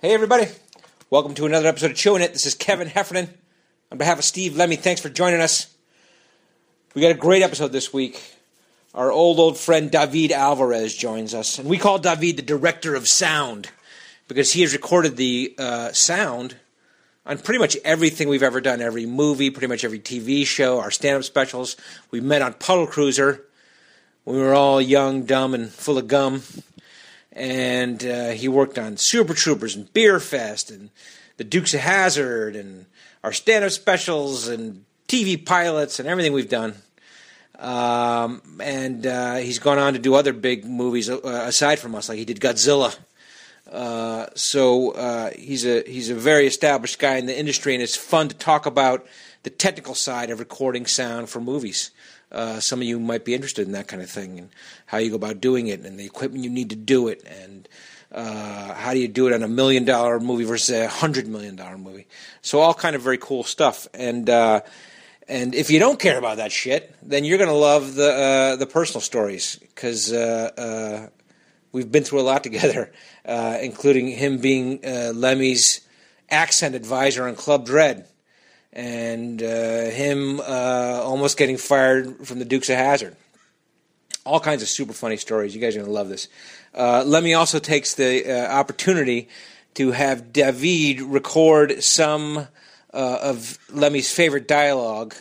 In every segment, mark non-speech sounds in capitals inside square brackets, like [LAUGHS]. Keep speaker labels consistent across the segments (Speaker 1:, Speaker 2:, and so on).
Speaker 1: Hey, everybody. Welcome to another episode of Chewing It. This is Kevin Heffernan. On behalf of Steve Lemmy, thanks for joining us. We got a great episode this week. Our old, old friend David Alvarez joins us. And we call David the director of sound because he has recorded the uh, sound on pretty much everything we've ever done every movie, pretty much every TV show, our stand up specials. We met on Puddle Cruiser when we were all young, dumb, and full of gum and uh, he worked on Super Troopers and Beer Fest and the Dukes of Hazard and our stand-up specials and TV pilots and everything we've done. Um, and uh, he's gone on to do other big movies uh, aside from us, like he did Godzilla. Uh, so uh, he's a he's a very established guy in the industry, and it's fun to talk about the technical side of recording sound for movies. Uh, some of you might be interested in that kind of thing, and how you go about doing it, and the equipment you need to do it, and uh, how do you do it on a million dollar movie versus a hundred million dollar movie? So all kind of very cool stuff, and. Uh, and if you don't care about that shit, then you're gonna love the uh, the personal stories because uh, uh, we've been through a lot together, [LAUGHS] uh, including him being uh, Lemmy's accent advisor on Club Dread, and uh, him uh, almost getting fired from the Dukes of Hazard. All kinds of super funny stories. You guys are going to love this. Uh, Lemmy also takes the uh, opportunity to have David record some uh, of Lemmy's favorite dialogue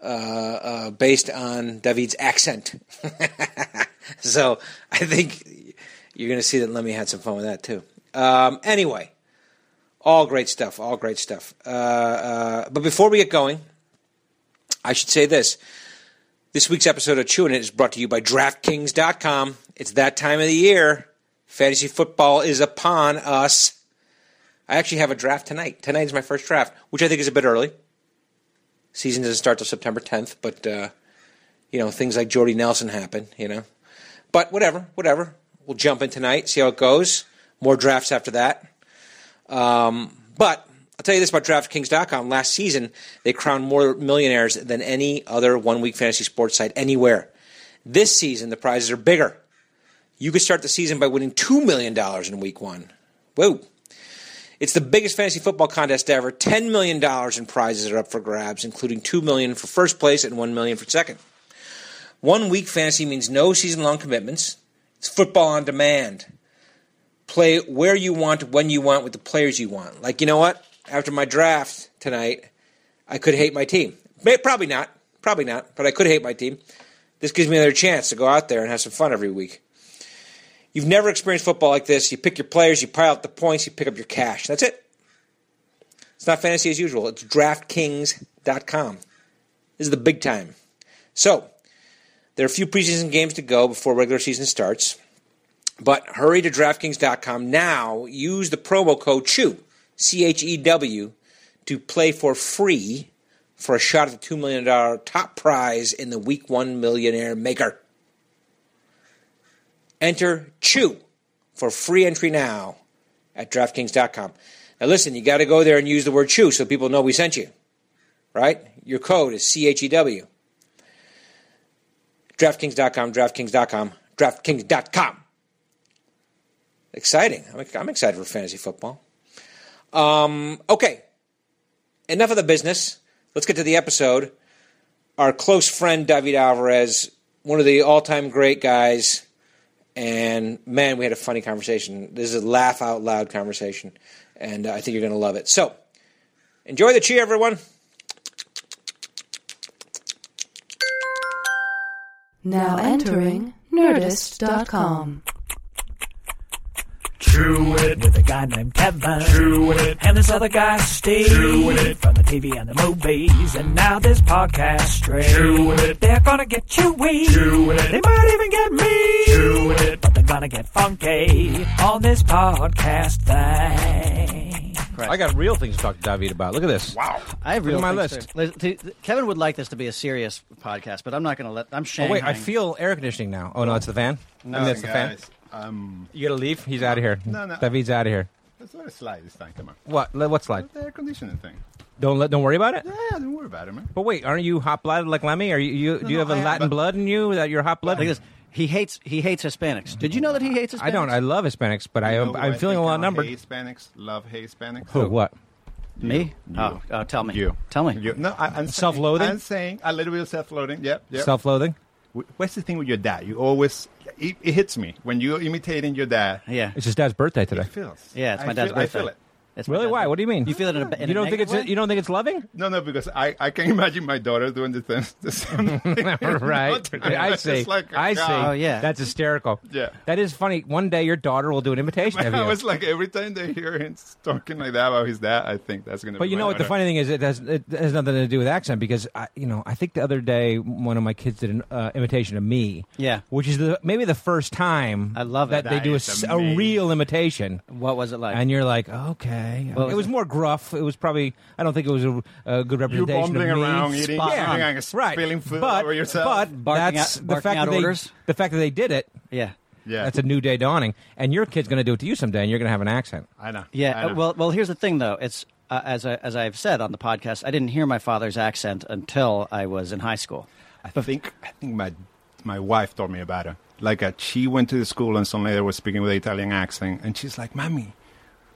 Speaker 1: uh, uh, based on David's accent. [LAUGHS] so I think you're going to see that Lemmy had some fun with that too. Um, anyway, all great stuff. All great stuff. Uh, uh, but before we get going, I should say this. This week's episode of Chewing It is brought to you by DraftKings.com. It's that time of the year. Fantasy football is upon us. I actually have a draft tonight. Tonight is my first draft, which I think is a bit early. Season doesn't start till September 10th, but uh, you know things like Jordy Nelson happen. You know, but whatever, whatever. We'll jump in tonight, see how it goes. More drafts after that. Um, But I'll tell you this about DraftKings.com. Last season, they crowned more millionaires than any other one week fantasy sports site anywhere. This season, the prizes are bigger. You could start the season by winning $2 million in week one. Whoa. It's the biggest fantasy football contest ever. $10 million in prizes are up for grabs, including $2 million for first place and $1 million for second. One week fantasy means no season long commitments. It's football on demand play where you want, when you want, with the players you want. Like, you know what? After my draft tonight, I could hate my team. May, probably not. Probably not. But I could hate my team. This gives me another chance to go out there and have some fun every week. You've never experienced football like this. You pick your players, you pile up the points, you pick up your cash. That's it. It's not fantasy as usual. It's DraftKings.com. This is the big time. So, there are a few preseason games to go before regular season starts. But hurry to DraftKings.com now. Use the promo code CHEW, C H E W, to play for free for a shot at the $2 million top prize in the Week 1 Millionaire Maker. Enter CHEW for free entry now at DraftKings.com. Now, listen, you got to go there and use the word CHEW so people know we sent you, right? Your code is C H E W. DraftKings.com, DraftKings.com, DraftKings.com exciting. I'm, I'm excited for fantasy football. Um, okay, enough of the business. Let's get to the episode. Our close friend David Alvarez, one of the all-time great guys, and man, we had a funny conversation. This is a laugh out loud conversation, and I think you're going to love it. So, enjoy the cheer, everyone.
Speaker 2: Now entering Nerdist.com.
Speaker 3: Chew it
Speaker 4: with a guy named Kevin.
Speaker 3: Chew it.
Speaker 4: And this other guy, Steve.
Speaker 3: Chew it.
Speaker 4: From the TV and the movies. And now this podcast straight.
Speaker 3: Chew it.
Speaker 4: They're gonna get chewy.
Speaker 3: Chew it.
Speaker 4: They might even get me.
Speaker 3: Chew it.
Speaker 4: But they're gonna get funky on this podcast thing.
Speaker 1: I got real things to talk to David about. Look at this.
Speaker 3: Wow.
Speaker 5: I have real
Speaker 1: at my
Speaker 5: things
Speaker 1: list.
Speaker 5: to- li- to- th- Kevin would like this to be a serious podcast, but I'm not going to let. I'm
Speaker 1: Oh,
Speaker 5: shanghaiing.
Speaker 1: wait, I feel air conditioning now. Oh, no, it's the fan. No, that's the fan.
Speaker 6: guys. Um,
Speaker 1: You got to leave? He's out of here.
Speaker 6: No, no.
Speaker 1: David's out of here.
Speaker 6: let's let it slide this time. Come on.
Speaker 1: What? What slide?
Speaker 6: The air conditioning thing.
Speaker 1: Don't let. Don't worry about it.
Speaker 6: Yeah, don't worry about it, man.
Speaker 1: But wait, aren't you hot blooded like Lemmy? Are you? you do you
Speaker 6: no,
Speaker 1: have a
Speaker 6: I am,
Speaker 1: Latin
Speaker 6: but-
Speaker 1: blood in you that you're hot blooded?
Speaker 5: Like this. He hates he hates Hispanics. Did you know that he hates Hispanics?
Speaker 1: I don't. I love Hispanics, but I
Speaker 6: You
Speaker 1: am,
Speaker 6: know who
Speaker 1: I'm
Speaker 6: I
Speaker 1: feeling a
Speaker 6: think
Speaker 1: lot
Speaker 6: now
Speaker 1: numbered.
Speaker 6: hates Hispanics, love Hispanics.
Speaker 1: Who? What?
Speaker 5: me. Oh, oh, tell me.
Speaker 6: You.
Speaker 5: Tell me.
Speaker 6: You. No, I, am
Speaker 1: Self-loathing?
Speaker 6: I'm saying a little bit of self-loading. Yep. yep.
Speaker 1: Self-loathing.
Speaker 6: Wh- What's the thing with your dad? You always it, it hits me when you're imitating your dad.
Speaker 5: Yeah.
Speaker 1: It's his dad's birthday today.
Speaker 6: It feels.
Speaker 5: Yeah, it's my
Speaker 6: I
Speaker 5: dad's
Speaker 6: feel,
Speaker 5: birthday.
Speaker 6: I feel it.
Speaker 5: It's my
Speaker 1: Really?
Speaker 5: dad's
Speaker 1: Why?
Speaker 5: birthday.
Speaker 1: What do you mean?
Speaker 5: You feel it in a, in
Speaker 1: You don't think it's
Speaker 5: negative way?
Speaker 1: you don't think it's loving?
Speaker 6: [LAUGHS] No, no, because I, I can [LAUGHS] imagine my daughter doing the, thing, the
Speaker 1: [LAUGHS]
Speaker 6: same thing. [LAUGHS]
Speaker 1: right. I
Speaker 6: It's
Speaker 1: see.
Speaker 6: just like,
Speaker 1: I see.
Speaker 6: God.
Speaker 5: Oh, yeah.
Speaker 1: That's hysterical.
Speaker 6: Yeah.
Speaker 1: That is funny. One day your daughter will do an
Speaker 5: Oh,
Speaker 1: imitation of you.
Speaker 6: [LAUGHS] I was like, every time they hear him talking like that about his dad, I think that's going to
Speaker 1: But you know what? The funny thing is, it has it has nothing to do with accent because I, you know, I think the other day one of my kids did an uh, imitation of me.
Speaker 5: Yeah.
Speaker 1: which is the maybe the first time
Speaker 5: I love it.
Speaker 1: that they
Speaker 6: That
Speaker 1: do a,
Speaker 6: is
Speaker 1: s- a
Speaker 6: amazing.
Speaker 1: real imitation,
Speaker 5: What was it like?
Speaker 1: and you're like, okay.
Speaker 5: What was
Speaker 1: it was
Speaker 5: it?
Speaker 1: more gruff. It was probably I don't think it was a, a good
Speaker 6: You're
Speaker 1: representation of
Speaker 6: bumbling
Speaker 1: me.
Speaker 6: around, eating,
Speaker 5: Spot
Speaker 6: eating
Speaker 5: on.
Speaker 6: and
Speaker 1: Right,
Speaker 6: spilling food
Speaker 1: but
Speaker 6: over yourself.
Speaker 1: but
Speaker 5: Barking
Speaker 1: that's
Speaker 5: out-
Speaker 1: the
Speaker 5: barking
Speaker 1: fact
Speaker 5: out
Speaker 1: that they,
Speaker 5: orders?
Speaker 1: the fact that they did it.
Speaker 5: yeah.
Speaker 6: yeah,
Speaker 1: That's a new day dawning, and your kid's going to do it to you someday, and you're going to have an accent.
Speaker 6: I know.
Speaker 5: Yeah.
Speaker 6: I
Speaker 5: uh,
Speaker 6: know.
Speaker 5: Well, well, here's the thing, though. It's uh, as I, as I've said on the podcast, I didn't hear my father's accent until I was in high school.
Speaker 6: I think I think my my wife told me about it. Like uh, she went to the school and suddenly they were speaking with an Italian accent, and she's like, "Mommy,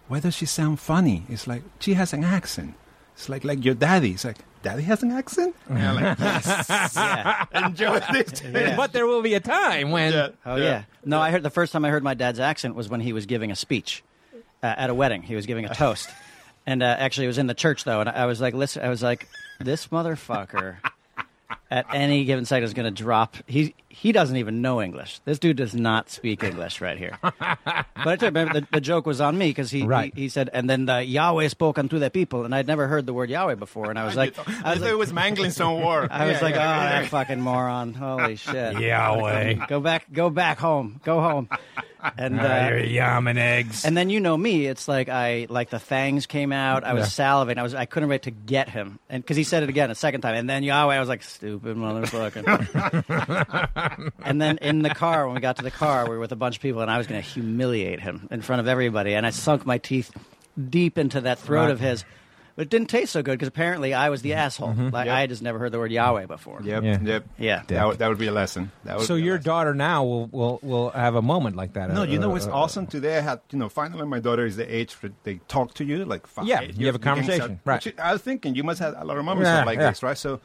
Speaker 6: why does she sound funny?" It's like she has an accent. It's like like your daddy. It's like daddy has an accent. And I'm like, yes,
Speaker 5: Yeah.
Speaker 6: [LAUGHS] enjoy this.
Speaker 5: Yeah.
Speaker 1: But there will be a time when
Speaker 6: Yeah.
Speaker 5: Oh yeah. No, I heard the first time I heard my dad's accent was when he was giving a speech uh, at a wedding. He was giving a toast, and uh, actually it was in the church though. And I was like, listen, I was like, this motherfucker. At any given second is going to drop. He he doesn't even know English. This dude does not speak English right here. But I tell you, remember the, the joke was on me because he,
Speaker 1: Right.
Speaker 5: he he said, and then the Yahweh spoke unto the people, and I'd never heard the word Yahweh before, and I was like,
Speaker 6: I,
Speaker 5: I was
Speaker 6: thought it
Speaker 5: like,
Speaker 6: was mangling some word.
Speaker 5: I was
Speaker 6: Yeah,
Speaker 5: like,
Speaker 6: yeah.
Speaker 5: oh, that fucking moron! Holy shit! um,
Speaker 1: Yahweh.
Speaker 5: go back go back home go home and uh,
Speaker 1: yum and eggs.
Speaker 5: and then you know me it's like i like the fangs came out i was salivating i was i couldn't wait to get him and because he said it again a second time and then yahweh i was like
Speaker 1: [LAUGHS]
Speaker 5: stupid motherfucker and then in the car when we got to the car we were with a bunch of people and i was going to humiliate him in front of everybody and i sunk my teeth deep into that throat
Speaker 1: Right.
Speaker 5: of his but it didn't taste so good because apparently i
Speaker 1: Mm-hmm.
Speaker 5: was the asshole like i had just never heard the word yahweh before
Speaker 6: Yep,
Speaker 1: Yeah.
Speaker 6: yep,
Speaker 5: Yeah.
Speaker 6: That, would- that would be a lesson. That would
Speaker 1: so
Speaker 6: be a
Speaker 1: your
Speaker 6: lesson.
Speaker 1: daughter now will, will will have a moment like that.
Speaker 6: No,
Speaker 1: Uh,
Speaker 6: you know what's
Speaker 1: uh,
Speaker 6: awesome today? I had you know finally my daughter is the age that they talk to you like five.
Speaker 1: Yeah,
Speaker 6: eight
Speaker 1: you
Speaker 6: years,
Speaker 1: have a
Speaker 6: can start-
Speaker 1: conversation, right.
Speaker 6: which I was thinking you must have a lot of moments
Speaker 1: Yeah,
Speaker 6: like
Speaker 1: yeah.
Speaker 6: this, right? So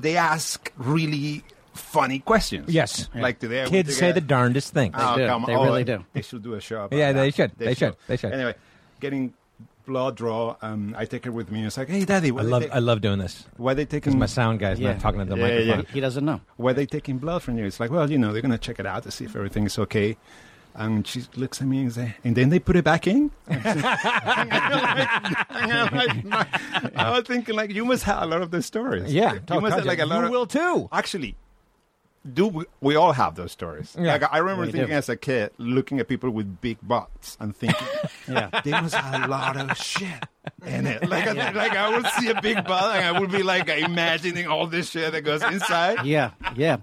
Speaker 6: they ask really funny questions.
Speaker 1: Yes.
Speaker 6: like today I went
Speaker 1: uh, Kids
Speaker 6: to
Speaker 1: say
Speaker 6: get-
Speaker 1: the darndest things.
Speaker 6: Oh,
Speaker 5: do.
Speaker 6: come
Speaker 5: They
Speaker 6: on.
Speaker 5: really do.
Speaker 6: They should do a show. about
Speaker 1: Yeah, they
Speaker 6: that.
Speaker 1: should. They should. They should.
Speaker 6: Anyway, getting blood draw. Um, I take her with me. and It's like, hey, daddy,
Speaker 1: I
Speaker 6: why
Speaker 1: love
Speaker 6: they,
Speaker 1: I love doing this
Speaker 6: why they
Speaker 1: because
Speaker 6: taking
Speaker 1: my sound guy's
Speaker 5: Yeah.
Speaker 1: not talking to the
Speaker 6: Yeah, yeah.
Speaker 1: microphone.
Speaker 5: He- he doesn't know
Speaker 6: why they taking blood from you? It's like, well, you know, they're gonna check it out to see if everything's okay. And she looks at me and says, and then they put it back
Speaker 1: [LAUGHS]
Speaker 6: in. [LAUGHS] and I'm like, no. I was thinking, like, you must have a lot of those stories.
Speaker 1: Yeah,
Speaker 6: you
Speaker 1: talk-
Speaker 6: must have like a lot.
Speaker 1: you
Speaker 6: of, Oh,
Speaker 1: will too.
Speaker 6: Actually, do we, we all have those stories?
Speaker 1: Yeah.
Speaker 6: Like, I remember
Speaker 5: We do.
Speaker 6: thinking as a kid, looking at people with big butts and thinking,
Speaker 1: [LAUGHS]
Speaker 5: Yeah.
Speaker 6: they must have a lot of shit
Speaker 1: [LAUGHS]
Speaker 6: in it. Like, I, like I would see a big butt and I would be like imagining all this shit that goes inside.
Speaker 5: yeah, yeah.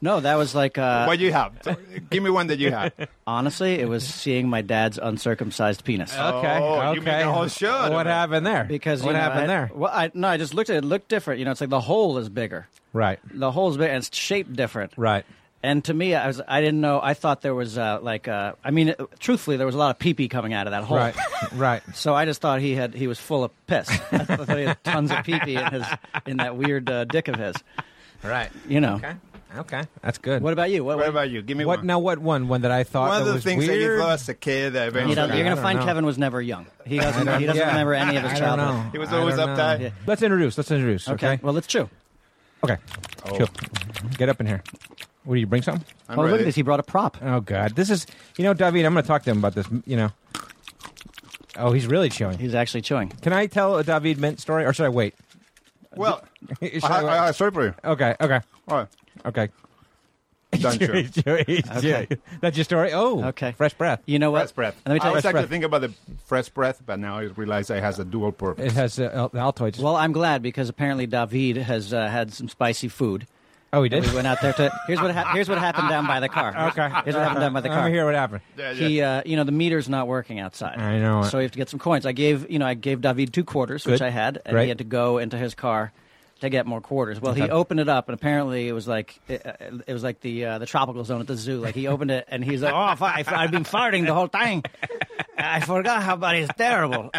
Speaker 5: No, that was like uh,
Speaker 6: What do you have? So, Give me one that
Speaker 1: [LAUGHS]
Speaker 6: you have.
Speaker 5: honestly, it was seeing my dad's uncircumcised penis.
Speaker 1: Okay,
Speaker 6: Oh, you
Speaker 1: okay.
Speaker 6: made a whole show
Speaker 1: What
Speaker 6: about it.
Speaker 1: happened there?
Speaker 5: because
Speaker 1: what
Speaker 5: you know,
Speaker 1: happened
Speaker 5: I-
Speaker 1: there?
Speaker 5: Well, I, no, I just looked at it. It looked different. You know, it's like the hole is bigger.
Speaker 1: Right,
Speaker 5: The hole is bigger and it's shaped different.
Speaker 1: right.
Speaker 5: And to me, I was I didn't know. I thought there was uh, like uh, I mean, truthfully, there was a lot of pee pee coming out of that hole.
Speaker 1: Right,
Speaker 5: [LAUGHS]
Speaker 1: right.
Speaker 5: So I just thought he had he was full of piss. [LAUGHS] I thought he had tons of pee pee in his in that weird uh, dick of his.
Speaker 1: Right.
Speaker 5: You know.
Speaker 1: Okay. Okay. That's good.
Speaker 5: What about you? What,
Speaker 6: What about you? Give me
Speaker 1: what
Speaker 6: one.
Speaker 1: now what one one that I thought
Speaker 6: one
Speaker 1: that
Speaker 6: of the
Speaker 1: was
Speaker 6: things that you
Speaker 1: weird?
Speaker 6: thought as a kid that
Speaker 5: you
Speaker 6: eventually.
Speaker 5: know, you're
Speaker 1: I
Speaker 5: gonna
Speaker 1: don't
Speaker 5: find
Speaker 1: know.
Speaker 5: Kevin was never young. He doesn't. he doesn't
Speaker 1: Yeah.
Speaker 5: remember any of
Speaker 1: I
Speaker 5: his
Speaker 1: don't
Speaker 5: childhood.
Speaker 1: know.
Speaker 6: He was
Speaker 1: I don't
Speaker 6: always
Speaker 1: know.
Speaker 6: uptight.
Speaker 5: Yeah.
Speaker 1: Let's introduce. Let's introduce.
Speaker 5: Okay.
Speaker 1: Okay.
Speaker 5: Well, let's chew.
Speaker 1: okay.
Speaker 6: Oh.
Speaker 1: Chill. Get up in here. What do you bring something?
Speaker 6: I'm
Speaker 5: Oh, look
Speaker 6: ready.
Speaker 5: at this. He brought a prop.
Speaker 1: Oh God, this is you know, David. I'm going to talk to him about this. You know. Oh, he's really chewing.
Speaker 5: He's actually chewing.
Speaker 1: Can I tell a David Mint story, or should I wait? [LAUGHS]
Speaker 6: Well,
Speaker 1: Should
Speaker 6: I,
Speaker 1: I
Speaker 6: I, I
Speaker 1: wait?
Speaker 6: have a story for you.
Speaker 1: okay, okay, [LAUGHS]
Speaker 6: All right.
Speaker 1: okay.
Speaker 6: Done,
Speaker 1: [LAUGHS]
Speaker 6: sure.
Speaker 1: He's chewing, he's
Speaker 5: Okay.
Speaker 1: chewing. That's your story. Oh,
Speaker 5: Okay.
Speaker 1: Fresh breath.
Speaker 5: You know what?
Speaker 6: Fresh breath.
Speaker 5: Let me
Speaker 6: I
Speaker 5: tell you.
Speaker 6: was actually
Speaker 1: breath.
Speaker 6: thinking about the fresh breath, but now I realize it has a dual purpose.
Speaker 1: It has uh, al- the Altoids.
Speaker 5: Well, I'm glad because apparently David has uh, had some spicy food.
Speaker 1: oh, he did.
Speaker 5: We went out there to. Here's what. Ha- here's what happened down by the car.
Speaker 1: [LAUGHS] Okay.
Speaker 5: Here's what happened down by the
Speaker 1: Let
Speaker 5: car.
Speaker 1: me hear what happened.
Speaker 6: Yeah, yeah.
Speaker 5: He, uh, you know, the meter's not working outside.
Speaker 1: I know it.
Speaker 5: So we have to get some coins. I gave, you know, I gave David two quarters, which
Speaker 1: Good.
Speaker 5: I had, and
Speaker 1: Right.
Speaker 5: he had to go into his car to get more quarters. Well, he
Speaker 1: Okay.
Speaker 5: opened it up, and apparently it was like it, uh, it was like the uh, the tropical zone at the zoo. Like he opened it, and he's like, "Oh, I, I've been farting the whole time. I forgot how bad it's terrible."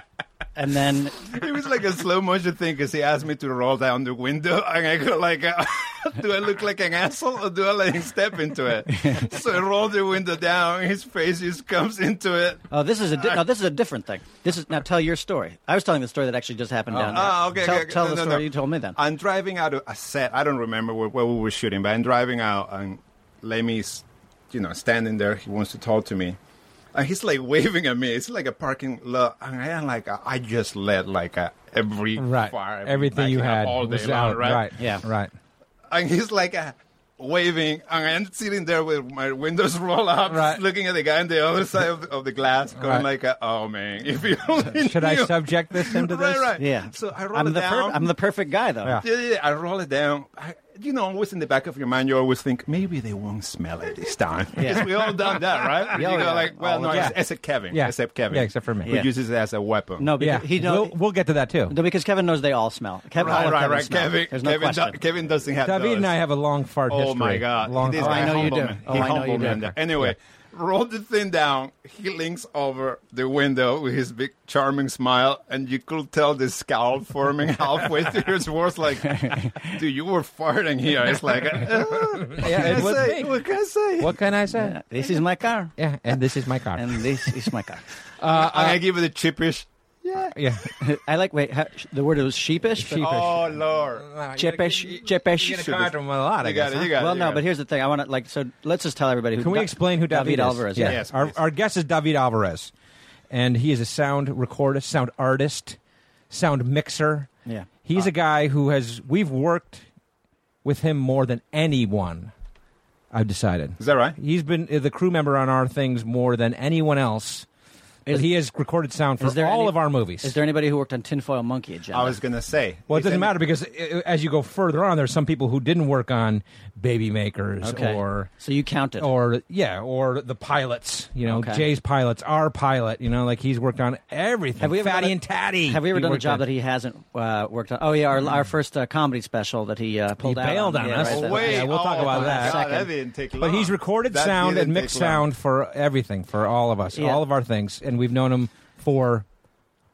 Speaker 5: And then
Speaker 6: [LAUGHS] It was like a slow motion thing because he asked me to roll down the window, [LAUGHS] and I go like, uh, [LAUGHS] "Do I look like an asshole, or do I like step
Speaker 1: [LAUGHS]
Speaker 6: into it?" so I roll the window down. His face just comes into it.
Speaker 5: Oh, this is a di- no. This is a different thing. This is now. Tell your story. I was telling the story that actually just happened down there.
Speaker 6: Ah, okay.
Speaker 5: Tell,
Speaker 6: okay, okay.
Speaker 5: tell
Speaker 6: No,
Speaker 5: the
Speaker 6: no,
Speaker 5: story
Speaker 6: no.
Speaker 5: you told me then.
Speaker 6: I'm driving out of a set. I don't remember where, where we were shooting, but I'm driving out, and Lemmy's, you know, standing there. He wants to talk to me, and he's like [LAUGHS] waving at me. It's like a parking lot, and I am like, I just let like a, every
Speaker 1: Right.
Speaker 6: fire, every
Speaker 1: Everything you
Speaker 6: backing up
Speaker 1: had
Speaker 6: all day
Speaker 1: was
Speaker 6: long,
Speaker 1: out.
Speaker 6: right?
Speaker 1: Right.
Speaker 5: Yeah.
Speaker 6: [LAUGHS]
Speaker 1: Right.
Speaker 6: and he's like uh, waving, and I'm sitting there with my windows [LAUGHS] roll up,
Speaker 1: Right.
Speaker 6: looking at the guy on the other side of the, of the glass, going
Speaker 1: Right.
Speaker 6: like, uh, "Oh man, [LAUGHS] if you only
Speaker 1: Should I
Speaker 6: knew."
Speaker 1: subject this into this?
Speaker 6: [LAUGHS] Right, right.
Speaker 5: yeah.
Speaker 6: So I roll
Speaker 5: I'm
Speaker 6: it
Speaker 5: the per-
Speaker 6: down.
Speaker 5: I'm the perfect guy though.
Speaker 1: Yeah.
Speaker 6: yeah, yeah, yeah, I roll it down. I, you know, always in the back of your mind, you always think maybe they won't smell it this time.
Speaker 5: Yeah. Oh,
Speaker 6: Because we all done
Speaker 5: [LAUGHS]
Speaker 6: that, right?
Speaker 5: Yeah,
Speaker 6: you go
Speaker 5: yeah.
Speaker 6: like, well,
Speaker 5: All
Speaker 6: no,
Speaker 5: the
Speaker 6: ex-
Speaker 5: time.
Speaker 6: except Kevin,
Speaker 1: Yeah.
Speaker 6: except Kevin,
Speaker 1: Yeah, except for me.
Speaker 6: who
Speaker 5: Yeah.
Speaker 6: uses it as a weapon.
Speaker 5: No, because
Speaker 1: yeah.
Speaker 5: he knows
Speaker 1: we'll, we'll get to that too.
Speaker 5: because Kevin knows they all smell. Kevin, all
Speaker 6: right,
Speaker 5: of
Speaker 6: right,
Speaker 5: Kevin
Speaker 6: right.
Speaker 5: smell.
Speaker 6: Kevin,
Speaker 5: There's no
Speaker 6: Kevin,
Speaker 5: question.
Speaker 6: do- Kevin doesn't have.
Speaker 1: David and I
Speaker 6: those.
Speaker 1: have a long fart
Speaker 6: Oh
Speaker 1: history.
Speaker 6: my god!
Speaker 1: Long
Speaker 6: this
Speaker 1: fart.
Speaker 6: guy
Speaker 5: I know you
Speaker 6: humbled
Speaker 5: do.
Speaker 6: me.
Speaker 5: Oh,
Speaker 6: he
Speaker 5: I know you
Speaker 6: humbled me
Speaker 5: do.
Speaker 6: on that. Anyway, rolled the thing down. He leans over the window with his big charming smile, and you could tell the scowl forming [LAUGHS] halfway through his
Speaker 5: [LAUGHS]
Speaker 6: words. Like, dude, you were farting here. It's like, uh, what
Speaker 1: Yeah, [LAUGHS]
Speaker 6: can
Speaker 1: it
Speaker 6: I
Speaker 1: was
Speaker 6: say?
Speaker 1: me.
Speaker 6: What can I say?
Speaker 1: What can I say?
Speaker 5: This is my car,
Speaker 1: Yeah, and this is my car.
Speaker 5: and this is my
Speaker 1: [LAUGHS]
Speaker 5: car.
Speaker 1: uh,
Speaker 6: I'm gonna give it a chippish.
Speaker 1: yeah,
Speaker 5: I like wait. How, the word was sheepish. but-
Speaker 1: Sheepish.
Speaker 6: Oh lord!
Speaker 5: Chippish, chippish.
Speaker 1: You're gonna come after him a lot. I
Speaker 6: You
Speaker 1: guess,
Speaker 6: got it.
Speaker 1: huh?
Speaker 6: You got it.
Speaker 5: Well,
Speaker 6: you
Speaker 5: no,
Speaker 6: got
Speaker 5: but
Speaker 6: it.
Speaker 5: here's the thing. I want to like. So let's just tell everybody who.
Speaker 1: Can we
Speaker 5: Da-
Speaker 1: explain who David, is?
Speaker 5: David Alvarez?
Speaker 1: Yeah.
Speaker 6: Yes,
Speaker 1: our,
Speaker 6: please.
Speaker 1: our guest is David Alvarez, and he is a sound recordist, sound artist, sound mixer.
Speaker 5: Yeah.
Speaker 1: he's
Speaker 6: Uh,
Speaker 1: a guy who has we've worked with him more than anyone. I've decided
Speaker 6: Is that right?
Speaker 1: he's been uh, the crew member on our things more than anyone else. But
Speaker 5: Is-
Speaker 1: he has recorded sound for
Speaker 5: is there
Speaker 1: all
Speaker 5: any-
Speaker 1: of our movies.
Speaker 5: Is there anybody who worked on Tinfoil Monkey? Agenda?
Speaker 6: I was gonna say.
Speaker 1: Well, it
Speaker 6: Is
Speaker 1: doesn't
Speaker 6: any-
Speaker 1: matter because uh, as you go further on, there's some people who didn't work on Baby Makers
Speaker 5: okay.
Speaker 1: or
Speaker 5: so you counted.
Speaker 1: or yeah or the pilots. You know,
Speaker 5: Okay.
Speaker 1: Jay's pilots, our pilot. You know, like he's worked on everything.
Speaker 5: Have we ever
Speaker 1: Fatty
Speaker 5: done a-
Speaker 1: and Tatty?
Speaker 5: Have we ever done a
Speaker 1: worked
Speaker 5: job
Speaker 1: on-
Speaker 5: that he hasn't uh, worked on? Oh yeah, our, our first uh, comedy special that he uh,
Speaker 1: He
Speaker 5: pulled out.
Speaker 1: bailed on
Speaker 5: Yeah,
Speaker 1: us.
Speaker 5: right,
Speaker 6: Oh,
Speaker 5: that-
Speaker 6: wait.
Speaker 1: yeah, we'll
Speaker 6: oh,
Speaker 1: talk about
Speaker 6: my
Speaker 1: that.
Speaker 6: God, that didn't take long.
Speaker 1: But he's recorded
Speaker 6: That
Speaker 1: sound and
Speaker 6: didn't
Speaker 1: mixed
Speaker 6: take long.
Speaker 1: sound for everything for all of us,
Speaker 5: Yeah.
Speaker 1: all of our things, and we've known him for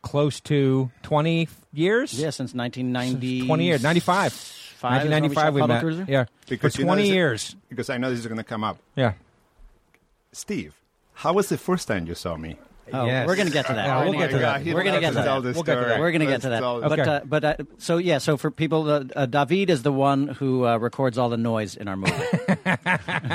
Speaker 1: close to 20 years.
Speaker 5: Yeah, since 1990.
Speaker 1: 20 years, 95.
Speaker 5: Five is when we
Speaker 1: 1995
Speaker 5: shot
Speaker 1: we
Speaker 5: Puddle
Speaker 1: met.
Speaker 5: Cruiser?
Speaker 1: Yeah.
Speaker 6: Because
Speaker 1: for
Speaker 6: you know
Speaker 1: 20
Speaker 6: this-
Speaker 1: years.
Speaker 6: Because I know this is gonna come up.
Speaker 1: Yeah.
Speaker 6: Steve, how was the first time you saw me?
Speaker 5: Oh,
Speaker 1: Yes.
Speaker 5: We're gonna get to that.
Speaker 1: Yeah,
Speaker 5: We're
Speaker 1: we'll
Speaker 5: gonna
Speaker 1: get to that.
Speaker 5: We're gonna get to that.
Speaker 1: We'll get to that.
Speaker 5: We're going to get to that.
Speaker 1: Okay.
Speaker 5: But, uh, but uh, so, yeah, so for people, uh, uh, David is the one who uh, records all the noise in our
Speaker 6: [LAUGHS]
Speaker 5: movie.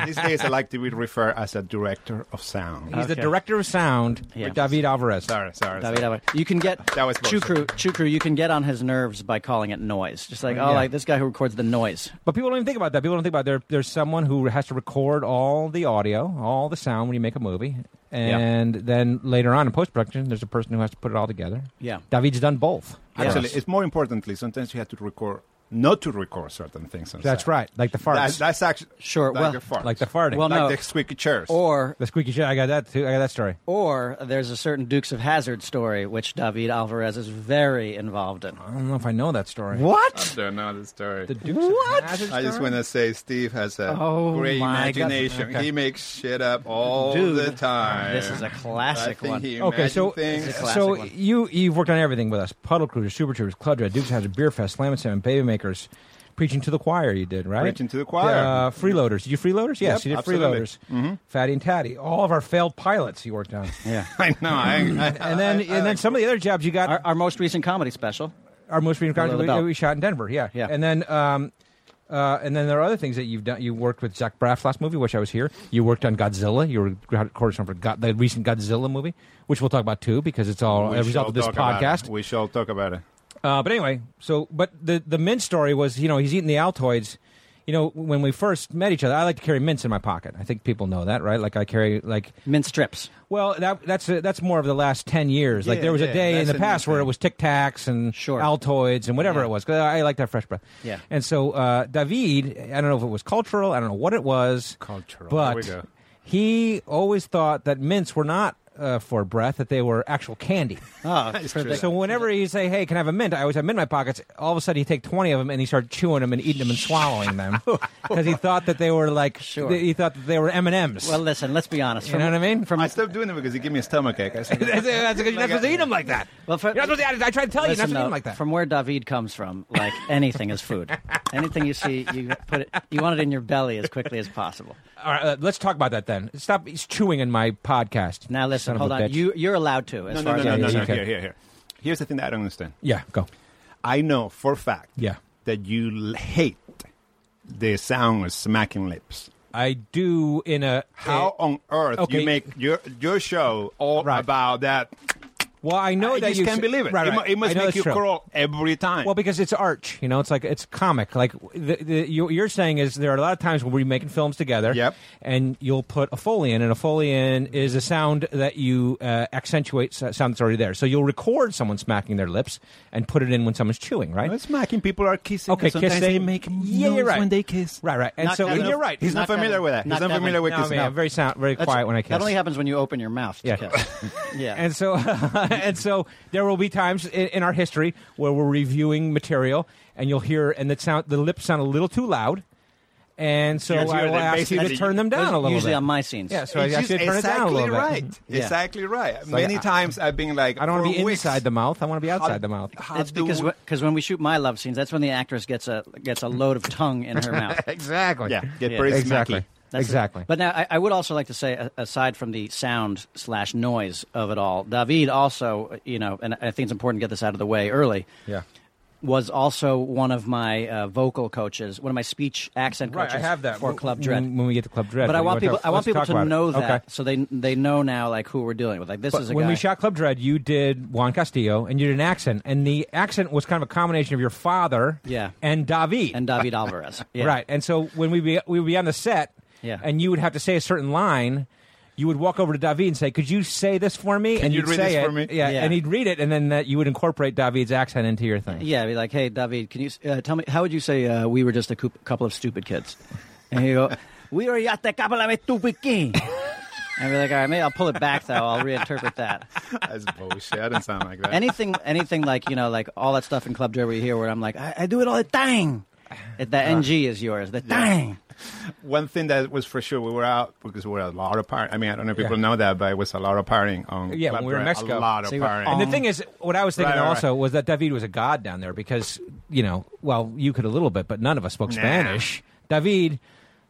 Speaker 6: These days, I like to be referred as a director of sound.
Speaker 1: He's the
Speaker 5: Okay.
Speaker 1: director of sound
Speaker 5: Yeah.
Speaker 1: for David Alvarez.
Speaker 6: sorry, sorry.
Speaker 5: David,
Speaker 6: sorry.
Speaker 5: Alvarez. you can get
Speaker 6: That was bullshit.
Speaker 5: Chukru, Chukru, you can get on his nerves by calling it noise. Just like, oh,
Speaker 1: Yeah.
Speaker 5: like this guy who records the noise.
Speaker 1: But people don't even think about that. People don't think about there. There's someone who has to record all the audio, all the sound when you make a movie, and then later on in post production, there's a person who has to put it all together.
Speaker 5: Yeah.
Speaker 1: David's done both. for
Speaker 6: Actually,
Speaker 1: us.
Speaker 6: it's more importantly, sometimes you have to record, not to record certain things. on
Speaker 1: that's
Speaker 6: sound.
Speaker 1: right. Like the
Speaker 6: That,
Speaker 1: farts,
Speaker 6: that's actually
Speaker 5: Sure,
Speaker 6: Like
Speaker 5: well-
Speaker 6: the farts.
Speaker 1: like the farting,
Speaker 5: Well,
Speaker 6: like
Speaker 5: no. Oh.
Speaker 6: the squeaky chairs.
Speaker 5: Or
Speaker 1: the squeaky shit. I got that too. I got that story.
Speaker 5: Or there's a certain Dukes of Hazard story which David Alvarez is very involved in.
Speaker 1: I don't know if I know that story.
Speaker 5: What?
Speaker 6: They're not a story.
Speaker 1: The Dukes of Hazzard
Speaker 6: I just
Speaker 1: story?
Speaker 6: want to say Steve has a
Speaker 5: Oh
Speaker 6: great
Speaker 5: my God.
Speaker 6: imagination. He makes shit up all
Speaker 5: Dude,
Speaker 6: the time.
Speaker 5: This is a
Speaker 6: I
Speaker 5: classic
Speaker 6: think
Speaker 5: one.
Speaker 6: he
Speaker 1: Okay,
Speaker 6: imagined
Speaker 1: so
Speaker 6: things.
Speaker 5: classic
Speaker 1: so
Speaker 5: one.
Speaker 1: you you've worked on everything with us: Puddle Cruiser, Super Troopers, Club Dread, Dukes of Hazzard, Beer Fest, Slam and Sam, Baby Makers, preaching to the choir. You did right,
Speaker 6: Preaching to the choir.
Speaker 1: Uh, freeloaders, did you freeloaders? Yes,
Speaker 6: Yep,
Speaker 1: you did
Speaker 6: absolutely. Mm-hmm.
Speaker 1: freeloaders. Fatty and Tatty, all of our failed pilots you worked on,
Speaker 5: Yeah.
Speaker 6: [LAUGHS] I know.
Speaker 5: [LAUGHS]
Speaker 6: I, I,
Speaker 1: and then
Speaker 6: I- I
Speaker 1: and then
Speaker 6: like-
Speaker 1: some of the other jobs you got.
Speaker 5: Our,
Speaker 1: Our,
Speaker 5: our most recent comedy special.
Speaker 1: most recent contract
Speaker 5: Below the
Speaker 1: we,
Speaker 5: Belt.
Speaker 1: we shot in Denver. Yeah,
Speaker 5: Yeah.
Speaker 1: and then. Um, uh, and then there are other things that you've done. You worked with Zach Braff's last movie, which I was here. You worked on Godzilla. You were recording for God, the recent Godzilla movie, which we'll talk about too, because it's all
Speaker 6: we
Speaker 1: a result
Speaker 6: shall
Speaker 1: of this
Speaker 6: talk about it.
Speaker 1: podcast.
Speaker 6: We shall talk about it.
Speaker 1: Uh, but anyway, so but the the mint story was you know he's eating the Altoids. You know when we first met each other, I like to carry mints in my pocket. I think people know that, right? Like I carry like
Speaker 5: Mint strips.
Speaker 6: [LAUGHS]
Speaker 1: well that that's a, that's more of the last ten years. like
Speaker 6: Yeah,
Speaker 1: there was a
Speaker 6: yeah,
Speaker 1: day in
Speaker 6: that's
Speaker 1: the
Speaker 6: a new
Speaker 1: past where it
Speaker 6: thing.
Speaker 1: was Tic Tacs and
Speaker 5: Sure.
Speaker 1: Altoids and whatever
Speaker 5: Yeah.
Speaker 1: it was. 'cause I, I like that fresh breath.
Speaker 5: Yeah.
Speaker 1: And so uh, David, I don't know if it was cultural, I don't know what it was,
Speaker 6: Cultural. There we
Speaker 1: but
Speaker 6: go.
Speaker 1: he always thought that mints were not uh, for breath that they were actual candy.
Speaker 5: Oh, for
Speaker 6: true.
Speaker 5: the-
Speaker 1: So whenever he say, "Hey, can I have a mint?" I always have mint in my pockets. All of a sudden, he take twenty of them and he started chewing them and eating them and swallowing them because he thought that they were like
Speaker 5: Sure.
Speaker 1: he thought that they were M and M's.
Speaker 5: well, listen. Let's be honest.
Speaker 1: you know what I mean?
Speaker 6: I stopped doing it because he gave me a stomachache.
Speaker 5: [LAUGHS]
Speaker 6: I
Speaker 1: [LAUGHS]
Speaker 6: said,
Speaker 1: that's, that's because you're not supposed to eat them like that.
Speaker 5: Well, for-
Speaker 1: you're not supposed to. I, I tried to tell you, you're not
Speaker 5: Listen,
Speaker 1: supposed to eat
Speaker 5: though,
Speaker 1: them like that.
Speaker 5: From where David comes from, like [LAUGHS] anything is food. anything you see, you put it. You want it in your belly as quickly as possible.
Speaker 1: All right, uh, let's talk about that then. Stop chewing in my podcast.
Speaker 5: Now, listen.
Speaker 1: son of
Speaker 5: hold
Speaker 1: a
Speaker 5: on.
Speaker 1: bitch.
Speaker 5: You you're allowed to. As
Speaker 6: no,
Speaker 5: far
Speaker 6: no, no,
Speaker 5: as
Speaker 6: no,
Speaker 5: I
Speaker 6: no,
Speaker 5: know.
Speaker 6: no.
Speaker 1: okay.
Speaker 6: Here, here, here. Here's the thing that I don't understand.
Speaker 1: yeah, go.
Speaker 6: I know for a fact
Speaker 1: Yeah.
Speaker 6: that you l- hate the sound of smacking lips.
Speaker 1: I do in a
Speaker 6: How
Speaker 1: uh,
Speaker 6: on earth
Speaker 1: okay.
Speaker 6: you make your your show all
Speaker 1: Right.
Speaker 6: about that?
Speaker 1: well, I know
Speaker 6: I
Speaker 1: that
Speaker 6: just
Speaker 1: you
Speaker 6: can't believe it.
Speaker 1: Right,
Speaker 6: It, mu-
Speaker 1: right.
Speaker 6: it must
Speaker 1: I know
Speaker 6: make
Speaker 1: it's
Speaker 6: you
Speaker 1: true.
Speaker 6: crawl every time.
Speaker 1: Well, because it's arch, you know, it's like it's comic. Like the, the, you, you're saying is there are a lot of times when we're making films together,
Speaker 6: Yep.
Speaker 1: and you'll put a foley in, and a foley in is a sound that you uh, accentuate s- sound that's already there. So you'll record someone smacking their lips and put it in when someone's chewing, right?
Speaker 6: No, smacking people are kissing.
Speaker 1: Okay,
Speaker 6: and sometimes
Speaker 1: kissing.
Speaker 6: They make
Speaker 1: Yeah,
Speaker 6: noise
Speaker 1: you're right.
Speaker 6: when they kiss.
Speaker 1: right, right. And
Speaker 5: Not
Speaker 1: so
Speaker 5: that-
Speaker 1: and you're right.
Speaker 6: He's not,
Speaker 5: Not
Speaker 6: familiar
Speaker 5: that
Speaker 6: with
Speaker 5: one.
Speaker 6: that. He's
Speaker 5: Not
Speaker 6: not,
Speaker 5: that
Speaker 6: familiar
Speaker 5: one.
Speaker 6: with
Speaker 1: No, I
Speaker 6: kissing.
Speaker 1: mean, I'm very sound, very
Speaker 5: That's-
Speaker 1: quiet when I kiss.
Speaker 5: That only happens when you open your mouth. To
Speaker 1: Yeah. [LAUGHS]
Speaker 5: Kiss. yeah.
Speaker 1: And so, and so, there will be times in, in our history where we're reviewing material, and you'll hear, and the sound, the lips sound a little too loud, and so
Speaker 6: Yes,
Speaker 1: I
Speaker 6: you're
Speaker 1: will
Speaker 6: the
Speaker 1: ask you to
Speaker 6: basic-
Speaker 1: turn them down a little.
Speaker 5: usually
Speaker 1: bit.
Speaker 5: on my scenes.
Speaker 1: Yeah, so I
Speaker 6: It's
Speaker 1: ask
Speaker 6: just
Speaker 1: you to turn it down a
Speaker 6: exactly
Speaker 1: little bit. Mm-hmm.
Speaker 6: right.
Speaker 5: Yeah.
Speaker 6: Exactly right.
Speaker 1: like,
Speaker 6: Many
Speaker 1: I-
Speaker 6: times I've been like,
Speaker 1: I don't
Speaker 6: for
Speaker 1: want to be
Speaker 6: weeks,
Speaker 1: inside the mouth. I want to be outside the mouth.
Speaker 6: how
Speaker 5: It's
Speaker 6: do
Speaker 5: because
Speaker 6: we-
Speaker 5: because when we shoot my love scenes, that's when the actress gets a gets a load of tongue in
Speaker 1: [LAUGHS]
Speaker 5: her mouth.
Speaker 1: Exactly.
Speaker 6: yeah, get
Speaker 5: Yeah.
Speaker 6: pretty
Speaker 1: Exactly.
Speaker 6: smacky.
Speaker 5: That's it.
Speaker 1: exactly.
Speaker 5: But now I, I would also like to say, a- aside from the sound slash noise of it all, David also, you know, and I think it's important to get this out of the way early.
Speaker 1: yeah.
Speaker 5: Was also one of my uh, vocal coaches, one of my speech accent
Speaker 1: Right,
Speaker 5: coaches
Speaker 1: I have that
Speaker 5: for
Speaker 1: when-
Speaker 5: Club
Speaker 1: when-
Speaker 5: Dread.
Speaker 1: when we get to Club Dread.
Speaker 5: but I
Speaker 1: you
Speaker 5: want people,
Speaker 1: talk-
Speaker 5: I want
Speaker 1: let's
Speaker 5: people
Speaker 1: talk
Speaker 5: to
Speaker 1: about it.
Speaker 5: know
Speaker 1: Okay.
Speaker 5: that, so they they know now like who we're dealing with. Like this
Speaker 1: But
Speaker 5: is a
Speaker 1: when
Speaker 5: guy.
Speaker 1: we shot Club Dread, you did Juan Castillo, and you did an accent, and the accent was kind of a combination of your father,
Speaker 5: Yeah.
Speaker 1: and David,
Speaker 5: and David
Speaker 1: [LAUGHS]
Speaker 5: Alvarez, Yeah.
Speaker 1: right. And so when we be, we would be on the set,
Speaker 5: Yeah.
Speaker 1: and you would have to say a certain line. You would walk over to David and say, "Could you say this for me?" and
Speaker 6: you
Speaker 1: you'd
Speaker 6: read
Speaker 1: say
Speaker 6: this
Speaker 1: it.
Speaker 6: for me?
Speaker 1: Yeah,
Speaker 5: Yeah.
Speaker 1: and he'd read it, and then that you would incorporate David's accent into your thing.
Speaker 5: Yeah, be like, hey, David, can you uh, tell me how would you say uh, we were just a coup- couple of stupid kids? And he go, we were just a couple of stupid
Speaker 1: [LAUGHS]
Speaker 5: kids. And be like, all right, maybe I'll pull it back though. I'll reinterpret that.
Speaker 6: That's bullshit. I didn't sound like that.
Speaker 5: Anything, anything like you know, like all that stuff in Club Dread where you hear where I'm like, I, I do it all the time. It- The ng is yours. The dang.
Speaker 6: One thing that was for sure, we were out because we were at a lot of partying. I mean, I don't know if people know that, but it was a lot of partying on.
Speaker 1: Yeah, when we were in
Speaker 6: Club Dread.
Speaker 1: Mexico.
Speaker 6: A lot of
Speaker 5: So you were
Speaker 6: partying.
Speaker 1: And the thing is, what I was thinking
Speaker 6: Right, right,
Speaker 1: also was that David was a god down there because, you know, well, you could a little bit, but none of us spoke Spanish. David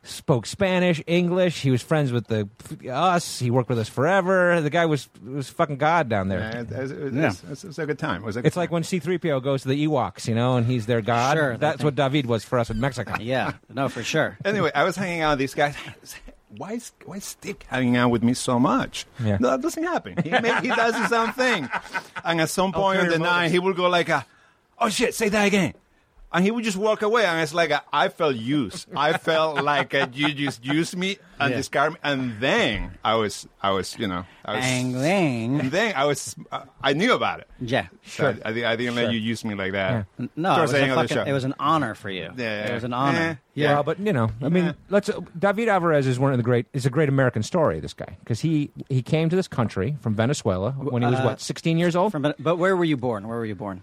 Speaker 1: spoke Spanish, English. He was friends with the us. He worked with us forever. The guy was was fucking god down there.
Speaker 6: Yeah, it, it- it-
Speaker 5: Yeah.
Speaker 6: it's- it's- it's a good time. It was a good
Speaker 1: It's like
Speaker 6: time.
Speaker 1: when C-3PO goes to the Ewoks, you know, and he's their god.
Speaker 5: Sure, they
Speaker 1: That's what
Speaker 5: think-
Speaker 1: David was for us in Mexico.
Speaker 5: Yeah, no, for
Speaker 6: [LAUGHS]
Speaker 5: sure.
Speaker 6: Anyway, I was hanging out with these guys. [LAUGHS] Why is why is Steve hanging out with me so much?
Speaker 1: Yeah.
Speaker 6: No, that doesn't happen. He may, he does his own thing, and at some point in the
Speaker 1: Ulterior
Speaker 6: night,
Speaker 1: motives.
Speaker 6: he will go like, a, "Oh shit, say that again." And he would just walk away, and it's like a, I felt used. I felt like a, you just used me and
Speaker 5: Yeah.
Speaker 6: discard me. And then I was, I was, you know, I was,
Speaker 5: Angling.
Speaker 6: and then I was, uh, I knew about it.
Speaker 5: Yeah.
Speaker 6: So I, I didn't let you use me like that.
Speaker 5: No, it
Speaker 6: Towards
Speaker 5: was,
Speaker 6: the
Speaker 5: a
Speaker 6: end of the
Speaker 5: fucking-
Speaker 6: show.
Speaker 5: it was an honor for you.
Speaker 6: Yeah,
Speaker 5: it
Speaker 6: yeah.
Speaker 5: was an honor.
Speaker 6: Eh, yeah.
Speaker 1: Well, but you know, I mean, let's. David Alvarez is one of the great. Is a great American story. This guy, because he he came to this country from Venezuela when he was
Speaker 5: Uh,
Speaker 1: what sixteen years old.
Speaker 5: From, but where were you born? Where were you born?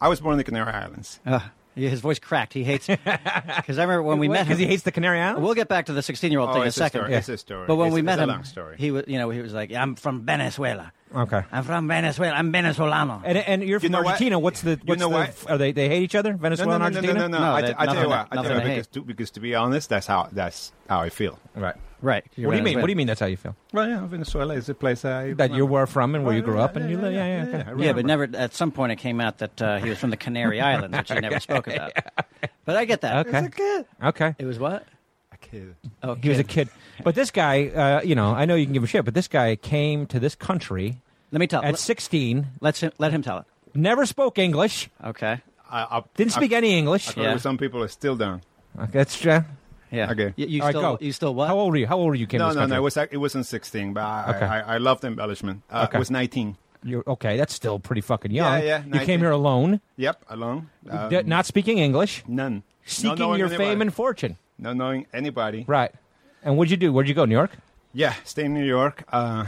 Speaker 6: I was born in the Canary Islands.
Speaker 5: Uh, yeah, his voice cracked. He hates
Speaker 6: [LAUGHS]
Speaker 5: because I remember when we met him.
Speaker 1: because he hates the Canary Islands.
Speaker 5: We'll get back to the sixteen-year-old
Speaker 6: Oh,
Speaker 5: thing in a
Speaker 6: it's a
Speaker 5: second.
Speaker 6: story. Yeah. It's a story.
Speaker 5: But when
Speaker 6: It's-
Speaker 5: we
Speaker 6: it's
Speaker 5: met
Speaker 6: a
Speaker 5: him,
Speaker 6: long story.
Speaker 5: he was, you know, he was like, "I'm from Venezuela.
Speaker 1: Okay.
Speaker 5: I'm from Venezuela. I'm Venezuelan."
Speaker 1: And, and you're from
Speaker 6: know what?
Speaker 1: Argentina. What's the? What's
Speaker 6: know
Speaker 1: the,
Speaker 6: what?
Speaker 1: Are they? They hate each other.
Speaker 6: No,
Speaker 1: Venezuela
Speaker 6: no,
Speaker 1: and
Speaker 6: no, no, no,
Speaker 1: Argentina.
Speaker 6: no, no.
Speaker 5: No,
Speaker 6: I,
Speaker 5: they-
Speaker 6: I tell you
Speaker 5: nothing-
Speaker 6: what. I tell
Speaker 5: nothing to
Speaker 6: you what,
Speaker 5: hate.
Speaker 6: because, to, because to be honest, that's how that's how I feel.
Speaker 1: Right.
Speaker 5: right. you're
Speaker 1: what do you mean?
Speaker 5: Venezuelan.
Speaker 1: What do you mean? That's how you feel.
Speaker 6: Well, yeah, Venezuela is the place I
Speaker 1: That you were from and where you
Speaker 6: Well,
Speaker 1: grew
Speaker 6: yeah,
Speaker 1: up and you
Speaker 6: yeah,
Speaker 1: live. Yeah, yeah.
Speaker 6: yeah,
Speaker 1: okay.
Speaker 6: yeah.
Speaker 5: Yeah, but never. At some point, it came out that uh, he was from
Speaker 1: [LAUGHS]
Speaker 5: the Canary Islands, which he never spoke about. But I get that.
Speaker 1: Okay. Okay.
Speaker 5: It was what?
Speaker 6: a kid.
Speaker 5: Oh,
Speaker 1: He was a kid, but this guy, uh, you know, I know you can give a shit, but this guy came to this country
Speaker 5: Let me tell.
Speaker 1: at
Speaker 5: Let,
Speaker 1: sixteen,
Speaker 5: let's him, let him tell it.
Speaker 1: never spoke English,
Speaker 5: Okay.
Speaker 6: I, I,
Speaker 1: didn't speak
Speaker 6: I,
Speaker 1: any English.
Speaker 6: I
Speaker 1: Okay,
Speaker 6: thought
Speaker 5: Yeah.
Speaker 6: with some people are still down.
Speaker 1: that's uh,
Speaker 5: Yeah.
Speaker 6: Okay.
Speaker 5: You, you
Speaker 1: all right,
Speaker 5: still
Speaker 1: go.
Speaker 5: you still what?
Speaker 1: How old were you? How old were you? Came
Speaker 6: No,
Speaker 1: to this
Speaker 6: no, no. It
Speaker 1: country?
Speaker 6: was it wasn't sixteen, but I
Speaker 1: Okay.
Speaker 6: I, I love the embellishment. Uh,
Speaker 1: Okay.
Speaker 6: I was nineteen.
Speaker 1: You're, okay, that's still pretty fucking young.
Speaker 6: Yeah, yeah,
Speaker 1: You came
Speaker 6: 19.
Speaker 1: here alone,
Speaker 6: Yep, alone. Um,
Speaker 1: d- not speaking English,
Speaker 6: none.
Speaker 1: seeking
Speaker 6: Not knowing
Speaker 1: your
Speaker 6: anybody.
Speaker 1: fame and fortune.
Speaker 6: not knowing anybody.
Speaker 1: Right. And what'd you do? Where'd you go? New York.
Speaker 6: Yeah, stay in New York. Uh,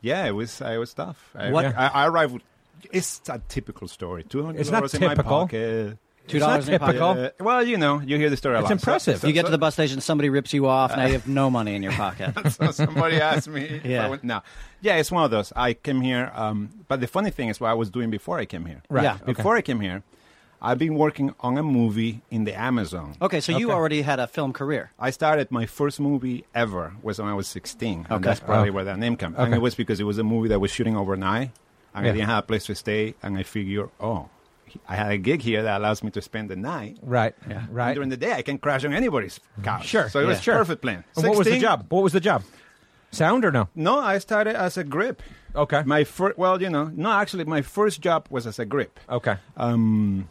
Speaker 6: Yeah, it was. It was tough. I,
Speaker 1: What-
Speaker 6: I, I arrived. With, it's a typical story. Two hundred
Speaker 1: It's not
Speaker 6: dollars in
Speaker 1: typical.
Speaker 6: my pocket.
Speaker 5: Two dollars in your
Speaker 1: typical.
Speaker 5: pocket.
Speaker 6: Uh, well, you know, you hear the story a
Speaker 1: It's
Speaker 6: lot. So-
Speaker 1: impressive.
Speaker 6: so-
Speaker 5: You get
Speaker 6: so-
Speaker 5: to the bus station, somebody rips you off, now you have no money
Speaker 1: [LAUGHS]
Speaker 5: in your pocket.
Speaker 6: so somebody asked me. if I
Speaker 5: Yeah.
Speaker 6: would- no. Yeah, it's one of those. I came here, um, but the funny thing is what I was doing before I came here.
Speaker 1: Right.
Speaker 5: Yeah.
Speaker 1: Okay.
Speaker 6: Before I came here, I've been working on a movie in the Amazon.
Speaker 5: Okay, so you
Speaker 1: Okay.
Speaker 5: already had a film career.
Speaker 6: I started my first movie ever was when I was 16,
Speaker 5: Okay.
Speaker 6: and that's probably
Speaker 1: Oh.
Speaker 6: where that name came.
Speaker 1: Okay.
Speaker 6: And it was because it was a movie that was shooting overnight, and
Speaker 1: Yeah.
Speaker 6: I didn't have a place to stay, and I figured, oh, I had a gig here that allows me to spend the night.
Speaker 1: Right.
Speaker 6: And
Speaker 1: Right.
Speaker 6: during the day, I can crash on anybody's couch.
Speaker 1: Sure,
Speaker 6: So it was
Speaker 1: yeah. Sure.
Speaker 6: perfect plan.
Speaker 1: And what was the
Speaker 6: 16
Speaker 1: job? What was the job? Sound or no?
Speaker 6: No, I started as a grip.
Speaker 1: Okay.
Speaker 6: My first, well, you know, no, actually, my first job was as a grip.
Speaker 1: Okay.
Speaker 6: Um,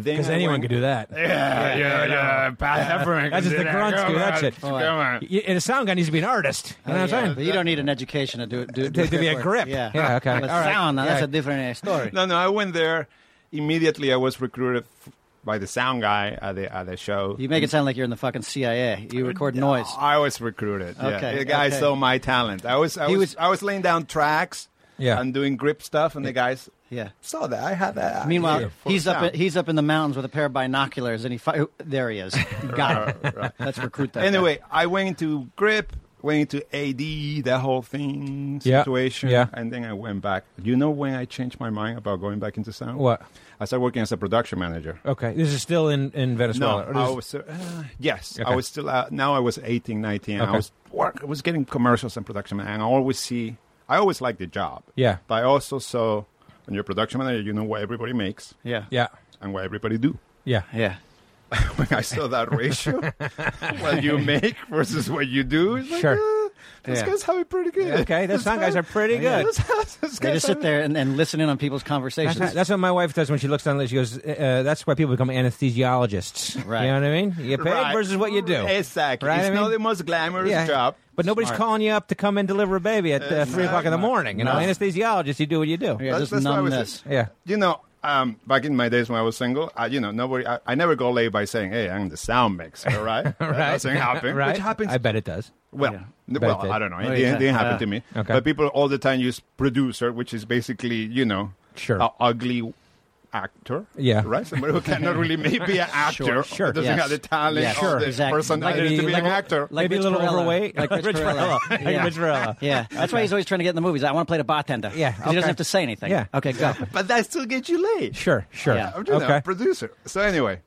Speaker 1: Because anyone could do that.
Speaker 6: Yeah, yeah, yeah. Pat Heffernan.
Speaker 1: That's
Speaker 6: could
Speaker 1: just the
Speaker 6: do that.
Speaker 1: grunts
Speaker 6: Come
Speaker 1: do that
Speaker 6: on,
Speaker 1: shit.
Speaker 6: Come on.
Speaker 1: Y- And a sound guy needs to be an artist. You know what I'm saying?
Speaker 5: But you don't need an education to do, do, do
Speaker 1: To- to be a
Speaker 5: work.
Speaker 1: grip.
Speaker 5: Yeah.
Speaker 1: Yeah, okay.
Speaker 5: But
Speaker 1: All right.
Speaker 5: sound, now that's
Speaker 1: Yeah.
Speaker 5: a different
Speaker 1: [LAUGHS]
Speaker 5: uh, story.
Speaker 6: No, no, I went there. Immediately, I was recruited f- by the sound guy at the, at the show.
Speaker 5: You make it sound like you're in the fucking CIA. You record noise.
Speaker 6: I was recruited. yeah.
Speaker 5: Okay,
Speaker 6: The guy
Speaker 5: okay.
Speaker 6: saw my talent. I was, I
Speaker 5: He
Speaker 6: was,
Speaker 5: was-
Speaker 6: I was laying down tracks
Speaker 1: Yeah.
Speaker 6: and doing grip stuff, and the guys
Speaker 5: Yeah.
Speaker 6: saw that. I had that.
Speaker 5: Meanwhile,
Speaker 6: idea for
Speaker 5: he's up.
Speaker 6: sound.
Speaker 5: In, he's up in the mountains with a pair of binoculars, and he fi- oh, there he
Speaker 6: [LAUGHS]
Speaker 5: is. Got it. Let's recruit that. guy.
Speaker 6: anyway, I went into grip, went into AD, that whole thing
Speaker 1: Yeah,
Speaker 6: situation,
Speaker 1: yeah.
Speaker 6: and then I went back. You know when I changed my mind about going back into sound?
Speaker 1: What?
Speaker 6: I started working as a production manager.
Speaker 1: Okay. This is still in, in
Speaker 6: No,
Speaker 1: Venezuela. Or this-
Speaker 6: I was uh, yes,
Speaker 1: Okay.
Speaker 6: I was still uh, now I was 18, 19.
Speaker 1: Okay.
Speaker 6: I was work, I was getting commercials and production, man, and I always see, I always liked the job.
Speaker 1: Yeah.
Speaker 6: but I also saw when you're a production manager, you know what everybody makes
Speaker 5: yeah,
Speaker 1: Yeah.
Speaker 6: and what everybody do.
Speaker 1: Yeah.
Speaker 5: yeah.
Speaker 6: when I saw that
Speaker 1: [LAUGHS]
Speaker 6: ratio, what you make versus what you do, it's like,
Speaker 1: Sure.
Speaker 6: eh, these
Speaker 5: Yeah.
Speaker 6: guys have it pretty good.
Speaker 1: Okay. Those sound guys are pretty good.
Speaker 6: These [LAUGHS] guys- these
Speaker 5: They
Speaker 6: guys
Speaker 5: just
Speaker 6: have
Speaker 5: sit
Speaker 6: it-
Speaker 5: there and, and listen in on people's conversations.
Speaker 1: That's, not- that's what my wife does when she looks down the list. She goes, uh, "That's why people become anesthesiologists."
Speaker 5: Right.
Speaker 1: You know what I mean? You get paid
Speaker 6: Right.
Speaker 1: versus what you do.
Speaker 6: Exactly.
Speaker 1: Right,
Speaker 6: It's
Speaker 1: I mean-
Speaker 6: not the most glamorous
Speaker 1: Yeah.
Speaker 6: job.
Speaker 1: But nobody's
Speaker 6: Smart.
Speaker 1: calling you up to come and deliver a baby at uh,
Speaker 6: It's
Speaker 1: three
Speaker 6: not
Speaker 1: o'clock in the
Speaker 6: much.
Speaker 1: morning. You know,
Speaker 6: No.
Speaker 1: anesthesiologist, you do what you do.
Speaker 5: yeah,
Speaker 6: That's-
Speaker 5: just
Speaker 6: that's why I was-
Speaker 5: numbness.
Speaker 1: Yeah.
Speaker 6: You know, um, back in my days when I was single, I, you know, nobody, I, I never go late by saying, "Hey, I'm the sound mixer,"
Speaker 1: [LAUGHS]
Speaker 6: right? right. That doesn't happen.
Speaker 1: Right.
Speaker 6: Which happens.
Speaker 1: I bet it does.
Speaker 6: Well,
Speaker 5: Yeah.
Speaker 6: n-
Speaker 1: Bet
Speaker 6: well,
Speaker 1: they-
Speaker 6: I don't know. It
Speaker 5: Oh,
Speaker 6: didn't,
Speaker 5: yeah.
Speaker 6: didn't happen
Speaker 5: Yeah.
Speaker 6: to me.
Speaker 1: Okay.
Speaker 6: But people all the time use producer, which is basically you know,
Speaker 1: Sure.
Speaker 6: a ugly actor.
Speaker 1: Yeah.
Speaker 6: right. Somebody who cannot really maybe an actor.
Speaker 1: Sure, sure.
Speaker 6: doesn't
Speaker 5: Yes.
Speaker 6: have the talent.
Speaker 5: Yes.
Speaker 6: or
Speaker 5: Sure.
Speaker 6: the
Speaker 5: Exactly.
Speaker 6: personality
Speaker 1: Like-
Speaker 6: to be
Speaker 1: like-
Speaker 6: an actor.
Speaker 5: like
Speaker 1: Maybe
Speaker 5: Rich
Speaker 1: a little
Speaker 5: Perella.
Speaker 1: overweight, [LAUGHS]
Speaker 5: Like Rich Perella.
Speaker 1: Like
Speaker 5: Yeah.
Speaker 1: Rich Perella.
Speaker 5: Yeah, that's why he's always trying to get in the movies. I want to play the bartender.
Speaker 1: Yeah,
Speaker 5: 'Cause he
Speaker 1: okay.
Speaker 5: doesn't have to say anything.
Speaker 1: Yeah.
Speaker 5: okay, go.
Speaker 6: but that still gets you late.
Speaker 1: Sure, sure.
Speaker 5: Yeah.
Speaker 6: I'm just uh,
Speaker 1: Okay.
Speaker 6: a producer. So anyway,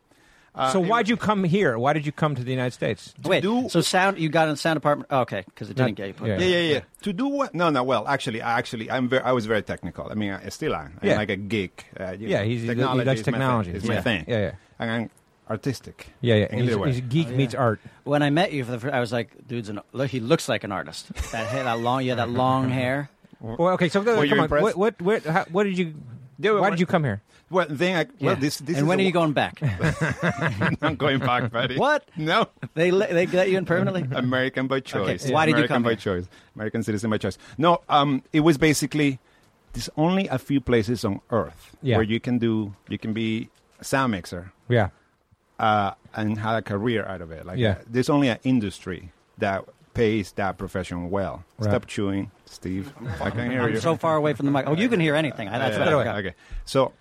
Speaker 1: so why'd you come here? Why did you come to the United States?
Speaker 5: Wait,
Speaker 6: do-
Speaker 5: so sound you got in sound department? Oh, okay, because it didn't
Speaker 1: Not-
Speaker 5: get you put.
Speaker 1: yeah.
Speaker 6: yeah, yeah, yeah. To do what? No, no. Well, actually, I actually, I'm very, I was very technical. I mean, I still am. I'm
Speaker 1: Yeah.
Speaker 6: like a geek. Uh, you
Speaker 1: Yeah,
Speaker 6: know,
Speaker 1: he's- he
Speaker 6: technology
Speaker 1: likes
Speaker 6: is my thing.
Speaker 1: technology.
Speaker 6: It's
Speaker 1: Yeah.
Speaker 6: my thing.
Speaker 1: Yeah, yeah.
Speaker 6: And I'm artistic.
Speaker 1: Yeah, yeah.
Speaker 6: In
Speaker 1: He's,
Speaker 6: a way. Oh,
Speaker 1: he's geek meets art.
Speaker 5: When I met you for the first, I was like, "Dude's an look, he looks like an artist. That hair, that long, yeah, that long hair.
Speaker 1: Well, okay. So
Speaker 6: Were you
Speaker 1: come on.
Speaker 6: impressed?
Speaker 1: What, what, what, how, what did you?
Speaker 6: There were-
Speaker 1: why did you come here?
Speaker 6: Well, then I, well,
Speaker 5: Yeah.
Speaker 6: this, this
Speaker 5: and
Speaker 6: is
Speaker 5: when
Speaker 6: the
Speaker 5: are you going
Speaker 6: one- [LAUGHS]
Speaker 5: back?
Speaker 6: I'm
Speaker 5: [LAUGHS]
Speaker 6: going back, buddy.
Speaker 5: What?
Speaker 6: No.
Speaker 5: they let- they let you in permanently.
Speaker 6: American by choice.
Speaker 5: Why did you
Speaker 6: American
Speaker 5: come
Speaker 6: by
Speaker 5: here?
Speaker 6: choice? American citizen by choice. No, um, it was basically there's only a few places on earth
Speaker 1: Yeah.
Speaker 6: where you can do you can be a sound mixer
Speaker 1: Yeah.
Speaker 6: uh, and had a career out of it. Like,
Speaker 1: Yeah.
Speaker 6: uh, there's only an industry that pays that profession well.
Speaker 1: Right.
Speaker 6: Stop chewing, Steve. I can hear
Speaker 5: I'm
Speaker 6: you.
Speaker 5: so far away from the mic. Oh, you can hear anything. I, that's
Speaker 6: Yeah,
Speaker 5: what I
Speaker 6: yeah,
Speaker 5: got.
Speaker 6: okay. So,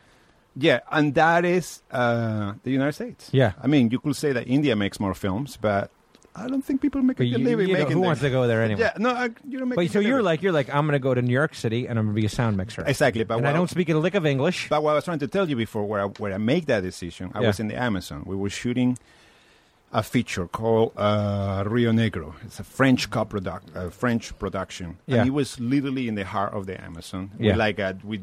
Speaker 6: yeah, and that is uh, the United States.
Speaker 1: Yeah.
Speaker 6: I mean, you could say that India makes more films, but I don't think people make a
Speaker 1: But you,
Speaker 6: good
Speaker 1: you
Speaker 6: living
Speaker 1: know,
Speaker 6: making
Speaker 1: who wants to
Speaker 6: them.
Speaker 1: go there anyway?
Speaker 6: Yeah, no, I, you don't make. a
Speaker 1: But so
Speaker 6: good
Speaker 1: you're
Speaker 6: living.
Speaker 1: like you're like I'm going to go to New York City and I'm going to be a sound mixer.
Speaker 6: Exactly, but
Speaker 1: and
Speaker 6: what
Speaker 1: I don't speak a lick of English.
Speaker 6: But what I was trying to tell you before, where I, where I make that decision, I
Speaker 1: Yeah.
Speaker 6: was in the Amazon. We were shooting a feature called uh, Rio Negro. It's a French co-product, uh, French production,
Speaker 1: Yeah.
Speaker 6: and it was literally in the heart of the Amazon.
Speaker 1: Yeah.
Speaker 6: We like uh we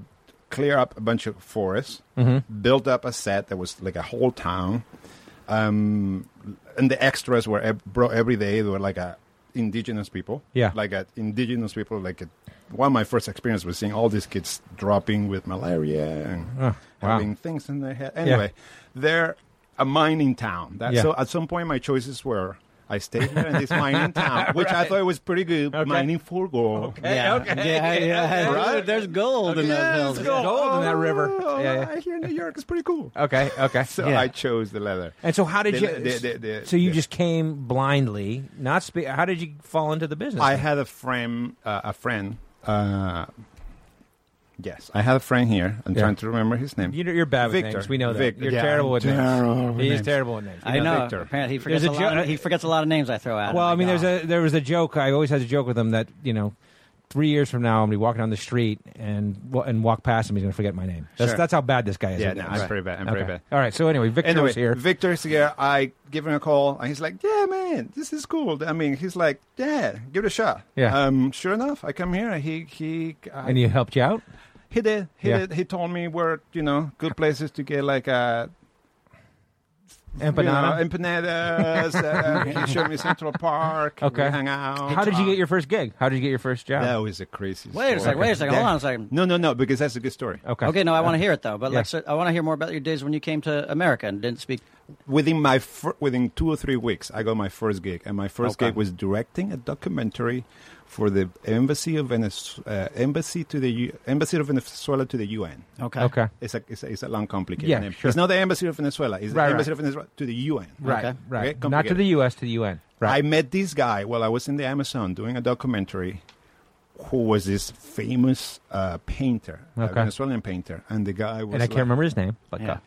Speaker 6: clear up a bunch of forests,
Speaker 1: Mm-hmm.
Speaker 6: built up a set that was like a whole town, um, and the extras were ev- brought every day. They were like a indigenous people,
Speaker 1: Yeah.
Speaker 6: like a indigenous people. Like a, one of my first experience was seeing all these kids dropping with malaria and
Speaker 1: Oh, wow.
Speaker 6: having things in their head. Anyway, they're a mining town. That,
Speaker 1: Yeah.
Speaker 6: So at some point, my choices were. I stayed here in this
Speaker 1: [LAUGHS]
Speaker 6: mining town, which I thought was pretty good,
Speaker 1: Okay.
Speaker 6: mining for gold.
Speaker 5: Yeah, yeah, yeah.
Speaker 6: Right?
Speaker 5: There's gold in those hills.
Speaker 1: There's gold in that river.
Speaker 6: Oh,
Speaker 1: Yeah, yeah.
Speaker 6: I hear New York is pretty cool.
Speaker 1: Okay, okay.
Speaker 6: [LAUGHS] So
Speaker 5: Yeah.
Speaker 6: I chose the leather.
Speaker 1: and so how did
Speaker 6: The-
Speaker 1: you?
Speaker 6: the- the- the-
Speaker 1: so you
Speaker 6: the-
Speaker 1: just came blindly, not speak. How did you fall into the business?
Speaker 6: I had a friend, uh, a friend Uh, yes, I had a friend here. I'm
Speaker 1: Yeah.
Speaker 6: trying to remember his name.
Speaker 1: You, you're bad with
Speaker 6: Victor.
Speaker 1: names. We know that.
Speaker 6: Victor.
Speaker 1: You're
Speaker 6: Yeah,
Speaker 1: terrible
Speaker 6: I'm
Speaker 1: with
Speaker 6: terrible
Speaker 1: names.
Speaker 6: with
Speaker 1: He's
Speaker 6: names.
Speaker 1: terrible with names. We
Speaker 5: I know.
Speaker 6: Victor.
Speaker 5: Apparently, he forgets a,
Speaker 1: There's a
Speaker 5: lot.
Speaker 1: joke-
Speaker 5: Of, he forgets a lot of names I throw out.
Speaker 1: Well, I mean, there's a there was a joke. I always had a joke with him that you know, three years from now, I'm gonna be walking down the street and wa- and walk past him. He's gonna forget my name. That's
Speaker 5: Sure.
Speaker 1: that's how bad this guy is.
Speaker 6: Yeah,
Speaker 1: with
Speaker 6: no,
Speaker 1: names.
Speaker 6: I'm pretty bad. I'm pretty
Speaker 1: Okay.
Speaker 6: bad.
Speaker 1: All right. So anyway, Victor
Speaker 6: Anyway,
Speaker 1: was here.
Speaker 6: Victor's here. I give him a call, and he's like, "Yeah, man, this is cool." I mean, he's like, "Yeah, give it a shot."
Speaker 1: Yeah.
Speaker 6: Um. Sure enough, I come here, and he he uh,
Speaker 1: and he helped you out.
Speaker 6: he did he
Speaker 1: Yeah.
Speaker 6: did he told me where you know good places to get like a
Speaker 1: Empanada.
Speaker 6: you know, empanadas. uh, he showed me Central Park.
Speaker 1: Okay.
Speaker 6: We hung out.
Speaker 1: How did you get your first gig? How did you get your first job?
Speaker 6: That was a crazy.
Speaker 5: Wait a
Speaker 6: story.
Speaker 5: second. Wait a second. Hold on a second.
Speaker 6: No, no, no, because that's a good story.
Speaker 1: Okay.
Speaker 5: Okay, no, I want to hear it though. But
Speaker 1: Yeah.
Speaker 5: like, so I want to hear more about your days when you came to America and didn't speak.
Speaker 6: Within my fir- within two or three weeks, I got my first gig, and my first
Speaker 5: Okay.
Speaker 6: gig was directing a documentary for the embassy of Venezuela, uh, embassy to the U- embassy of Venezuela to the UN.
Speaker 5: Okay.
Speaker 1: Okay.
Speaker 6: It's a it's a, it's a long complicated
Speaker 1: Yeah,
Speaker 6: name.
Speaker 1: sure.
Speaker 6: It's not the embassy of Venezuela. It's
Speaker 1: Right,
Speaker 6: the embassy
Speaker 1: right.
Speaker 6: of Venezuela to the UN.
Speaker 1: Right.
Speaker 5: Okay.
Speaker 1: Right.
Speaker 6: Okay,
Speaker 1: Not to
Speaker 6: complicated.
Speaker 1: the U.S. to the UN.
Speaker 6: I
Speaker 1: Right.
Speaker 6: met this guy while I was in the Amazon doing a documentary who was this famous uh, painter, a
Speaker 1: Okay.
Speaker 6: Venezuelan painter. And the guy was
Speaker 1: and I can't remember his name. But
Speaker 5: Yeah.
Speaker 1: uh,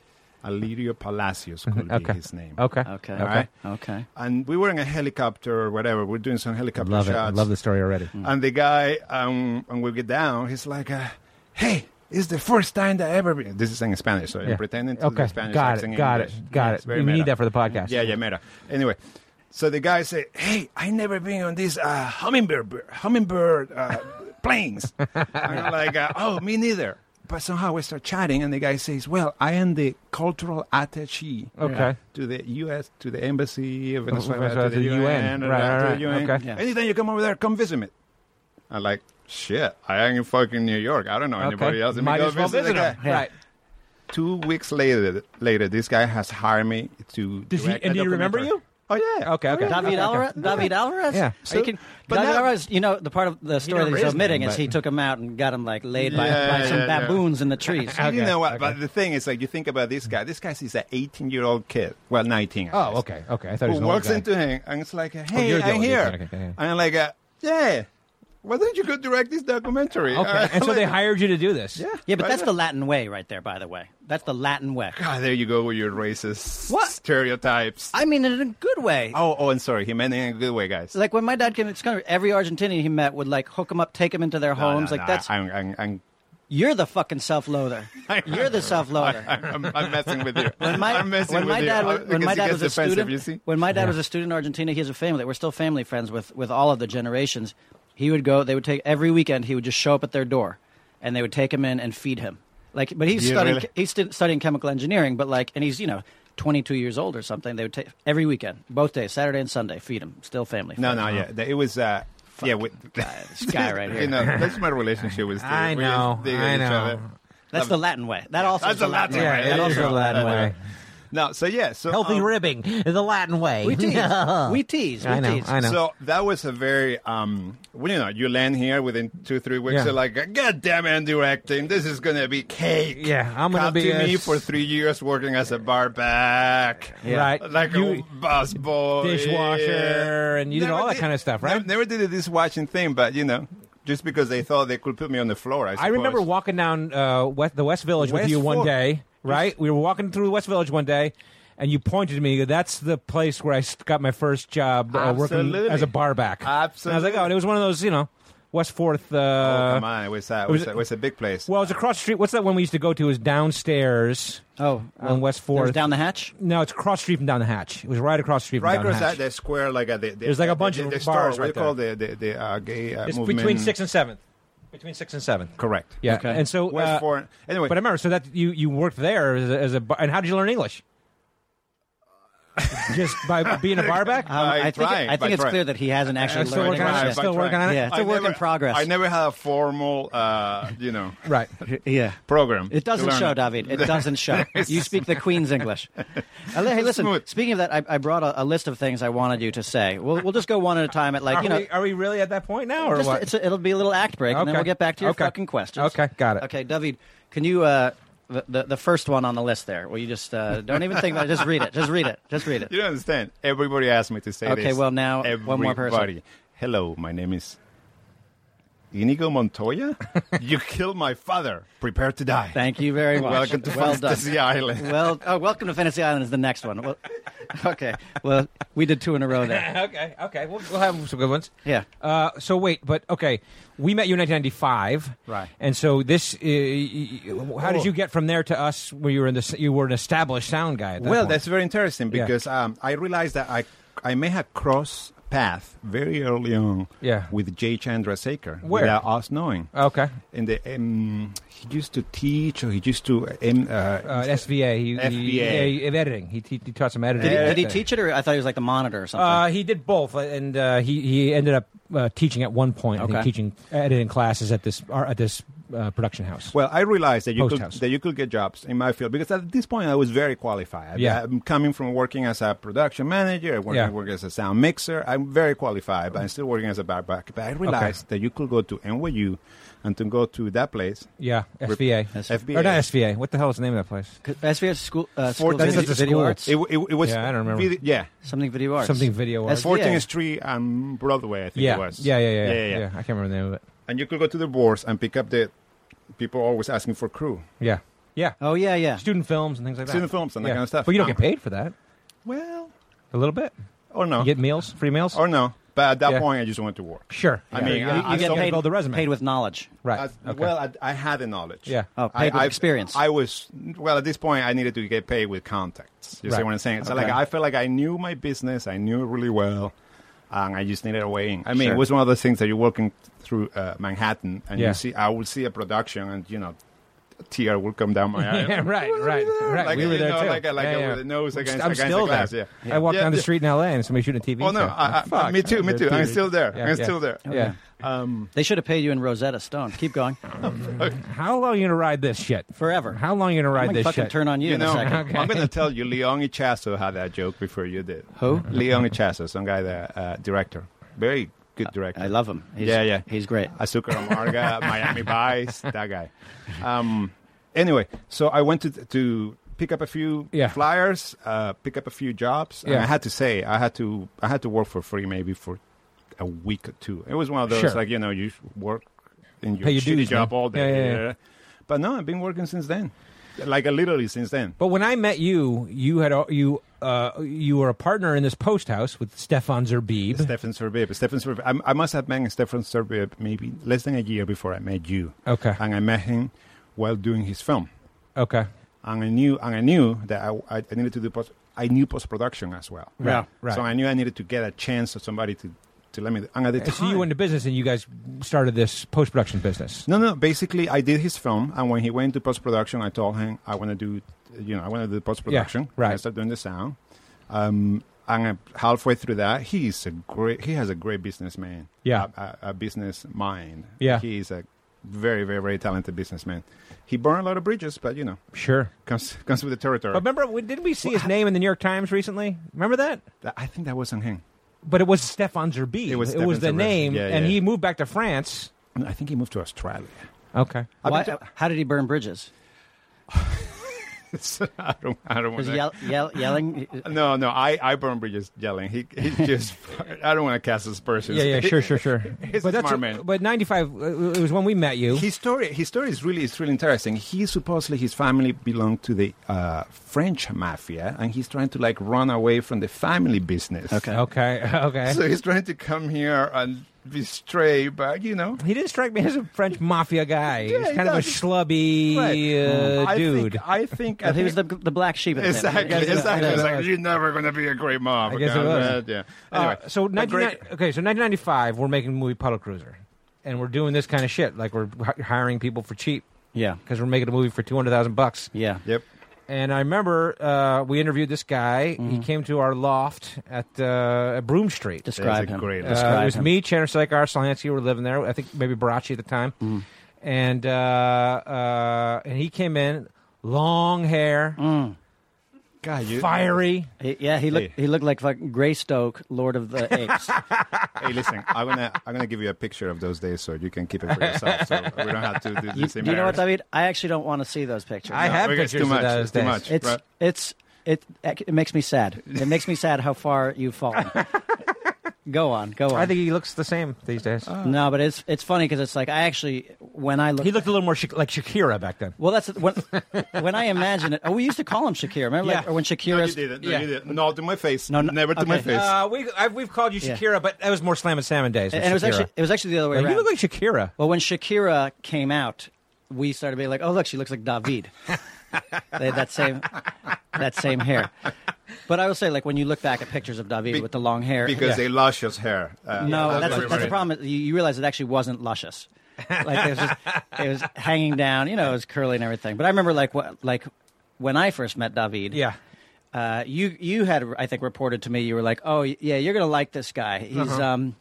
Speaker 6: Alirio Palacios could
Speaker 1: Mm-hmm. Okay. Oh,
Speaker 6: be his name.
Speaker 1: okay.
Speaker 5: Okay.
Speaker 6: All right?
Speaker 5: Okay.
Speaker 6: And we were in a helicopter or whatever. We're doing some helicopter
Speaker 1: Love it.
Speaker 6: shots. Mm.
Speaker 1: I love the story already.
Speaker 6: And the guy, um, and we get down, he's like, uh, hey, it's the first time that I ever been. This is in Spanish, so
Speaker 1: Yeah.
Speaker 6: I'm pretending to
Speaker 1: Okay.
Speaker 6: the Spanish
Speaker 1: Got
Speaker 6: accent
Speaker 1: it.
Speaker 6: in
Speaker 1: Got it.
Speaker 6: English.
Speaker 1: Got
Speaker 6: It's
Speaker 1: it.
Speaker 6: very
Speaker 1: We
Speaker 6: meta.
Speaker 1: need that for the podcast.
Speaker 6: Yeah, yeah, meta. Anyway, so the guy said, "Hey, I never been on these uh, hummingbird bir- hummingbird uh,
Speaker 1: [LAUGHS]
Speaker 6: planes." and I'm like, uh, "Oh, me neither." But somehow we start chatting, and the guy says, "Well, I am the cultural attaché
Speaker 1: Okay.
Speaker 6: to the U.S. to the embassy of
Speaker 1: Oh,
Speaker 6: Venezuela
Speaker 1: Venezuela
Speaker 6: to the UN,
Speaker 1: Right,
Speaker 6: uh, to
Speaker 1: right,
Speaker 6: the UN.
Speaker 1: okay.
Speaker 5: Yeah.
Speaker 6: Anytime you come over there, come visit me." I'm like, "Shit, I ain't in fucking New York. I don't know anybody
Speaker 1: Okay.
Speaker 6: else. Let me
Speaker 1: Might
Speaker 6: go
Speaker 1: as well
Speaker 6: visit the
Speaker 1: visit him.
Speaker 6: guy."
Speaker 1: Right.
Speaker 6: Two weeks later, later, this guy has hired me to.
Speaker 1: Does he-
Speaker 6: direct
Speaker 1: and
Speaker 6: a
Speaker 1: do you remember
Speaker 6: documentary.
Speaker 1: you?
Speaker 6: Oh yeah.
Speaker 1: Okay, okay.
Speaker 5: David Alvarez. David Alvarez.
Speaker 1: Yeah.
Speaker 5: Are
Speaker 6: So-
Speaker 5: you kidding?
Speaker 6: but
Speaker 5: David
Speaker 6: now-
Speaker 5: Alvarez. You know the part of the story that
Speaker 1: never
Speaker 5: he's
Speaker 1: is,
Speaker 5: omitting is
Speaker 1: but-
Speaker 5: he took him out and got him like laid by,
Speaker 6: Yeah,
Speaker 5: by some
Speaker 6: yeah, yeah.
Speaker 5: baboons in
Speaker 1: [LAUGHS]
Speaker 5: the trees.
Speaker 6: So You
Speaker 1: Okay,
Speaker 6: know what?
Speaker 1: okay.
Speaker 6: But the thing is, like, you think about this guy. This guy is an 18 year old kid. Well, 19. I
Speaker 1: Oh,
Speaker 6: guess.
Speaker 1: okay. Okay. I thought he was
Speaker 6: Who
Speaker 1: an old
Speaker 6: walks
Speaker 1: guy.
Speaker 6: into him and it's
Speaker 5: Oh,
Speaker 6: like, hey,
Speaker 1: you're the
Speaker 6: I'm
Speaker 1: old dude.
Speaker 6: here.
Speaker 1: Okay, okay, yeah.
Speaker 6: And I'm like, uh, yeah, why don't you go direct this documentary? Uh, [LAUGHS]
Speaker 1: Okay. And so
Speaker 6: Like,
Speaker 1: they hired you to do this.
Speaker 6: Yeah.
Speaker 5: Yeah, but
Speaker 6: Right
Speaker 5: that's
Speaker 6: there.
Speaker 5: the Latin way, right there. By the way, that's the Latin way.
Speaker 6: God, ah, there you go with your racist
Speaker 5: What?
Speaker 6: stereotypes.
Speaker 5: I mean, in a good way.
Speaker 6: oh, oh, and sorry. He meant it in a good way, guys.
Speaker 5: Like when my dad came, it's kind of every Argentinian he met would like hook him up, take him into their
Speaker 6: No, no,
Speaker 5: homes.
Speaker 6: no,
Speaker 5: like that's
Speaker 6: I'm, I'm, I'm,
Speaker 5: you're the fucking self-loather. You're the self-loather.
Speaker 6: [LAUGHS] I'm, I'm messing with you.
Speaker 5: when my,
Speaker 6: I'm messing
Speaker 5: when
Speaker 6: with
Speaker 5: my
Speaker 6: you.
Speaker 5: dad,
Speaker 6: Uh,
Speaker 5: was, when
Speaker 6: because
Speaker 5: my
Speaker 6: he
Speaker 5: dad
Speaker 6: gets
Speaker 5: was a
Speaker 6: defensive,
Speaker 5: student,
Speaker 6: you see?
Speaker 5: when my dad was a student in Argentina, he has a family that we're still family friends with, with all of the generations. He would go. They would take every weekend. He would just show up at their door, and they would take him in and feed him. Like, but he's
Speaker 6: Yeah,
Speaker 5: studying.
Speaker 6: really?
Speaker 5: He's stu- studying chemical engineering, but like, and he's you know. 22 years old or something. They would take every weekend, both days, Saturday and Sunday, feed him. Still family.
Speaker 6: No,
Speaker 5: friends.
Speaker 6: no, yeah, that- it was. Uh, yeah, with,
Speaker 5: this guy right here.
Speaker 6: [LAUGHS] You know, that's my relationship with. Steve.
Speaker 1: [LAUGHS] I
Speaker 6: We
Speaker 1: know,
Speaker 6: just dig
Speaker 1: I
Speaker 6: at each
Speaker 1: know.
Speaker 6: other.
Speaker 5: That's the Latin way. That also
Speaker 6: That's
Speaker 5: is
Speaker 6: the Latin
Speaker 1: Yeah,
Speaker 6: way.
Speaker 1: it
Speaker 5: That
Speaker 1: is
Speaker 5: also
Speaker 6: [LAUGHS]
Speaker 1: the Latin
Speaker 6: Latin
Speaker 1: way.
Speaker 6: No, so yeah, so
Speaker 1: Healthy
Speaker 6: um,
Speaker 1: ribbing, the Latin way. [LAUGHS]
Speaker 5: We tease. we tease. We
Speaker 1: I know,
Speaker 5: tease.
Speaker 1: I know.
Speaker 6: So that was a very, um, well, you know, you land here within two, three weeks.
Speaker 1: Yeah.
Speaker 6: You're like, God damn it, I'm directing. This is gonna be cake.
Speaker 1: Yeah, I'm gonna
Speaker 6: Come
Speaker 1: be
Speaker 6: to
Speaker 1: a
Speaker 6: me
Speaker 1: s-
Speaker 6: for three years working as a bar back,
Speaker 1: Yeah. Right.
Speaker 6: Like
Speaker 1: You-
Speaker 6: a busboy,
Speaker 1: Dishwasher, and you did all that kind of stuff, right?
Speaker 6: Never, never did the dishwashing thing, but you know, just because they thought they could put me on the floor. I,
Speaker 1: I remember
Speaker 6: suppose.
Speaker 1: walking down uh, West, the West Village with
Speaker 6: West
Speaker 1: you one
Speaker 6: Fork.
Speaker 1: day, right? We were walking through the West Village one day, and you pointed to me. you go, That's the place where I s- got my first job uh, working
Speaker 6: Absolutely.
Speaker 1: as a bar back. And I was like,
Speaker 6: Absolutely.
Speaker 1: oh, and it was one of those, you know, West Fourth. Uh,
Speaker 6: Oh, come on, it was, uh, it
Speaker 1: was
Speaker 6: was,
Speaker 1: it-
Speaker 6: it was a big place.
Speaker 1: Well, it was across the street. What's that one we used to go to? Is downstairs
Speaker 5: Oh,
Speaker 1: on West
Speaker 5: there's
Speaker 1: Fourth.
Speaker 5: down the hatch.
Speaker 1: no, it's cross street from down the hatch. It was right across the street. From
Speaker 6: Right
Speaker 1: down
Speaker 6: across
Speaker 1: the
Speaker 6: that,
Speaker 1: hatch.
Speaker 6: the square, like uh, the, the,
Speaker 1: There's like a
Speaker 6: the-
Speaker 1: bunch
Speaker 6: the,
Speaker 1: of
Speaker 6: the
Speaker 1: bars
Speaker 6: stars.
Speaker 1: right
Speaker 6: what do you call the the, the uh, gay uh,
Speaker 1: It's
Speaker 6: movement?
Speaker 1: between sixth and seventh. Between sixth and seventh.
Speaker 6: correct.
Speaker 1: Yeah.
Speaker 5: Okay.
Speaker 1: And so
Speaker 6: West
Speaker 1: uh,
Speaker 6: Foreign- anyway.
Speaker 1: But I remember so that you you worked there as a, as a bar, and how did you learn
Speaker 5: [LAUGHS]
Speaker 1: English? Just by being a barback.
Speaker 5: Um,
Speaker 6: By
Speaker 5: I think,
Speaker 6: trying,
Speaker 5: I think
Speaker 6: by
Speaker 5: it's
Speaker 6: trying.
Speaker 5: clear that he hasn't actually
Speaker 1: still
Speaker 5: learned
Speaker 1: working on it.
Speaker 5: English.
Speaker 6: By
Speaker 1: Still working
Speaker 6: trying.
Speaker 1: on it.
Speaker 5: Yeah, it's a
Speaker 6: I
Speaker 5: work in
Speaker 6: never-
Speaker 5: progress.
Speaker 6: I never had a formal, uh, you know,
Speaker 1: [LAUGHS] right.
Speaker 5: Yeah.
Speaker 6: program.
Speaker 5: It doesn't
Speaker 6: to learn
Speaker 5: show, David. It doesn't
Speaker 6: [LAUGHS]
Speaker 5: show. you speak the Queen's English. Uh, hey, listen.
Speaker 6: Smooth.
Speaker 5: Speaking of that, I, I brought a, a list of things I wanted you to say. We'll, we'll just go one at a time. At like
Speaker 1: Are,
Speaker 5: you know,
Speaker 1: we, are we really at that point now, or
Speaker 5: just-
Speaker 1: what?
Speaker 5: it's a- it'll be a little act break, and then
Speaker 1: Okay.
Speaker 5: we'll get back to your
Speaker 1: Okay.
Speaker 5: fucking questions.
Speaker 1: Okay, got it.
Speaker 5: Okay, David, can you uh, the, the the first one on the list there? Will you just uh, don't even think about it? Just read it. Just read it. Just read
Speaker 6: You
Speaker 5: it.
Speaker 6: don't understand. Everybody asked me to say
Speaker 5: Okay,
Speaker 6: this.
Speaker 5: well, now, one more person.
Speaker 6: Everybody. Hello, my name is Inigo
Speaker 1: [LAUGHS]
Speaker 6: Montoya? you killed my father. Prepare to die.
Speaker 5: Thank you very much.
Speaker 6: Welcome to
Speaker 5: well done.
Speaker 6: Fantasy Island.
Speaker 5: Well, oh, welcome to Fantasy Island is the next one. Well, okay. Well, we did two in a row there.
Speaker 1: [LAUGHS] okay, okay. We'll, we'll have some good ones.
Speaker 5: Yeah.
Speaker 1: Uh, so wait, but okay, we met you in 1995,
Speaker 5: Right.
Speaker 1: And so this, uh, y- y- how did you get from there to us? Where you were in this, you were an established sound guy. At that
Speaker 6: well,
Speaker 1: point?
Speaker 6: that's very interesting
Speaker 1: Yeah.
Speaker 6: because um, I realized that I I may have crossed path very early on
Speaker 1: Yeah.
Speaker 6: with Jay Chandrasekhar
Speaker 1: Where?
Speaker 6: without us knowing.
Speaker 1: okay.
Speaker 6: And the, um, he used to teach, or he used to um, uh,
Speaker 1: Uh, SVA, he, he,
Speaker 6: FBA.
Speaker 1: yeah, he- editing. He, he, he taught some editing.
Speaker 5: Did he, did he
Speaker 1: Uh,
Speaker 5: teach it, or I thought he was like the monitor or something?
Speaker 1: Uh, he did both, and uh, he he ended up uh, teaching at one point. I think,
Speaker 5: Okay.
Speaker 1: teaching editing classes at this ar- at this uh, production house.
Speaker 6: Well, I realized that you
Speaker 1: Post
Speaker 6: could,
Speaker 1: house.
Speaker 6: that you could get jobs in my field because at this point I was very qualified.
Speaker 1: Yeah.
Speaker 6: I'm coming from working as a production manager, working
Speaker 1: Yeah.
Speaker 6: working as a sound mixer. I'm very qualified, but I'm still working as a backpack. But I realized that you could go to NYU and to go to that place.
Speaker 1: yeah, SVA,
Speaker 6: SVA.
Speaker 1: or not SVA. What the hell is the name of that place?
Speaker 5: SVA school, uh,
Speaker 6: Fort-
Speaker 5: school
Speaker 6: that's
Speaker 5: video,
Speaker 1: just a
Speaker 5: video
Speaker 1: school.
Speaker 5: arts,
Speaker 6: It, it, it was
Speaker 1: Yeah, I don't remember.
Speaker 6: vid- yeah,
Speaker 5: something video arts,
Speaker 1: Something video arts.
Speaker 5: SVA.
Speaker 6: 14th Street and Broadway. I think
Speaker 1: Yeah.
Speaker 6: it was.
Speaker 1: yeah, yeah, yeah, yeah, yeah. I can't remember the name of it.
Speaker 6: And you could go to the boards and pick up the people always asking for crew,
Speaker 1: Yeah, yeah.
Speaker 5: Oh yeah, yeah.
Speaker 1: Student films and things like that.
Speaker 6: student films and that
Speaker 1: Yeah.
Speaker 6: kind of stuff.
Speaker 1: But you don't
Speaker 6: Um,
Speaker 1: get paid for that.
Speaker 6: Well,
Speaker 1: A little bit.
Speaker 6: or no,
Speaker 1: You get meals, free meals.
Speaker 6: or no. But at that
Speaker 1: Yeah.
Speaker 6: point, I just wanted to work.
Speaker 1: sure.
Speaker 6: I mean,
Speaker 1: you,
Speaker 6: I-
Speaker 1: you
Speaker 6: I
Speaker 1: get
Speaker 6: saw-
Speaker 1: paid to build the resume.
Speaker 5: Paid with knowledge.
Speaker 1: right.
Speaker 6: As-
Speaker 1: okay.
Speaker 6: Well, I, I had the knowledge.
Speaker 1: Yeah.
Speaker 5: Oh, paid
Speaker 6: I-
Speaker 5: with
Speaker 6: I-
Speaker 5: experience.
Speaker 6: I was well at this point. I needed to get paid with contacts. You see
Speaker 1: Right.
Speaker 6: what I'm saying? So
Speaker 1: Okay.
Speaker 6: like, I felt like I knew my business. I knew it really well, and I just needed a way in. I mean,
Speaker 1: Sure.
Speaker 6: it was one of those things that you're walking through uh, Manhattan, and
Speaker 1: Yeah.
Speaker 6: you see, I would see a production, and you know, a tear would come down my eye.
Speaker 1: [LAUGHS] [LAUGHS] yeah, right, right, right.
Speaker 6: Like,
Speaker 1: we were
Speaker 6: you
Speaker 1: there
Speaker 6: know,
Speaker 1: too.
Speaker 6: like a- like
Speaker 1: yeah,
Speaker 6: a-
Speaker 1: yeah.
Speaker 6: with a nose
Speaker 1: I'm
Speaker 6: against-
Speaker 1: st- I'm
Speaker 6: against
Speaker 1: still
Speaker 6: the
Speaker 1: there.
Speaker 6: glass, yeah.
Speaker 1: I walked
Speaker 6: Yeah,
Speaker 1: down the
Speaker 6: yeah.
Speaker 1: street in L.A. and somebody shooting a TV.
Speaker 6: Well, no,
Speaker 1: show.
Speaker 6: I, I,
Speaker 1: Fuck.
Speaker 6: me too, me
Speaker 1: They're
Speaker 6: too. I'm
Speaker 1: TV.
Speaker 6: still there.
Speaker 1: Yeah,
Speaker 6: I'm
Speaker 1: yeah.
Speaker 6: still there.
Speaker 1: Yeah.
Speaker 6: Um,
Speaker 5: They should have paid you in Rosetta Stone. Keep going
Speaker 1: How long are you gonna ride this shit?
Speaker 5: forever.
Speaker 1: How long are you gonna
Speaker 5: I'm
Speaker 1: ride
Speaker 5: gonna
Speaker 1: this
Speaker 5: fucking
Speaker 1: shit?
Speaker 5: turn on you,
Speaker 6: You
Speaker 5: in
Speaker 6: know,
Speaker 5: a second.
Speaker 6: I'm going to tell you, Leon Ichazo had that joke before you did.
Speaker 1: [LAUGHS]
Speaker 5: Who?
Speaker 6: Leon Ichazo, some guy, that uh, director. Very good director.
Speaker 5: I love him. He's,
Speaker 6: Yeah, yeah.
Speaker 5: He's great.
Speaker 6: Azúcar Amarga, Miami Vice, that guy. Um, anyway, so I went to, to pick up a few
Speaker 1: Yeah.
Speaker 6: flyers, uh, pick up a few jobs. And
Speaker 1: Yeah.
Speaker 6: I had to say, I had to, I had to work for free maybe for a week or two. It was one of those,
Speaker 1: Sure.
Speaker 6: like, you know, you work in your
Speaker 1: Pay your
Speaker 6: shitty
Speaker 1: dues,
Speaker 6: job
Speaker 1: man.
Speaker 6: all day.
Speaker 1: Yeah, yeah, yeah.
Speaker 6: But no, I've been working since then. Like, uh, literally since then.
Speaker 1: But when I met you, you had al- you uh, you were a partner in this post house with Stefan Zerbib.
Speaker 6: Stefan Serbib. Stefan Serbib. I, I must have met Stefan Serbib maybe less than a year before I met you.
Speaker 1: Okay.
Speaker 6: And I met him while doing his film.
Speaker 1: okay,
Speaker 6: And I knew, and I knew that I, I needed to do post. I knew post production as well.
Speaker 5: Yeah.
Speaker 1: right.
Speaker 6: So I knew I needed to get a chance of somebody to, to let me. do- And at the time,
Speaker 1: so you went into business and you guys started this post production business.
Speaker 6: no, no. Basically, I did his film, and when he went to post production, I told him I want to do, you know, I want to do post production.
Speaker 1: right.
Speaker 6: I started doing the sound. Um, and I- halfway through that, he's a great. He has a great businessman.
Speaker 1: Yeah.
Speaker 6: a, a, a business mind.
Speaker 1: Yeah.
Speaker 6: he's a very, very, very talented businessman. He burned a lot of bridges, but you know,
Speaker 1: Sure.
Speaker 6: comes [LAUGHS] comes with the territory.
Speaker 1: But remember, we- didn't we see his name in the New York Times recently? Remember that?
Speaker 6: That- I think that was on him.
Speaker 1: But it was Stefan Zerbib.
Speaker 6: It was
Speaker 1: the
Speaker 6: Stefan Zerbib.
Speaker 1: name,
Speaker 6: Yeah,
Speaker 1: and
Speaker 6: yeah.
Speaker 1: he moved back to France.
Speaker 6: And I think he moved to Australia.
Speaker 1: Okay.
Speaker 5: Why, how did he burn bridges?
Speaker 6: [LAUGHS] I don't. I don't want
Speaker 5: Was
Speaker 6: to.
Speaker 5: he yell, yell,
Speaker 6: [LAUGHS]
Speaker 5: yelling?
Speaker 6: no, no, I, I burn bridges yelling. He,
Speaker 1: [LAUGHS]
Speaker 6: he's just. I don't want to cast aspersions.
Speaker 1: Yeah, yeah, sure, sure, sure.
Speaker 6: He's a smart man.
Speaker 1: But '95, it was when we met you.
Speaker 6: [LAUGHS] His story, his story is really, is really interesting. He supposedly his family belonged to the uh, French mafia, and he's trying to like run away from the family business.
Speaker 5: Okay.
Speaker 1: okay, [LAUGHS] okay.
Speaker 6: So he's trying to come here and be stray, but you know,
Speaker 1: he didn't strike me as a French mafia
Speaker 6: [LAUGHS]
Speaker 1: guy.
Speaker 6: Yeah,
Speaker 1: He's
Speaker 6: he
Speaker 1: kind of a
Speaker 6: does. Mm.
Speaker 1: schlubby uh,
Speaker 6: I
Speaker 1: dude.
Speaker 6: Think, I think I
Speaker 5: he was the,
Speaker 6: think-
Speaker 5: the black sheep. At the family.
Speaker 6: [LAUGHS] Exactly,
Speaker 1: guess it
Speaker 6: exactly.
Speaker 1: was.
Speaker 6: It's like, you're never going to be a great mom.
Speaker 1: I guess it was.
Speaker 6: Yeah.
Speaker 1: Uh,
Speaker 6: Anyway,
Speaker 1: so
Speaker 6: a
Speaker 1: 1990
Speaker 6: great-
Speaker 1: okay, so 1995, we're making the movie Puddle Cruiser, and we're doing this kind of shit. Like we're hi- hiring people for cheap
Speaker 5: Yeah,
Speaker 1: because we're making a movie for 200 thousand bucks.
Speaker 5: yeah.
Speaker 6: Yep.
Speaker 1: And I remember uh, we interviewed this guy. He came to our loft at, uh, at Broom Street.
Speaker 5: Describe
Speaker 6: That's a
Speaker 5: him.
Speaker 6: great- Uh,
Speaker 1: Uh,
Speaker 5: Describe
Speaker 1: it was
Speaker 5: him.
Speaker 1: me, Chandler Sekar, Solansky were living there. I think maybe Barachi at the time. And uh, uh, and he came in, long hair,
Speaker 6: God, you,
Speaker 1: fiery.
Speaker 5: He- yeah, he looked.
Speaker 6: Hey.
Speaker 5: He looked like fucking Greystoke, Lord of the Apes.
Speaker 6: Hey, listen, I'm gonna I'm gonna give you a picture of those days so you can keep it for yourself. [LAUGHS] So we don't have to do
Speaker 5: you,
Speaker 6: this.
Speaker 5: do you know what, David? I actually don't want to see those pictures.
Speaker 1: I have
Speaker 6: because it's
Speaker 1: pictures
Speaker 6: too
Speaker 1: of
Speaker 6: much,
Speaker 1: those
Speaker 6: it's too
Speaker 1: days.
Speaker 6: much.
Speaker 5: It's
Speaker 6: Right.
Speaker 5: it's it. It makes me sad. It makes me sad how far you've fallen. Go on, go on.
Speaker 1: I think he looks the same these days.
Speaker 5: no, but it's it's funny because it's like I actually when I look
Speaker 1: Uh, he looked a little more Sha- like Shakira back then.
Speaker 5: well, that's when when I imagine it. Oh, we used to call him Shakira. Remember, like,
Speaker 1: Yeah.
Speaker 5: or when
Speaker 6: No, you
Speaker 5: Shakira's
Speaker 6: didn't. No,
Speaker 1: yeah.
Speaker 6: you didn't. Not to my face.
Speaker 5: No, no-
Speaker 6: Never to my
Speaker 5: okay.
Speaker 6: face.
Speaker 1: Uh, we I, we've called you
Speaker 5: Yeah.
Speaker 1: Shakira, but that was more Slam and Salmon days.
Speaker 5: and it was actually it was actually the other way
Speaker 1: you
Speaker 5: around.
Speaker 1: look like Shakira.
Speaker 5: well, when Shakira came out, we started being like, "Oh, look, she looks like David." they had that same that same hair. But I will say, like when you look back at pictures of David
Speaker 6: Be-
Speaker 5: with the long hair,
Speaker 6: because they luscious hair. Uh,
Speaker 5: No,
Speaker 6: yeah,
Speaker 5: that's,
Speaker 6: what
Speaker 5: that's, the
Speaker 6: we-
Speaker 5: problem. is You, you realize it actually wasn't luscious. Like it was, just, it was hanging down. You know, it was curly and everything. But I remember, like, what, like when I first met David.
Speaker 1: Yeah.
Speaker 5: Uh, you you had I think reported to me you were like, oh yeah, you're gonna like this guy. He's
Speaker 6: Uh-huh.
Speaker 5: um,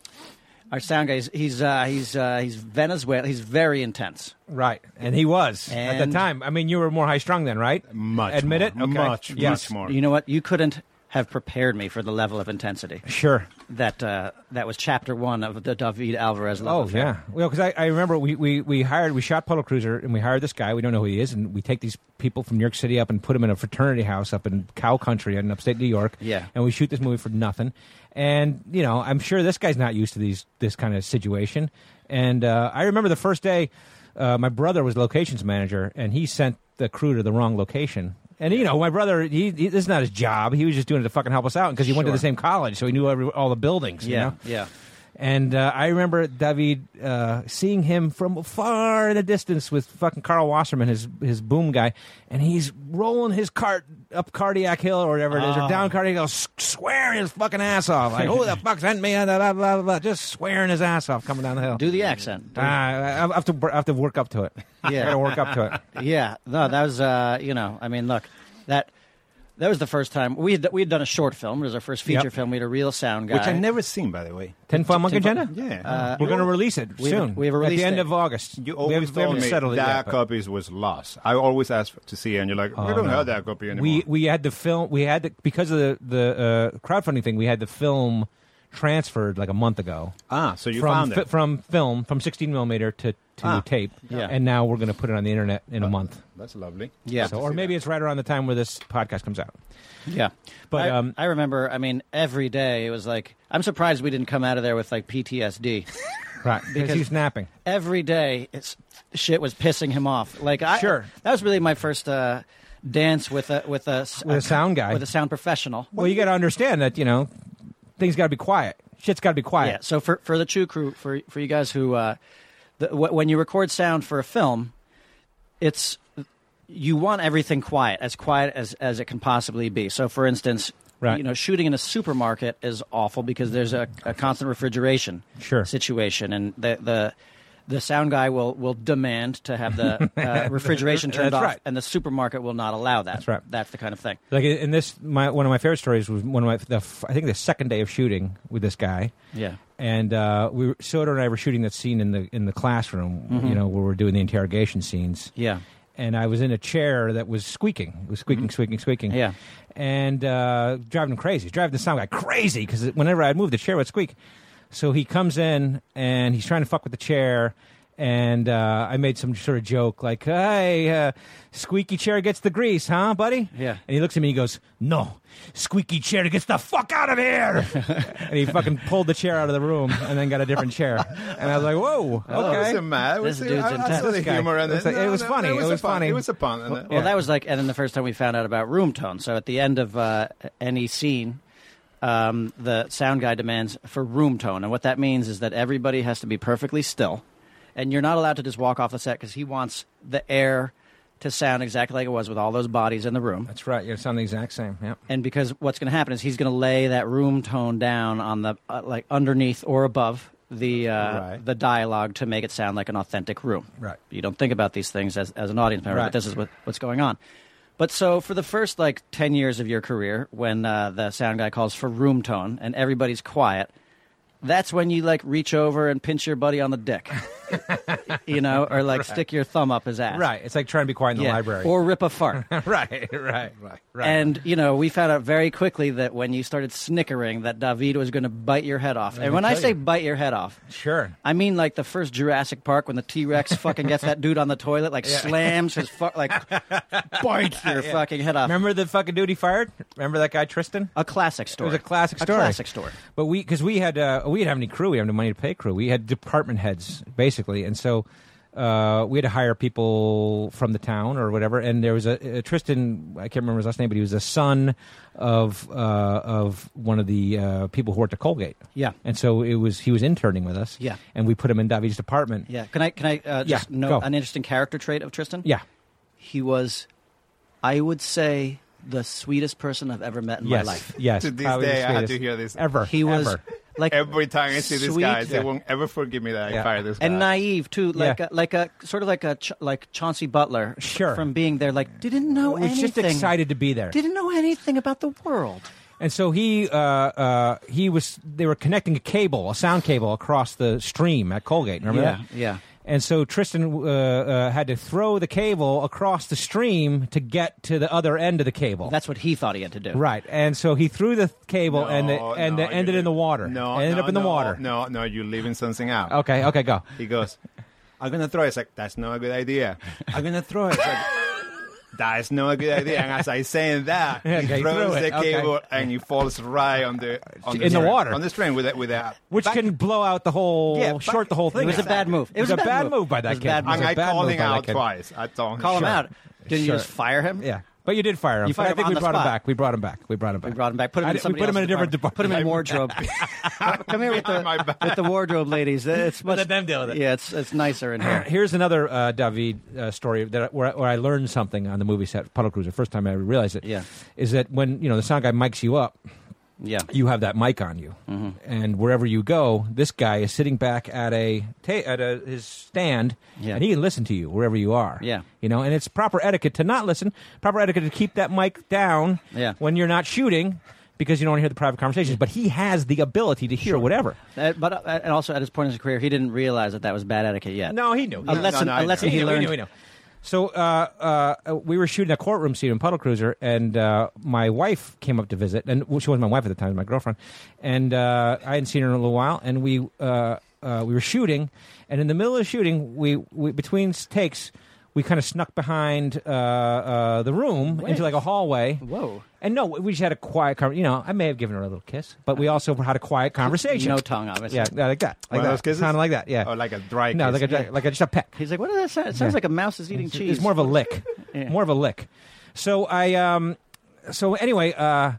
Speaker 5: our sound guy. He's he's uh, he's uh, he's Venezuelan. He's very intense.
Speaker 1: Right, and he was at
Speaker 5: And-
Speaker 1: the time. I mean, you were more high strung then, right?
Speaker 6: Much
Speaker 1: Admit
Speaker 6: more.
Speaker 1: it. Okay.
Speaker 6: Much,
Speaker 1: Yes.
Speaker 6: much more.
Speaker 5: You know what? You couldn't have prepared me for the level of intensity
Speaker 1: Sure.
Speaker 5: that uh, that was chapter one of the David Alvarez. Love
Speaker 1: Oh
Speaker 5: affair.
Speaker 1: yeah. Well, because I, I remember we, we, we hired we shot Polo Cruiser and we hired this guy. We don't know who he is, and we take these people from New York City up and put them in a fraternity house up in Cow Country in upstate New York.
Speaker 5: Yeah.
Speaker 1: And we shoot this movie for nothing. And you know, I'm sure this guy's not used to these this kind of situation. And uh, I remember the first day, uh, my brother was locations manager, and he sent the crew to the wrong location. And you know, my brother, he, he this is not his job. He was just doing it to fucking help us out because he went to
Speaker 5: Sure.
Speaker 1: the same college, so he knew every, all the buildings. you
Speaker 5: yeah,
Speaker 1: know?
Speaker 5: yeah.
Speaker 1: And uh, I remember David uh, seeing him from far in the distance with fucking Carl Wasserman, his his boom guy, and he's rolling his cart up Cardiac Hill or whatever it is,
Speaker 5: Ah.
Speaker 1: or down Cardiac Hill, s- swearing his fucking ass off. Like,
Speaker 5: [LAUGHS]
Speaker 1: who the fuck sent me? Blah, blah, blah, blah, just swearing his ass off coming down the hill.
Speaker 5: Do the accent.
Speaker 1: Ah, I I have to I have to work up to it.
Speaker 5: Yeah.
Speaker 1: I gotta work up to it.
Speaker 5: Yeah, no, that was uh, you know, I mean, look, that that was the first time we had, we had done a short film. It was our first feature
Speaker 1: Yep.
Speaker 5: film. We had a real sound guy,
Speaker 6: Which I've never seen, by the way.
Speaker 1: Ten Foot Monkey
Speaker 5: [LAUGHS] Ten Foot-
Speaker 1: Agenda.
Speaker 6: Yeah.
Speaker 1: We're gonna release it
Speaker 5: we have a-
Speaker 1: soon.
Speaker 5: we have a
Speaker 1: at
Speaker 5: release
Speaker 1: the end
Speaker 5: date.
Speaker 1: of August.
Speaker 6: you
Speaker 1: Uh, we
Speaker 6: always
Speaker 1: haven't, we
Speaker 6: told
Speaker 1: haven't
Speaker 6: me
Speaker 1: settled
Speaker 6: that
Speaker 1: it yet, but- Oh,
Speaker 6: copies was lost. I always ask to see, it, and you're like, we don't have that copy anymore.
Speaker 1: We we had the film. We had the, because of the the uh, crowdfunding thing. We had the film transferred like a month ago
Speaker 6: ah, so you
Speaker 1: from
Speaker 6: found
Speaker 1: fi-
Speaker 6: it.
Speaker 1: from film from 16 millimeter to to
Speaker 6: Ah.
Speaker 1: tape.
Speaker 5: Yeah.
Speaker 1: and now we're going to put it on the internet in a month.
Speaker 6: That's lovely.
Speaker 5: Yeah.
Speaker 1: So, or maybe it's right around the time where this podcast comes out.
Speaker 5: yeah.
Speaker 1: But,
Speaker 5: I,
Speaker 1: um,
Speaker 5: I remember, I mean, every day it was like, I'm surprised we didn't come out of there with like PTSD.
Speaker 1: Right, because he's napping.
Speaker 5: every day, it's shit was pissing him off. Like, I,
Speaker 1: Sure.
Speaker 5: that was really my first uh, dance with a with a s-
Speaker 1: With a sound guy.
Speaker 5: with a sound professional.
Speaker 1: Well, you got to understand that you know things got to be quiet. Shit's got to be quiet.
Speaker 5: Yeah. So for for the Chew Crew, for for you guys who, uh, the, wh- when you record sound for a film, it's you want everything quiet, as quiet as as it can possibly be. So for instance.
Speaker 1: Right.
Speaker 5: You know, shooting in a supermarket is awful because there's a, a constant refrigeration
Speaker 1: Sure.
Speaker 5: situation, and the the the sound guy will will demand to have
Speaker 1: [LAUGHS]
Speaker 5: the uh, refrigeration turned
Speaker 1: That's
Speaker 5: off,
Speaker 1: right.
Speaker 5: and the supermarket will not allow that. That's
Speaker 1: right.
Speaker 5: That's the kind of thing.
Speaker 1: Like in this, my one of my favorite stories was one of my the, f- I think the second day of shooting with this guy.
Speaker 5: Yeah.
Speaker 1: and uh, we were, Soder and I were shooting that scene in the in the classroom, you know, where we're doing the interrogation scenes.
Speaker 5: Yeah.
Speaker 1: and I was in a chair that was squeaking, it was squeaking, squeaking, squeaking.
Speaker 5: Mm-hmm. Yeah.
Speaker 1: and uh, driving him crazy, driving the sound guy crazy because whenever I'd move, the chair would squeak. So he comes in and he's trying to fuck with the chair. And uh, I made some sort of joke like, "Hey, uh, squeaky chair gets the grease, huh, buddy?"
Speaker 5: Yeah.
Speaker 1: And he looks at me and he goes, No, squeaky chair gets the fuck out of
Speaker 5: [LAUGHS]
Speaker 1: here. and he fucking pulled the chair out of the room and then got a different chair. And I was like, Whoa,
Speaker 6: I
Speaker 1: okay.
Speaker 6: wasn't Oh, mad. I
Speaker 5: Oh, This
Speaker 6: was-
Speaker 5: dude's
Speaker 6: I- I saw
Speaker 5: intense.
Speaker 6: the
Speaker 1: This guy.
Speaker 6: humor in
Speaker 1: It was
Speaker 6: it.
Speaker 1: like- it
Speaker 6: No,
Speaker 1: was
Speaker 6: no,
Speaker 1: funny. It
Speaker 6: a
Speaker 1: was
Speaker 6: pun.
Speaker 1: funny.
Speaker 6: It was a pun. in it.
Speaker 5: Well, that was like, and then the first time we found out about room tone. So at the end of uh, any scene, um, the sound guy demands for room tone, and what that means is that everybody has to be perfectly still, and you're not allowed to just walk off the set because he wants the air to sound exactly like it was with all those bodies in the room.
Speaker 1: That's right. You sound the exact same. Yeah.
Speaker 5: And because what's going to happen is he's going to lay that room tone down on the uh, like underneath or above the uh,
Speaker 6: Right.
Speaker 5: the dialogue to make it sound like an authentic room.
Speaker 1: Right.
Speaker 5: You don't think about these things as, as an audience member, but
Speaker 1: Right.
Speaker 5: this is what, what's going on. But so for the first like ten years of your career, when uh, the sound guy calls for
Speaker 1: [LAUGHS]
Speaker 5: room tone and everybody's quiet, that's when you like reach over and pinch your buddy on the dick. you know, or like stick your thumb up his ass.
Speaker 1: Right. It's like trying to be quiet in the
Speaker 5: Yeah.
Speaker 1: library.
Speaker 5: [LAUGHS] Or rip a fart.
Speaker 1: [LAUGHS] right, right, right, right.
Speaker 5: And you know, we found out very quickly that when you started snickering, that David was going to bite your head off. And when I
Speaker 1: tell
Speaker 5: say
Speaker 1: you.
Speaker 5: bite your head off,
Speaker 1: sure.
Speaker 5: I mean like the first Jurassic Park when the
Speaker 1: [LAUGHS]
Speaker 5: T Rex fucking gets that dude on the toilet, like slams his fu- like bites your fucking head off.
Speaker 1: Remember the fucking dude he fired? Remember that guy Tristan?
Speaker 5: A classic story.
Speaker 1: It was a classic story.
Speaker 5: A classic story.
Speaker 1: But we, because we had, uh, we didn't have any crew. We had no money to pay crew. We had department heads basically, and so uh, we had to hire people from the town or whatever. And there was a, a Tristan. I can't remember his last name, but he was the son of uh, of one of the uh, people who worked at Colgate.
Speaker 5: Yeah.
Speaker 1: And so it was he was interning with us.
Speaker 5: Yeah.
Speaker 1: And we put him in David's department.
Speaker 5: Yeah. Can I can I uh,
Speaker 1: Yeah,
Speaker 5: just
Speaker 1: go.
Speaker 5: note an interesting character trait of Tristan?
Speaker 1: Yeah.
Speaker 5: He was, I would say, the sweetest person I've ever met in
Speaker 1: Yes.
Speaker 5: my life.
Speaker 1: Yes.
Speaker 6: To this
Speaker 1: Probably the
Speaker 6: day, I had to
Speaker 1: sweetest.
Speaker 6: hear this.
Speaker 1: ever.
Speaker 5: He was
Speaker 1: Ever.
Speaker 5: like
Speaker 6: Every time I see this
Speaker 5: sweet-
Speaker 6: guy, they
Speaker 1: Yeah.
Speaker 6: won't ever forgive me that
Speaker 1: Yeah.
Speaker 6: I fired this guy.
Speaker 5: and naive too, like
Speaker 1: Yeah.
Speaker 5: a, like a sort of like a Ch- like Chauncey Butler, [LAUGHS] f-
Speaker 1: Sure.
Speaker 5: from being there, like didn't know
Speaker 1: was
Speaker 5: anything,
Speaker 1: just excited to be there.
Speaker 5: didn't know anything about the world.
Speaker 1: And so he uh, uh, he was they were connecting a cable, a sound cable across the stream at Colgate. Remember
Speaker 5: Yeah,
Speaker 1: that?
Speaker 5: yeah.
Speaker 1: And so Tristan uh, uh, had to throw the cable across the stream to get to the other end of the cable.
Speaker 5: That's what he thought he had to do.
Speaker 1: right. And so he threw the cable and the,
Speaker 6: No,
Speaker 1: and
Speaker 6: no,
Speaker 1: the,
Speaker 6: you
Speaker 1: ended in
Speaker 6: leave-
Speaker 1: the water.
Speaker 6: No,
Speaker 1: ended
Speaker 6: no,
Speaker 1: up in the
Speaker 6: no,
Speaker 1: water.
Speaker 6: No, no, you're leaving something out.
Speaker 1: Okay. Okay. Go.
Speaker 6: He goes, I'm gonna throw it. It's like that's not a good idea. I'm gonna throw it. It's
Speaker 1: [LAUGHS]
Speaker 6: like, that's not a good idea. And as I saying that,
Speaker 1: [LAUGHS] Yeah,
Speaker 6: he
Speaker 1: okay, he
Speaker 6: throws
Speaker 1: threw it.
Speaker 6: the
Speaker 1: Okay.
Speaker 6: cable and he falls right on the on the
Speaker 1: In the
Speaker 6: stream-
Speaker 1: water.
Speaker 6: on the stream with that with that.
Speaker 1: Which
Speaker 6: Back-
Speaker 1: can blow out the whole,
Speaker 6: Yeah, back-
Speaker 1: short the whole thing.
Speaker 5: It was a
Speaker 1: out.
Speaker 5: bad move. It was a bad move.
Speaker 1: by
Speaker 5: It
Speaker 1: that
Speaker 5: was a
Speaker 1: kid.
Speaker 5: bad
Speaker 1: It was
Speaker 5: move.
Speaker 6: And
Speaker 1: a
Speaker 6: I
Speaker 1: bad
Speaker 6: called
Speaker 1: move
Speaker 6: him
Speaker 1: by that
Speaker 6: out
Speaker 1: kid.
Speaker 6: twice. I told
Speaker 5: Call him
Speaker 6: Sure.
Speaker 5: out. Didn't
Speaker 1: Sure.
Speaker 5: you just fire him?
Speaker 1: Yeah. But you did fire him.
Speaker 5: You
Speaker 1: But
Speaker 5: fired
Speaker 1: I
Speaker 5: him
Speaker 1: think
Speaker 5: on
Speaker 1: we
Speaker 5: the
Speaker 1: brought him
Speaker 5: spot.
Speaker 1: back. We brought him back. We brought him back.
Speaker 5: We brought him back. Put him
Speaker 1: I
Speaker 5: in
Speaker 1: did- we
Speaker 5: somebody
Speaker 1: put him in a
Speaker 5: else's
Speaker 1: different department.
Speaker 5: Put him
Speaker 1: [LAUGHS]
Speaker 5: in wardrobe. Come here with
Speaker 6: [LAUGHS] Behind my
Speaker 5: the,
Speaker 6: back.
Speaker 5: with the wardrobe
Speaker 1: [LAUGHS]
Speaker 5: ladies. It's much,
Speaker 1: let them deal with it.
Speaker 5: Yeah, it's it's nicer
Speaker 1: [LAUGHS]
Speaker 5: in here.
Speaker 1: Here's another uh, David uh, story that I- where, I- where I learned something on the movie set, Puddle Cruiser. First time I ever realized it.
Speaker 5: Yeah.
Speaker 1: is that when you know the sound guy mics you up,
Speaker 5: Yeah.
Speaker 1: you have that mic on you,
Speaker 5: Mm-hmm.
Speaker 1: and wherever you go, this guy is sitting back at a ta- at a, his stand,
Speaker 5: Yeah.
Speaker 1: and he can listen to you wherever you are.
Speaker 5: Yeah.
Speaker 1: you know, and it's proper etiquette to not listen. Proper etiquette to keep that mic down.
Speaker 5: Yeah.
Speaker 1: when you're not shooting. Because you don't want to hear the private conversations, but he has the ability to hear whatever.
Speaker 5: Uh, but uh, and also at his point in his career, he didn't realize that that was bad etiquette yet.
Speaker 1: No, he knew.
Speaker 5: a
Speaker 1: He-
Speaker 5: lesson,
Speaker 6: no, I
Speaker 5: a lesson
Speaker 6: know.
Speaker 5: he
Speaker 1: knew,
Speaker 5: learned.
Speaker 1: knew, knew. So uh, uh, we were shooting a courtroom scene in Puddle Cruiser, and uh, my wife came up to visit, and well, she wasn't my wife at the time, my girlfriend, and uh, I hadn't seen her in a little while, and we uh, uh, we were shooting, and in the middle of shooting, we, we between takes, we kind of snuck behind uh, uh, the room into like a hallway.
Speaker 5: Whoa.
Speaker 1: And no, we just had a quiet conversation. You know, I may have given her a little kiss, but
Speaker 6: Uh,
Speaker 1: we also had a quiet conversation.
Speaker 5: No tongue, obviously.
Speaker 1: Yeah, like that. Like
Speaker 6: One
Speaker 1: that.
Speaker 6: of those kisses?
Speaker 1: Kind of like that. Yeah.
Speaker 6: Or Oh, like a dry
Speaker 1: No,
Speaker 6: kiss.
Speaker 1: like a dry- like a, just a peck.
Speaker 5: He's like, what does that sound? It sounds
Speaker 1: Yeah.
Speaker 5: like a mouse is eating
Speaker 1: It's-
Speaker 5: cheese.
Speaker 1: It's more of a lick,
Speaker 5: [LAUGHS] Yeah.
Speaker 1: more of a lick. So I, um, so anyway, uh, uh,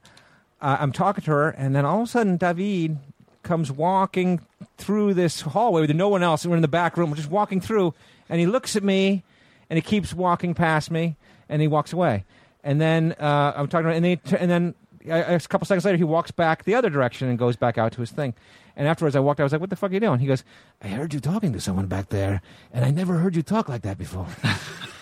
Speaker 1: I'm talking to her, and then all of a sudden, David comes walking through this hallway with no one else, and we're in the back room, we're just walking through, and he looks at me, and he keeps walking past me, and he walks away, and then uh, I'm talking, to her, and then he, tur- and then. I, a couple seconds later, he walks back the other direction and goes back out to his thing. And afterwards, I walked. out, I was like, "What the fuck are you doing?" He goes, "I heard you talking to someone back there, and I never heard you talk like that
Speaker 5: [LAUGHS]
Speaker 1: before."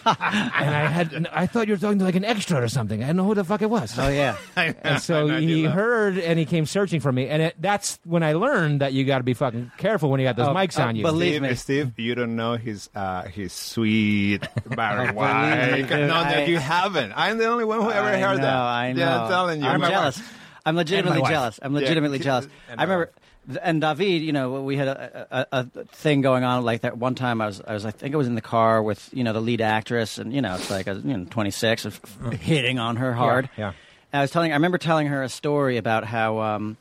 Speaker 1: and I had I thought you were talking to like an extra or something. I didn't know who the fuck it
Speaker 5: [LAUGHS]
Speaker 1: was.
Speaker 5: Oh yeah.
Speaker 1: [LAUGHS] And so
Speaker 6: [LAUGHS] I
Speaker 1: he
Speaker 6: do that.
Speaker 1: heard and he came searching for me. And it, that's when I learned that you got to be fucking careful when you got those
Speaker 5: Oh,
Speaker 1: mics
Speaker 5: oh,
Speaker 1: on you.
Speaker 6: [LAUGHS]
Speaker 5: believe-
Speaker 6: Steve,
Speaker 5: me.
Speaker 6: Steve, you don't know his uh,
Speaker 1: [LAUGHS]
Speaker 6: his sweet Barry
Speaker 5: me,
Speaker 6: White.
Speaker 5: dude,
Speaker 6: No,
Speaker 5: I-
Speaker 6: that you haven't. I'm the only one who ever
Speaker 5: I
Speaker 6: heard
Speaker 5: know,
Speaker 6: that.
Speaker 5: I know.
Speaker 6: Yeah, I'm telling you.
Speaker 5: I'm
Speaker 6: My wife-
Speaker 5: jealous. I'm legitimately
Speaker 1: wife.
Speaker 5: jealous. I'm legitimately
Speaker 6: Yeah.
Speaker 5: jealous.
Speaker 6: And uh,
Speaker 5: I remember, and David, you know, we had a, a, a a thing going on like that. One time, I was, I was, I think I was in the car with you know the lead actress, and you know, it's like I was, you know, 26, and f-
Speaker 6: Mm.
Speaker 5: f- hitting on her hard.
Speaker 1: yeah.
Speaker 5: And I was telling, I remember telling her a story about how um,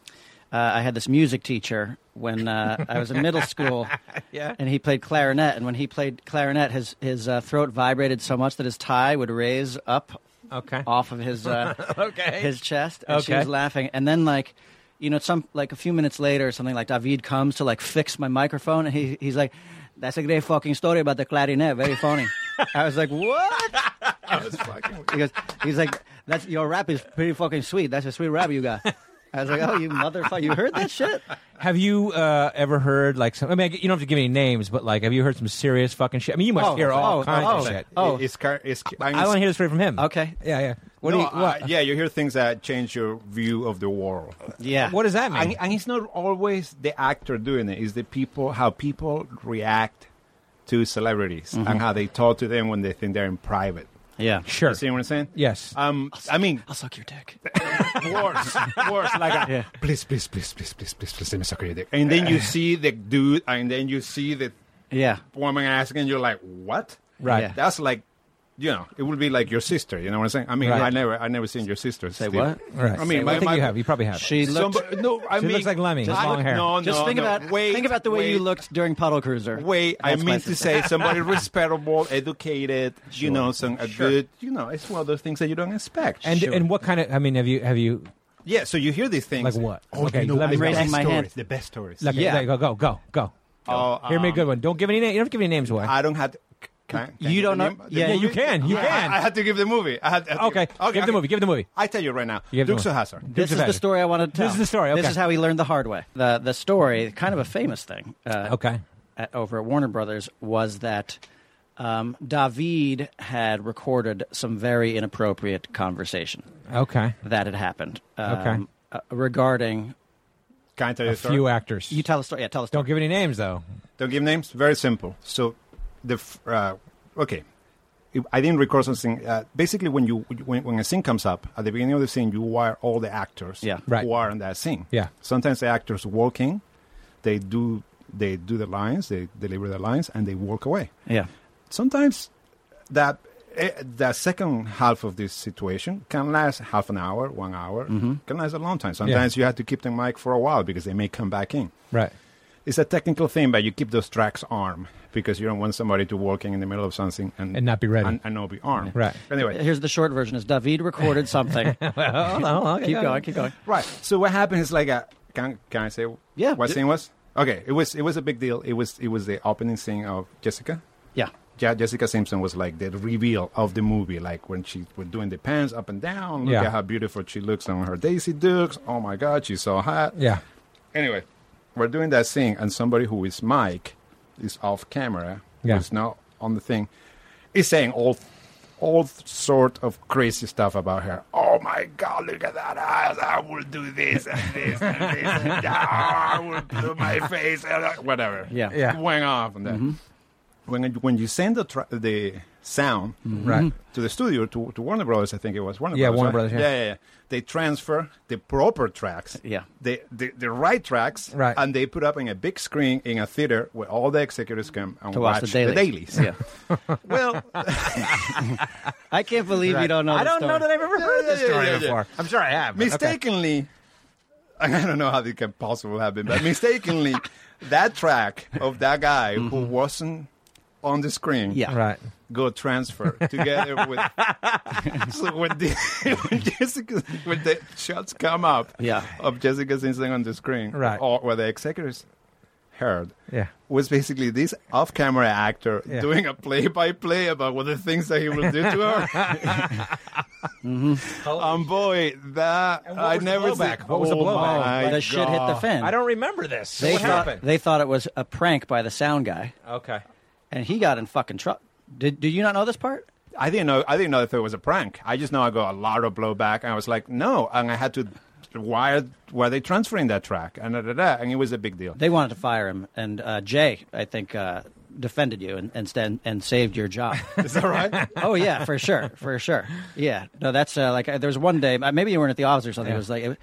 Speaker 5: uh, I had this music teacher when uh, I was in middle school.
Speaker 1: [LAUGHS] Yeah.
Speaker 5: And he played clarinet, and when he played clarinet, his his uh, throat vibrated so much that his tie would raise up
Speaker 1: Okay.
Speaker 5: off of his uh,
Speaker 1: [LAUGHS] Okay.
Speaker 5: his chest, and she
Speaker 1: Okay.
Speaker 5: was laughing. And then like, you know, some like a few minutes later, or something like David comes to like fix my microphone, and he he's like, "That's a great fucking story about the clarinet, very funny." I was like,
Speaker 6: [LAUGHS]
Speaker 5: "What?"
Speaker 6: I was fucking-
Speaker 5: He goes, he's like, "That's your rap is pretty fucking sweet. That's a sweet rap you got." I was like, "Oh, you motherfucker! You heard that shit?"
Speaker 1: have you uh, ever heard like some? I mean, you don't have to give any names, but like, have you heard some serious fucking shit? I mean, you must
Speaker 5: Oh,
Speaker 1: hear all
Speaker 5: oh,
Speaker 1: kinds of
Speaker 5: oh,
Speaker 1: shit.
Speaker 5: oh.
Speaker 6: It's, car- it's,
Speaker 1: I want to hear this straight from him.
Speaker 5: Okay.
Speaker 1: Yeah, yeah. What
Speaker 6: no,
Speaker 1: do you? What?
Speaker 6: uh, yeah, you hear things that change your view of the world.
Speaker 5: Yeah.
Speaker 1: What does that mean?
Speaker 6: And, and it's not always the actor doing it; it's the people, how people react to celebrities
Speaker 1: Mm-hmm.
Speaker 6: and how they talk to them when they think they're in private.
Speaker 5: Yeah.
Speaker 1: Sure.
Speaker 6: You see what I'm saying?
Speaker 1: Yes.
Speaker 6: Um, I [LAUGHS] mean,
Speaker 5: I'll suck your dick.
Speaker 6: worse, worse. Like, a,
Speaker 5: Yeah.
Speaker 6: please, please, please, please, please, please, please, let me suck your dick. Uh, And then you see the dude, and then you see the
Speaker 5: Yeah.
Speaker 6: woman asking, you're like, what?
Speaker 1: Right.
Speaker 5: Yeah.
Speaker 6: That's like, you know, it would be like your sister. You know what I'm saying? I mean,
Speaker 1: Right.
Speaker 6: I never, I never seen your sister.
Speaker 5: Say
Speaker 6: Steve.
Speaker 5: what?
Speaker 1: Right.
Speaker 6: I mean,
Speaker 1: Say,
Speaker 6: my-
Speaker 1: I think
Speaker 6: my-
Speaker 1: you have. You probably have.
Speaker 5: She looked.
Speaker 6: Somebody- no, I
Speaker 1: She
Speaker 6: mean,
Speaker 1: looks like Lemmy. Just
Speaker 6: I
Speaker 1: long
Speaker 6: don't-
Speaker 1: hair.
Speaker 6: No,
Speaker 5: just
Speaker 6: no,
Speaker 5: think
Speaker 6: no.
Speaker 5: about
Speaker 6: Wait,
Speaker 5: think about the way you
Speaker 6: wait.
Speaker 5: looked during Puddle Cruiser.
Speaker 6: Wait, I
Speaker 5: That's my
Speaker 6: mean to
Speaker 5: sister.
Speaker 6: say
Speaker 5: [LAUGHS]
Speaker 6: somebody respectable, educated,
Speaker 5: Sure.
Speaker 6: you know, some a
Speaker 5: Sure.
Speaker 6: good, you know, it's one of those things that you don't expect.
Speaker 1: and
Speaker 5: Sure.
Speaker 1: and what kind of? I mean, have you have you?
Speaker 6: yeah, so you hear these things.
Speaker 1: Like what?
Speaker 6: Oh,
Speaker 1: Okay,
Speaker 6: you know,
Speaker 1: let
Speaker 6: what?
Speaker 1: me
Speaker 6: the
Speaker 5: raise
Speaker 6: best
Speaker 5: my hand.
Speaker 6: stories, The best stories.
Speaker 1: Look,
Speaker 5: Yeah.
Speaker 1: There you go. Go go go.
Speaker 6: Oh,
Speaker 1: Hear me a
Speaker 6: um,
Speaker 1: good one. Don't give any name. You don't give any names away.
Speaker 6: I don't have. To, can, can
Speaker 5: You
Speaker 6: I
Speaker 5: don't
Speaker 6: give the
Speaker 5: know-
Speaker 6: name- the
Speaker 5: yeah,
Speaker 1: you
Speaker 6: movie?
Speaker 1: can, you
Speaker 6: I-
Speaker 1: can.
Speaker 6: I, I had to give the movie. I had. I had to-
Speaker 1: okay. Give the movie. Give the movie.
Speaker 6: I tell you right now,
Speaker 1: You give the
Speaker 6: Dukes of
Speaker 1: movie.
Speaker 6: Hazard.
Speaker 5: This
Speaker 1: Dukes of
Speaker 5: is the
Speaker 1: Hazzard.
Speaker 5: story I wanted to tell.
Speaker 1: This is the story,
Speaker 5: This
Speaker 1: okay.
Speaker 5: is how he learned the hard way. The the story, kind of a famous thing. Uh,
Speaker 1: Okay.
Speaker 5: At, over at Warner Brothers was that um, David had recorded some very inappropriate conversation
Speaker 1: Okay.
Speaker 5: that had happened
Speaker 1: Okay.
Speaker 5: uh, regarding.
Speaker 6: Can I tell you
Speaker 1: A
Speaker 6: a story?
Speaker 1: few actors.
Speaker 5: You tell the story. Yeah, tell the story.
Speaker 1: don't give any names though.
Speaker 6: Don't give names. Very simple. So, the f- uh, okay, If- I didn't record something. Uh, basically, when you when, when a scene comes up at the beginning of the scene, you wire all the actors
Speaker 5: Yeah.
Speaker 1: Right.
Speaker 6: who are in that scene.
Speaker 1: Yeah.
Speaker 6: Sometimes the actors walk in, they do they do the lines, they deliver the lines, and they walk away.
Speaker 5: Yeah.
Speaker 6: Sometimes that eh, the second half of this situation can last half an hour, one hour,
Speaker 1: Mm-hmm.
Speaker 6: can last a long time. Sometimes you have to keep the mic for a while because they may come back in
Speaker 1: Right.
Speaker 6: it's a technical thing, but you keep those tracks armed because you don't want somebody to walking in the middle of something and,
Speaker 1: And not be ready.
Speaker 6: and, and not be armed.
Speaker 1: Right.
Speaker 6: Anyway,
Speaker 5: Here's the short version: is David recorded
Speaker 1: [LAUGHS]
Speaker 5: something?
Speaker 1: Hold on, hold on.
Speaker 5: keep going. Keep going.
Speaker 6: right. So what happened is like a can can I say
Speaker 5: Yeah.
Speaker 6: what scene was? Okay, it was it was a big deal. It was it was the opening scene of Jessica.
Speaker 5: Yeah.
Speaker 6: Ja- Jessica Simpson was like the reveal of the movie, like when she was doing the pants up and down. Look
Speaker 1: Yeah.
Speaker 6: at how beautiful she looks on her Daisy Dukes. Oh my God, she's so hot.
Speaker 1: Yeah.
Speaker 6: Anyway, we're doing that thing, and somebody who is Mike is off camera,
Speaker 1: Yeah.
Speaker 6: who's not on the thing, is saying all all sort of crazy stuff about her. Oh my God, look at that ass! I will do this and this and this. And that. Oh, I will do my face and uh, whatever.
Speaker 5: Yeah.
Speaker 1: Yeah.
Speaker 6: went off and that. When when you send the tra- the sound
Speaker 1: Right.
Speaker 6: to the studio to, to Warner Brothers, I think it was Warner
Speaker 1: Yeah,
Speaker 6: Brothers.
Speaker 1: Warner
Speaker 6: right?
Speaker 1: Brothers, yeah.
Speaker 6: yeah, yeah, yeah. uh, They transfer the proper tracks,
Speaker 5: Yeah.
Speaker 6: the the, the right tracks,
Speaker 1: Right.
Speaker 6: and they put up in a big screen in a theater where all the executives come and
Speaker 5: To watch the dailies.
Speaker 6: dailies.
Speaker 5: Yeah.
Speaker 6: [LAUGHS] well,
Speaker 5: I can't believe you don't know.
Speaker 1: I
Speaker 5: this
Speaker 1: don't
Speaker 5: story.
Speaker 1: know that I've ever heard
Speaker 6: [LAUGHS] yeah,
Speaker 1: this story
Speaker 6: yeah, yeah.
Speaker 1: before. I'm sure I have. but okay.
Speaker 6: mistakenly, [LAUGHS] I don't know how this can possibly happen, but mistakenly, that track of that guy who wasn't on the screen,
Speaker 5: Mm-hmm. Yeah.
Speaker 1: Right.
Speaker 6: go transfer together with so when the [LAUGHS] when Jessica when the shots come up
Speaker 5: Yeah.
Speaker 6: of Jessica Simpson on the screen
Speaker 1: Right.
Speaker 6: or where the executives heard
Speaker 1: Yeah.
Speaker 6: was basically this off-camera actor
Speaker 1: Yeah.
Speaker 6: doing a play-by-play about what the things that he will do to her. [LAUGHS] um, boy, that
Speaker 1: And what
Speaker 6: I
Speaker 1: was the
Speaker 6: never
Speaker 1: blowback?
Speaker 6: seen-
Speaker 1: What was the
Speaker 6: oh
Speaker 1: blowback?
Speaker 6: my
Speaker 5: The shit hit the
Speaker 6: God.
Speaker 5: fan.
Speaker 1: I don't remember this. So
Speaker 5: They
Speaker 1: what
Speaker 5: thought
Speaker 1: happened?
Speaker 5: they thought it was a prank by the sound guy,
Speaker 1: okay.
Speaker 5: and he got in fucking trouble. Did Did you not know this part?
Speaker 6: I didn't know. I didn't know if it was a prank. I just know I got a lot of blowback, and I was like, no. And I had to. Why were they transferring that track? And da, da, da, and it was a big deal. [LAUGHS]
Speaker 5: They wanted to fire him, and uh, Jay, I think, uh, defended you and and, stand, and saved
Speaker 1: [LAUGHS]
Speaker 5: your job.
Speaker 6: Is
Speaker 5: [LAUGHS]
Speaker 6: that right?
Speaker 5: oh yeah, for sure, for sure. Yeah, no, that's uh, like uh, there was one day. uh, Maybe you weren't at the office or something. It was like, it,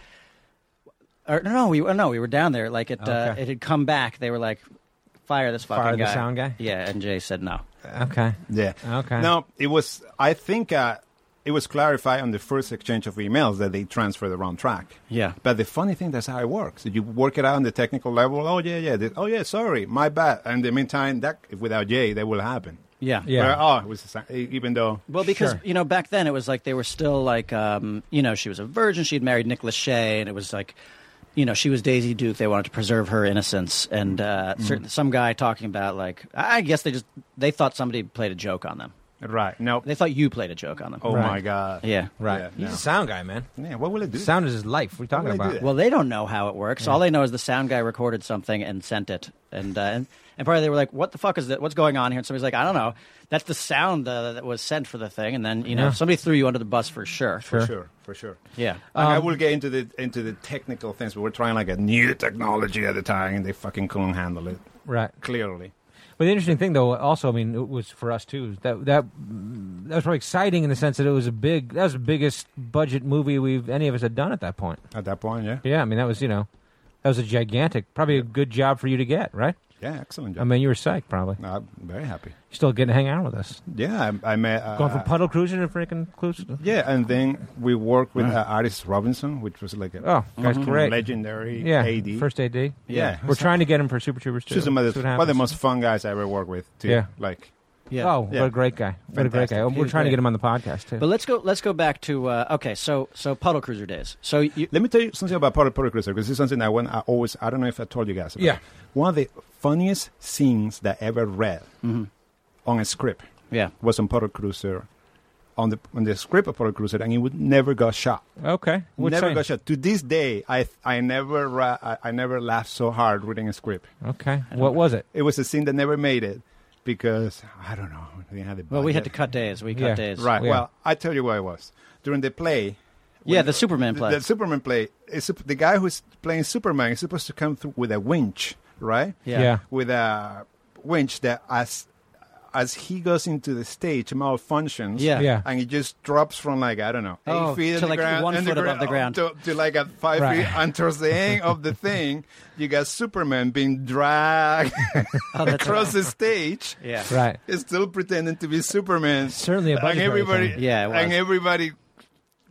Speaker 5: or no, no, we oh, no, we were down there. Like it, uh,
Speaker 1: Okay.
Speaker 5: it had come back. They were like, fire this fucking
Speaker 1: Fire the
Speaker 5: guy.
Speaker 1: sound guy?
Speaker 5: Yeah, and Jay said no.
Speaker 1: Okay.
Speaker 6: yeah.
Speaker 1: Okay.
Speaker 6: No, it was. I think uh, it was clarified on the first exchange of emails that they transferred the wrong track.
Speaker 5: Yeah.
Speaker 6: But the funny thing, that's how it works. You work it out on the technical level. Oh yeah, yeah. They- oh yeah. Sorry, my bad. And in the meantime, that without Jay, that will happen.
Speaker 5: Yeah,
Speaker 1: Yeah.
Speaker 6: Where, oh, it was the sa- even though.
Speaker 5: Well, because
Speaker 1: Sure.
Speaker 5: you know, back then it was like they were still like, um, you know, she was a virgin. She had married Nick Lachey, and it was like, you know, she was Daisy Duke. They wanted to preserve her innocence, and uh,
Speaker 1: Mm-hmm.
Speaker 5: certain, some guy talking about like, I guess they just they thought somebody played a joke on them.
Speaker 6: Right. No.
Speaker 5: They thought you played a joke on them.
Speaker 6: Oh
Speaker 1: Right.
Speaker 6: my God.
Speaker 5: yeah,
Speaker 1: Right.
Speaker 6: Yeah,
Speaker 1: He's
Speaker 6: no.
Speaker 1: a sound guy, man.
Speaker 6: Yeah. What will it do?
Speaker 1: Sound is his life. What are you talking
Speaker 6: Why would they
Speaker 1: about?
Speaker 6: do
Speaker 5: Well, they don't know how it works. All they know is the sound guy recorded something and sent it, and uh, and and probably they were like, "What the fuck is that? What's going on here?" And somebody's like, "I don't know. That's the sound uh, that was sent for the thing." And then you know,
Speaker 1: Yeah.
Speaker 5: somebody threw you under the bus for sure.
Speaker 6: For sure. Um, For sure.
Speaker 5: Yeah.
Speaker 6: And I will get into the into the technical things, but we're trying like a new technology at the time, and they fucking couldn't handle it
Speaker 1: Right.
Speaker 6: clearly.
Speaker 1: But the interesting thing, though, also, I mean, it was for us too. is That that that was probably exciting in the sense that it was a big. That was the biggest budget movie we've any of us had done at that point.
Speaker 6: At that point, yeah.
Speaker 1: Yeah, I mean, that was you know, that was a gigantic, probably a good job for you to get, right?
Speaker 6: Yeah, excellent
Speaker 1: I
Speaker 6: job.
Speaker 1: mean, you were psyched, probably.
Speaker 6: I'm very happy.
Speaker 1: Still getting to hang out with us.
Speaker 6: Yeah, I, I met. Uh,
Speaker 1: Going from puddle cruising to freaking cruising.
Speaker 6: Yeah, and then we worked with uh, Artis Robinson, which was like a
Speaker 1: Oh, that's great.
Speaker 6: legendary
Speaker 1: Yeah,
Speaker 6: AD.
Speaker 1: first AD. Yeah,
Speaker 6: Yeah.
Speaker 1: we're trying to get him for Super Troopers too.
Speaker 6: She's the mother,
Speaker 1: See what
Speaker 6: one of the
Speaker 1: happens.
Speaker 6: most fun guys I ever worked with, too.
Speaker 1: Yeah.
Speaker 6: Like,
Speaker 5: Yeah.
Speaker 1: Oh,
Speaker 6: Yeah.
Speaker 1: what a great guy! What a great
Speaker 6: Fantastic.
Speaker 1: guy! We're
Speaker 5: He's
Speaker 1: trying to
Speaker 5: great.
Speaker 1: get him on the podcast too.
Speaker 5: But let's go. Let's go back to uh, okay. So so puddle cruiser days. So you,
Speaker 6: let me tell you something about Puerto Puerto Cruiser, because this is something I, want, I always, I don't know if I told you guys about.
Speaker 1: Yeah.
Speaker 6: it. One of the funniest scenes that I ever read on a script
Speaker 5: yeah.
Speaker 6: was on Puerto Cruiser, on the, on the script of Puerto Cruiser, and it would never got shot.
Speaker 1: okay, Which
Speaker 6: never
Speaker 1: scene?
Speaker 6: got shot. To this day, I, I, never, ra- I, I never laughed so hard reading a script.
Speaker 1: Okay, what was it?
Speaker 6: It was a scene that never made it because I don't know. They had the
Speaker 5: Well, we had to
Speaker 6: budget.
Speaker 5: cut days. We cut
Speaker 1: Yeah.
Speaker 5: days.
Speaker 6: Right.
Speaker 1: Yeah.
Speaker 6: Well, I tell you where I was during the play.
Speaker 5: Yeah,
Speaker 6: when-
Speaker 5: the Superman
Speaker 6: the-
Speaker 5: play.
Speaker 6: The, Superman play. It's, the guy who's playing Superman is supposed to come through with a winch, right?
Speaker 5: Yeah.
Speaker 1: Yeah.
Speaker 6: With a winch that as as he goes into the stage, malfunctions.
Speaker 5: Yeah.
Speaker 1: Yeah.
Speaker 6: And he just drops from like I don't know eight
Speaker 5: Oh,
Speaker 6: feet
Speaker 5: to
Speaker 6: in the
Speaker 5: like
Speaker 6: ground,
Speaker 5: one foot above the ground.
Speaker 6: to, to like at five
Speaker 1: Right.
Speaker 6: feet, and towards the end
Speaker 5: [LAUGHS]
Speaker 6: of the thing, you got Superman being dragged
Speaker 5: [LAUGHS]
Speaker 6: [LAUGHS]
Speaker 5: Oh, that's
Speaker 6: across the stage
Speaker 5: Yeah.
Speaker 1: [LAUGHS]
Speaker 6: [LAUGHS]
Speaker 1: Right.
Speaker 6: is still pretending to be Superman.
Speaker 1: Certainly a
Speaker 6: and
Speaker 1: budgetary
Speaker 6: everybody,
Speaker 1: thing.
Speaker 5: Yeah, it was.
Speaker 6: and everybody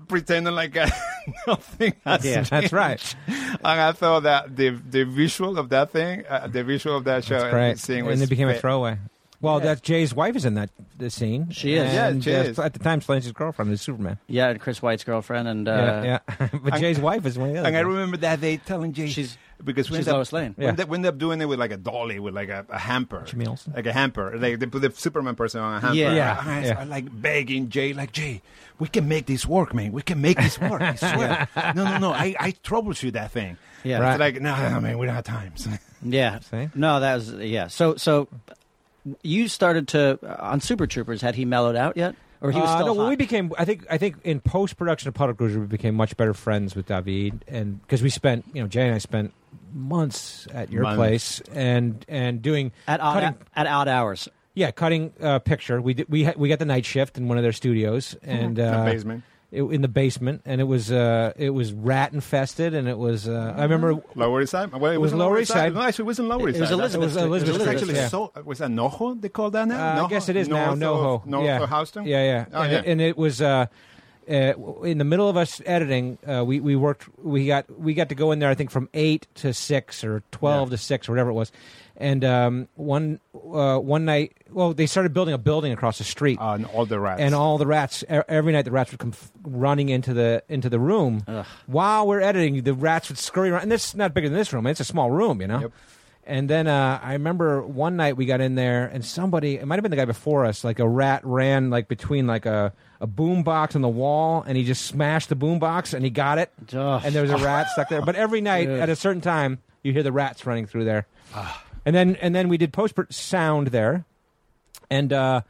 Speaker 6: pretending like uh, [LAUGHS] nothing. has
Speaker 5: Yeah.
Speaker 1: That's right.
Speaker 6: And I thought that the the visual of that thing, uh, the visual of that show,
Speaker 1: That's
Speaker 6: and
Speaker 1: great.
Speaker 6: scene
Speaker 1: and
Speaker 6: was
Speaker 1: it became a
Speaker 6: fa-
Speaker 1: throwaway. Well, that's Jay's wife is in that the scene.
Speaker 5: She is.
Speaker 6: Yeah,
Speaker 1: And,
Speaker 6: she
Speaker 1: uh,
Speaker 6: is.
Speaker 1: At the time, Slane's girlfriend is Superman.
Speaker 5: Yeah, and Chris White's girlfriend and uh,
Speaker 1: yeah, yeah. [LAUGHS] but Jay's wife is one of the other.
Speaker 6: And I
Speaker 1: ones.
Speaker 6: remember that day telling Jay
Speaker 5: She's-
Speaker 6: because we
Speaker 5: she's
Speaker 6: ended up-
Speaker 5: Lois Lane.
Speaker 6: We
Speaker 1: Yeah.
Speaker 6: ended, up- we ended up doing it with like a dolly, with like a, a hamper,
Speaker 1: Jimmy Olsen.
Speaker 6: like a hamper. Like they put the Superman person on a hamper.
Speaker 5: Yeah.
Speaker 1: Yeah.
Speaker 6: And I
Speaker 1: Yeah.
Speaker 6: started, like begging Jay, like Jay, we can make this work, man. We can make this work. I [LAUGHS] swear. no, no, no. I I troubleshoot that [LAUGHS] thing.
Speaker 5: Yeah.
Speaker 6: It's
Speaker 1: Right.
Speaker 6: like no, no, no, man. We don't have time.
Speaker 5: Yeah.
Speaker 1: See?
Speaker 5: No, that was yeah. So so you started to on Super Troopers. Had he mellowed out yet, or he was
Speaker 1: Uh,
Speaker 5: still
Speaker 1: no,
Speaker 5: hot?
Speaker 1: well, we became. I think. I think in post production of Puddle Cruiser, we became much better friends with David, and because we spent, you know, Jay and I spent months at your
Speaker 6: Months.
Speaker 1: place and and doing
Speaker 5: at odd
Speaker 1: cutting,
Speaker 5: at odd hours?
Speaker 1: yeah, cutting uh, picture. We did, we ha- we got the night shift in one of their studios and
Speaker 6: Mm-hmm. In the
Speaker 1: uh,
Speaker 6: basement.
Speaker 1: it, in the basement, and it was uh, it was rat infested, and it was. Uh, I remember
Speaker 6: Lower East Side. Well, it,
Speaker 1: was
Speaker 6: wasn't
Speaker 1: Lower
Speaker 6: Lower
Speaker 1: East
Speaker 6: East
Speaker 1: Side.
Speaker 6: No, actually, it wasn't Lower
Speaker 5: It
Speaker 6: East
Speaker 5: was
Speaker 6: Side.
Speaker 1: It
Speaker 5: Elizabeth.
Speaker 1: was
Speaker 5: Street.
Speaker 1: Elizabeth
Speaker 6: It was
Speaker 1: Elizabeth,
Speaker 6: actually
Speaker 1: yeah.
Speaker 6: so. uh, Was that NoHo? They call that now.
Speaker 1: Uh, I
Speaker 6: NoHo?
Speaker 1: guess it is now.
Speaker 6: North
Speaker 1: No
Speaker 6: of-
Speaker 1: ho.
Speaker 6: North
Speaker 1: yeah.
Speaker 6: of Houston.
Speaker 1: Yeah, yeah.
Speaker 6: Oh,
Speaker 1: and,
Speaker 6: yeah.
Speaker 1: and it was uh, uh, in the middle of us editing. Uh, we we worked. We got we got to go in there. I think from eight to six or twelve to six or whatever it was. And um, one uh, one night, well, they started building a building across the street,
Speaker 6: Uh, and all the rats.
Speaker 1: and all the rats. e- Every night, the rats would come f- running into the into the room while we're editing. The rats would scurry around, and this is not bigger than this room. It's a small room, you know.
Speaker 6: Yep.
Speaker 1: And then uh, I remember one night we got in there, and somebody it might have been the guy before us. Like a rat ran like between like a a boom box and the wall, and he just smashed the boom box, and he got it.
Speaker 5: Ugh.
Speaker 1: And there
Speaker 5: [LAUGHS]
Speaker 1: was a rat stuck there. But every night
Speaker 5: Dude.
Speaker 1: at a certain time, you hear the rats running through there.
Speaker 5: Ah.
Speaker 1: and then and then we did post sound there and uh,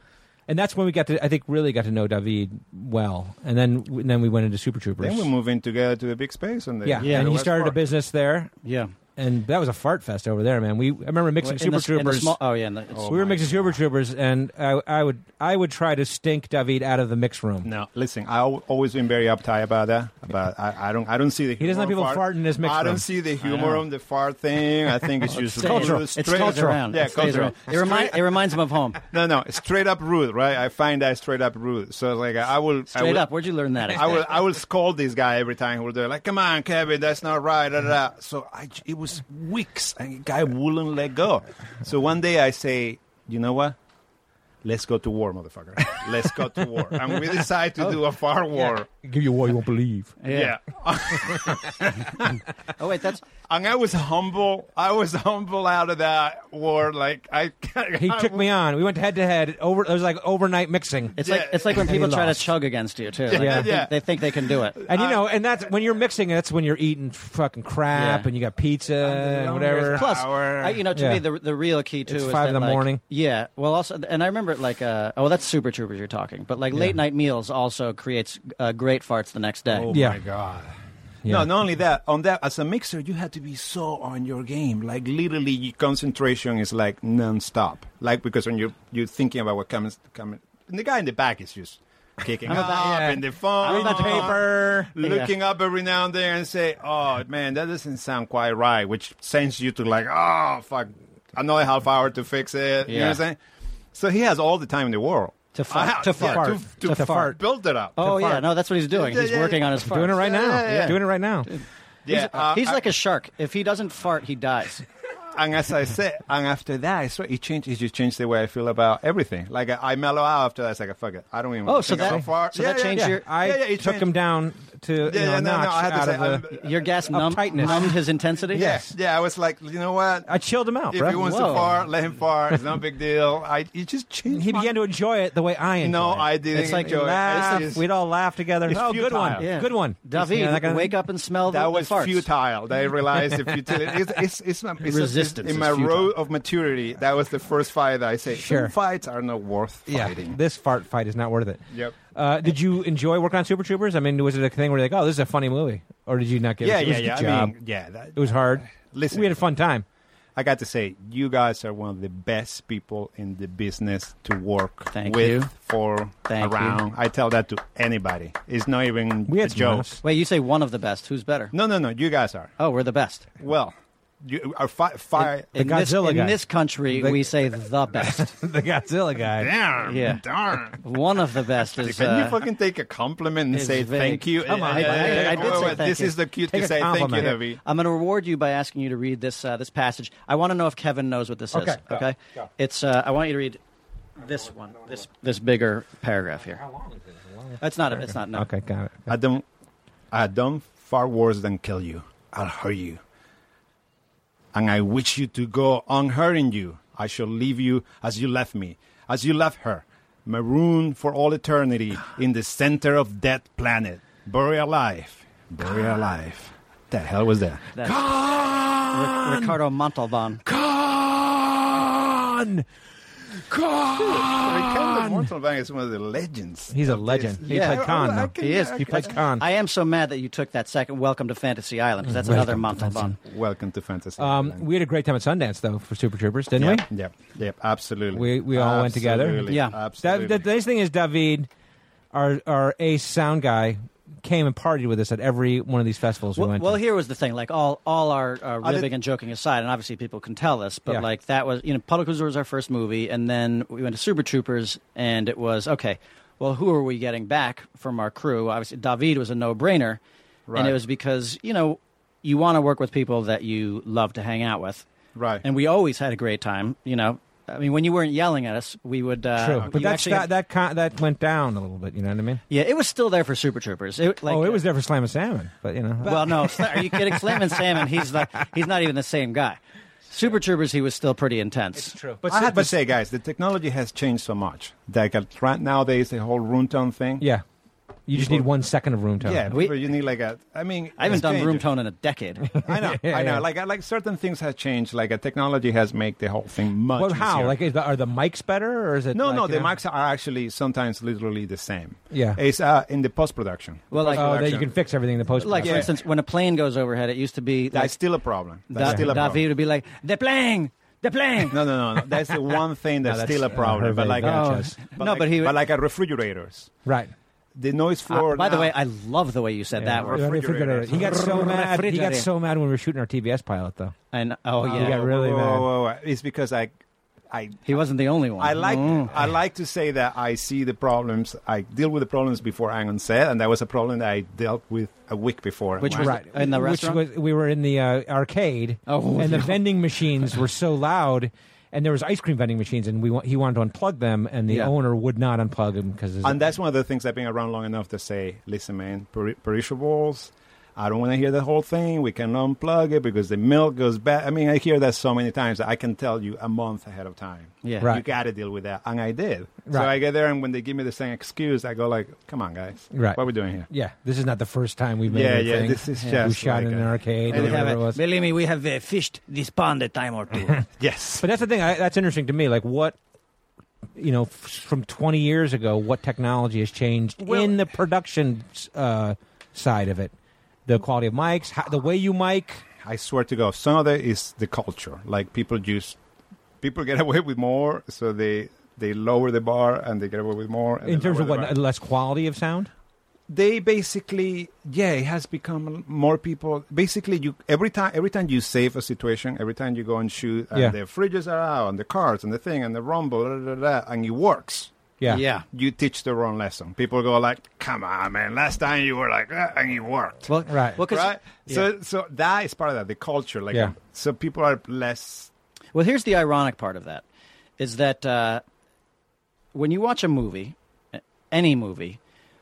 Speaker 1: and that's when we got to I think really got to know David well, and then and then we went into Super Troopers.
Speaker 6: Then we move in together to the big space, and the,
Speaker 1: yeah,
Speaker 5: Yeah.
Speaker 1: and he
Speaker 6: West
Speaker 1: started a
Speaker 6: Park.
Speaker 1: business there,
Speaker 5: Yeah.
Speaker 1: and that was a fart fest over there, man. We I remember mixing
Speaker 5: In
Speaker 1: Super
Speaker 5: the, in the
Speaker 1: Troopers.
Speaker 5: small- oh yeah. In the, it's-
Speaker 1: we were mixing Super Troopers, and I, I would I would try to stink David out of the mix room.
Speaker 6: No, listen. I al- always been very uptight about that, but I, I don't. I don't see the. Humor
Speaker 1: He doesn't like people
Speaker 6: of fart.
Speaker 1: farting in his mix
Speaker 6: I
Speaker 1: room.
Speaker 6: don't see the humor on the fart thing. I think it's
Speaker 1: [LAUGHS]
Speaker 6: just
Speaker 5: stays-
Speaker 1: cultural.
Speaker 5: It
Speaker 6: straight-
Speaker 5: stays around.
Speaker 6: Yeah,
Speaker 5: it stays
Speaker 6: cultural.
Speaker 5: around. It, remind, it reminds him of home.
Speaker 6: No, no, straight up rude, right? I find that straight up rude. So like, I will I
Speaker 5: Straight
Speaker 6: will-
Speaker 5: up. Where'd you learn that?
Speaker 6: [LAUGHS] I will, I will scold this guy every time he will do it. Like, come on, Kevin, that's not right. Da, da, da. So I, it was weeks, and the guy wouldn't let go. So one day I say, you know what? Let's go to war, motherfucker. Let's go to war. And we decide to do a far
Speaker 1: Oh,
Speaker 6: war.
Speaker 1: Give you what you won't believe.
Speaker 6: Yeah.
Speaker 5: Oh wait, that's
Speaker 6: And I was humble. I was humble out of that war. Like, [LAUGHS] I.
Speaker 1: He took me on. We went head to head. Over it was like overnight mixing.
Speaker 5: it's
Speaker 6: Yeah.
Speaker 5: like it's like when
Speaker 1: And he
Speaker 5: people try to
Speaker 1: lost.
Speaker 5: chug against you too. Like,
Speaker 1: Yeah.
Speaker 5: they, think,
Speaker 6: Yeah.
Speaker 5: they think they can do it.
Speaker 1: And
Speaker 6: Uh,
Speaker 1: you know, and that's when you're mixing. That's when you're eating fucking crap,
Speaker 5: Yeah.
Speaker 1: and you got pizza and whatever.
Speaker 5: Plus,
Speaker 6: Hour.
Speaker 5: I, you know, to
Speaker 1: Yeah.
Speaker 5: me, the the real key too
Speaker 1: It's
Speaker 5: is
Speaker 1: five
Speaker 5: that,
Speaker 1: in the
Speaker 5: like-
Speaker 1: morning.
Speaker 5: Yeah. Well, also, and I remember like, uh, oh, that's Super Troopers you're talking, but like late night meals also creates uh, great farts the next day.
Speaker 6: Oh,
Speaker 1: Yeah.
Speaker 6: my God.
Speaker 1: Yeah.
Speaker 6: No, not only that. On that, as a mixer, you had to be so on your game. Like literally, your concentration is like nonstop. Like because when you you're thinking about what comes coming, and the guy in the back is just
Speaker 5: [LAUGHS]
Speaker 6: kicking
Speaker 5: I'm
Speaker 6: up
Speaker 5: about- yeah.
Speaker 6: in the phone,
Speaker 5: about to call-
Speaker 6: paper,
Speaker 5: Yeah.
Speaker 6: [LAUGHS] looking up every now and then, and say, "Oh man, that doesn't sound quite right," which sends you to like, "Oh fuck, another half hour to fix it." You know what
Speaker 1: Yeah.
Speaker 6: I'm saying? So he has all the time in the world
Speaker 5: To fart-
Speaker 6: I have-
Speaker 5: to
Speaker 6: yeah,
Speaker 5: fart.
Speaker 6: to,
Speaker 5: To
Speaker 6: to
Speaker 5: fart.
Speaker 6: build it up.
Speaker 5: Oh
Speaker 6: To
Speaker 5: yeah,
Speaker 6: fart.
Speaker 5: no, that's what he's doing.
Speaker 6: Yeah,
Speaker 5: He's
Speaker 6: yeah,
Speaker 5: working on his
Speaker 6: yeah.
Speaker 5: fart.
Speaker 1: Doing it right now.
Speaker 6: Yeah, yeah, yeah.
Speaker 1: Doing it right now.
Speaker 6: Yeah, uh,
Speaker 5: He's
Speaker 6: I-
Speaker 5: like a shark. If he doesn't fart, he dies.
Speaker 6: and as I said, and after that, I swear it changed. It just changed the way I feel about everything. Like I, I mellow out after that. It's like fuck it, I don't even.
Speaker 5: Oh,
Speaker 6: want to
Speaker 5: so
Speaker 6: think
Speaker 5: that-
Speaker 6: about fart.
Speaker 5: so that changed
Speaker 6: yeah.
Speaker 5: your-
Speaker 1: I
Speaker 6: yeah, yeah, it
Speaker 1: took
Speaker 6: changed-
Speaker 1: him down to
Speaker 6: Yeah,
Speaker 1: you know,
Speaker 6: yeah,
Speaker 1: a
Speaker 6: no, no,
Speaker 1: notch
Speaker 6: I had to
Speaker 1: out
Speaker 6: say,
Speaker 1: of the.
Speaker 6: I'm-
Speaker 5: Your gas numb,
Speaker 1: Uptightness.
Speaker 5: numbed his intensity.
Speaker 6: Yeah, yeah. I was like, you know what?
Speaker 1: I chilled him out,
Speaker 6: if
Speaker 1: bro.
Speaker 6: he wants
Speaker 5: Whoa.
Speaker 6: to fart, let him fart. It's no big deal. I it just changed.
Speaker 1: He
Speaker 6: my-
Speaker 1: began to enjoy it the way I enjoy
Speaker 6: No,
Speaker 1: it.
Speaker 6: I didn't
Speaker 1: It's like
Speaker 6: enjoy it. It's
Speaker 1: laugh.
Speaker 6: just-
Speaker 1: We'd all laugh together.
Speaker 6: It's
Speaker 1: Oh, good
Speaker 6: futile.
Speaker 1: one.
Speaker 5: Yeah.
Speaker 1: Good one.
Speaker 5: David,
Speaker 1: Yeah, that kind of
Speaker 5: wake
Speaker 1: thing.
Speaker 5: up and smell the,
Speaker 6: That was
Speaker 5: the farts.
Speaker 6: futile. That I realized the futility. It's, it's, it's, not, it's
Speaker 5: Resistance
Speaker 6: in
Speaker 5: is
Speaker 6: my
Speaker 5: futile.
Speaker 6: row of maturity. That was the first fight that I say.
Speaker 1: Sure.
Speaker 6: Some fights are not worth
Speaker 1: Yeah,
Speaker 6: fighting.
Speaker 1: this fart fight is not worth it.
Speaker 6: Yep.
Speaker 1: Uh, did you enjoy working on Super Troopers? I mean, was it a thing where you're like, oh, this is a funny movie, or did you not get
Speaker 6: yeah,
Speaker 1: it? It
Speaker 6: yeah,
Speaker 1: was a
Speaker 6: yeah.
Speaker 1: good job.
Speaker 6: I mean, yeah. That,
Speaker 1: it was hard.
Speaker 6: Listen.
Speaker 1: we had a fun time.
Speaker 6: I got to say, you guys are one of the best people in the business to work
Speaker 5: Thank
Speaker 6: with,
Speaker 5: you.
Speaker 6: for,
Speaker 5: Thank
Speaker 6: around.
Speaker 5: you.
Speaker 6: I tell that to anybody. It's not even
Speaker 1: We had
Speaker 6: a
Speaker 1: some
Speaker 6: joke.
Speaker 1: laughs.
Speaker 5: Wait, you say one of the best. Who's better?
Speaker 6: No, no, no. You guys are.
Speaker 5: Oh, we're the best.
Speaker 6: Well, you are fi- fi-
Speaker 5: in, in this,
Speaker 1: Godzilla
Speaker 5: in
Speaker 1: guy.
Speaker 5: this country,
Speaker 1: The-
Speaker 5: we say the
Speaker 1: [LAUGHS]
Speaker 5: best.
Speaker 1: the Godzilla guy.
Speaker 6: [LAUGHS] Damn.
Speaker 5: Yeah.
Speaker 6: Darn.
Speaker 5: one of the best [LAUGHS] is.
Speaker 6: Can you
Speaker 5: Uh,
Speaker 6: fucking take a compliment and
Speaker 5: is
Speaker 6: say
Speaker 5: vague.
Speaker 6: thank you?
Speaker 5: Come on,
Speaker 6: Uh,
Speaker 5: I- I-
Speaker 6: uh,
Speaker 5: I did
Speaker 6: uh,
Speaker 5: say thank
Speaker 6: This
Speaker 5: you.
Speaker 6: is the cute
Speaker 1: Take
Speaker 6: to
Speaker 1: a
Speaker 6: say thank you,
Speaker 1: compliment.
Speaker 6: David.
Speaker 5: I'm going to reward you by asking you to read this uh, this passage. I want to know if Kevin knows what this is.
Speaker 1: Okay, go,
Speaker 5: Okay,
Speaker 1: go.
Speaker 5: it's. Uh, I want you to read this one, this this bigger paragraph here. How long is it? It's not. It's not. No.
Speaker 1: Okay, got it.
Speaker 6: I don't. I done far worse than kill you. I'll hurt you. And I wish you to go on hurting you. I shall leave you as you left me, as you left her, marooned for all eternity in the center of that planet. Bury alive. Bury alive. The hell was that?
Speaker 5: That's- Ri- Ricardo Montalban.
Speaker 1: Con,
Speaker 6: Ricardo
Speaker 1: con.
Speaker 6: Montalban is one of the legends.
Speaker 1: He's a legend. He
Speaker 5: Yeah.
Speaker 1: played Con.
Speaker 6: Oh, I- I
Speaker 1: though.
Speaker 6: can-
Speaker 5: He is.
Speaker 6: I
Speaker 1: He played Con.
Speaker 5: I am so mad that you took that second. Welcome to Fantasy Island. 'cause That's another Montalban.
Speaker 6: Welcome to Fantasy.
Speaker 1: Um, we had a great time at Sundance though for Super Troopers, didn't
Speaker 6: yep,
Speaker 1: we?
Speaker 6: yep, yep, absolutely.
Speaker 1: We- we all went together.
Speaker 6: Absolutely,
Speaker 5: Yeah.
Speaker 1: That,
Speaker 6: absolutely.
Speaker 1: the nice thing is, David, our our ace sound guy, came and partied with us at every one of these festivals we
Speaker 5: Well,
Speaker 1: went
Speaker 5: well,
Speaker 1: to.
Speaker 5: here was the thing. Like all, all our uh,
Speaker 6: I did-
Speaker 5: ribbing and joking aside, and obviously people can tell us, but
Speaker 1: Yeah.
Speaker 5: like that was, you know, Public Cruiser was our first movie, and then we went to Super Troopers, and it was okay. Well, who are we getting back from our crew? Obviously, David was a no-brainer, and
Speaker 6: Right.
Speaker 5: it was because you know you want to work with people that you love to hang out with,
Speaker 6: Right.
Speaker 5: And we always had a great time. You know, I mean, when you weren't yelling at us, we would. Uh,
Speaker 1: True,
Speaker 5: you
Speaker 1: but that's
Speaker 5: actually
Speaker 1: that
Speaker 5: had-
Speaker 1: that con, that went down a little bit. You know what I mean?
Speaker 5: yeah, it was still there for Super Troopers. It, like,
Speaker 1: oh,
Speaker 6: uh,
Speaker 1: it was there for Slam and Salmon, but you know.
Speaker 5: well, no, Sla- are you kidding? Slam and Salmon, he's like he's not even the same guy. Super Troopers, he was still pretty intense.
Speaker 1: true. But
Speaker 6: I have to say, guys, the technology has changed so much. Like uh, right nowadays, the whole room tone thing.
Speaker 1: yeah, you just need one second of room tone.
Speaker 6: yeah.
Speaker 5: We-
Speaker 6: but you need like a. I mean,
Speaker 5: I haven't
Speaker 6: it's
Speaker 5: done room
Speaker 6: changing.
Speaker 5: tone in a decade.
Speaker 6: [LAUGHS] I know,
Speaker 1: [LAUGHS] Yeah,
Speaker 6: I know.
Speaker 1: yeah.
Speaker 6: Like, I- like certain things have changed. Like, a technology has made the whole thing much.
Speaker 1: Well, how?
Speaker 6: easier.
Speaker 1: Like, is the, are the mics better, or is it?
Speaker 6: no,
Speaker 1: like,
Speaker 6: no,
Speaker 1: you
Speaker 6: the
Speaker 1: know?
Speaker 6: mics are actually sometimes literally the same.
Speaker 1: Yeah.
Speaker 6: it's uh, in the post production.
Speaker 5: Well, like,
Speaker 1: Oh, that you
Speaker 6: production.
Speaker 1: can fix everything in the post.
Speaker 5: like for
Speaker 6: Uh, Yeah.
Speaker 5: instance, when a plane goes overhead, it used to be
Speaker 6: That's
Speaker 5: like
Speaker 6: still a problem. That's
Speaker 5: Da-
Speaker 6: still a problem.
Speaker 5: David would be like, "The plane, the
Speaker 6: [LAUGHS]
Speaker 5: plane."
Speaker 6: No, no, no, no. That's the one
Speaker 1: [LAUGHS]
Speaker 6: thing that's,
Speaker 1: that's,
Speaker 6: still a
Speaker 1: uh,
Speaker 6: problem. but
Speaker 1: Hervé
Speaker 6: like,
Speaker 1: Sanchez.
Speaker 5: Oh. No,
Speaker 6: like-
Speaker 5: but he-
Speaker 6: but like a refrigerators,
Speaker 1: right.
Speaker 6: the noise
Speaker 5: Uh,
Speaker 6: floor.
Speaker 5: by the
Speaker 6: now-
Speaker 5: way, I love the way you said that
Speaker 1: Yeah,
Speaker 5: word.
Speaker 1: refrigerator. He got so mad. He got
Speaker 5: Refrigerator.
Speaker 1: so mad when we were shooting our TBS pilot, though.
Speaker 5: And oh yeah,
Speaker 1: You got really
Speaker 6: whoa,
Speaker 1: mad.
Speaker 6: whoa, whoa. It's because I, I,
Speaker 5: he wasn't the only one.
Speaker 6: I like I like to say that I see the problems. I deal with the problems before I'm on set, and that was a problem that I dealt with a week before.
Speaker 5: Which
Speaker 6: When I-
Speaker 5: was- Right. In the
Speaker 1: Which
Speaker 5: restaurant?
Speaker 1: was- we were in the uh, arcade,
Speaker 5: Oh,
Speaker 1: and the
Speaker 5: no.
Speaker 1: vending machines were so loud, and there was ice cream vending machines, and we wa- he wanted to unplug them, and the
Speaker 5: Yeah.
Speaker 1: owner would not unplug them because
Speaker 6: and that's one of the things I've been around long enough to say, listen, man, per- perishables. I don't want to hear the whole thing. We can unplug it because the milk goes bad. I mean, I hear that so many times. I can tell you a month ahead of time.
Speaker 5: Mm, Yeah.
Speaker 1: Right.
Speaker 6: you got to deal with that, and I did. So
Speaker 1: Right.
Speaker 6: I get there, and when they give me the same excuse, I go like, "Come on, guys,
Speaker 1: Right.
Speaker 6: What are we doing here?"
Speaker 1: yeah, this is not the first time we've made
Speaker 6: Yeah,
Speaker 1: a
Speaker 6: yeah,
Speaker 1: thing.
Speaker 6: this is
Speaker 1: we
Speaker 6: just
Speaker 1: shot
Speaker 6: like
Speaker 1: in an
Speaker 6: a-
Speaker 1: arcade, or
Speaker 6: And we
Speaker 1: whatever it was.
Speaker 5: believe me, we have uh, fished this pond a time or
Speaker 6: [LAUGHS]
Speaker 5: two.
Speaker 6: Yes,
Speaker 1: But that's the thing. I, that's interesting to me. Like what. You know, f- from 20 years ago, what technology has changed
Speaker 6: Well-
Speaker 1: in the production uh, side of it, the quality of mics, how, the way you mic.
Speaker 6: I swear to God, some of it is the culture. Like people just people get [LAUGHS] away with more, so they they lower the bar and they get away with more. and
Speaker 1: In
Speaker 6: they
Speaker 1: terms
Speaker 6: lower
Speaker 1: of
Speaker 6: the
Speaker 1: what uh,
Speaker 6: bar.
Speaker 1: less quality of sound,
Speaker 6: they basically yeah it has become more people basically you every time every time you save a situation every time you go and shoot and
Speaker 1: Yeah.
Speaker 6: the fridges are out and the cars and the thing and the rumble da, da, da, da, and it works
Speaker 1: yeah,
Speaker 5: yeah.
Speaker 6: you teach the wrong lesson people go like come on man last time you were like "Ah," and it worked
Speaker 5: Well,
Speaker 1: Right.
Speaker 5: Well, 'cause-
Speaker 6: right so so that is part of that the culture like
Speaker 1: Yeah.
Speaker 6: so people are less
Speaker 5: Well, here's the ironic part of that is that uh, when you watch a movie, a- any movie,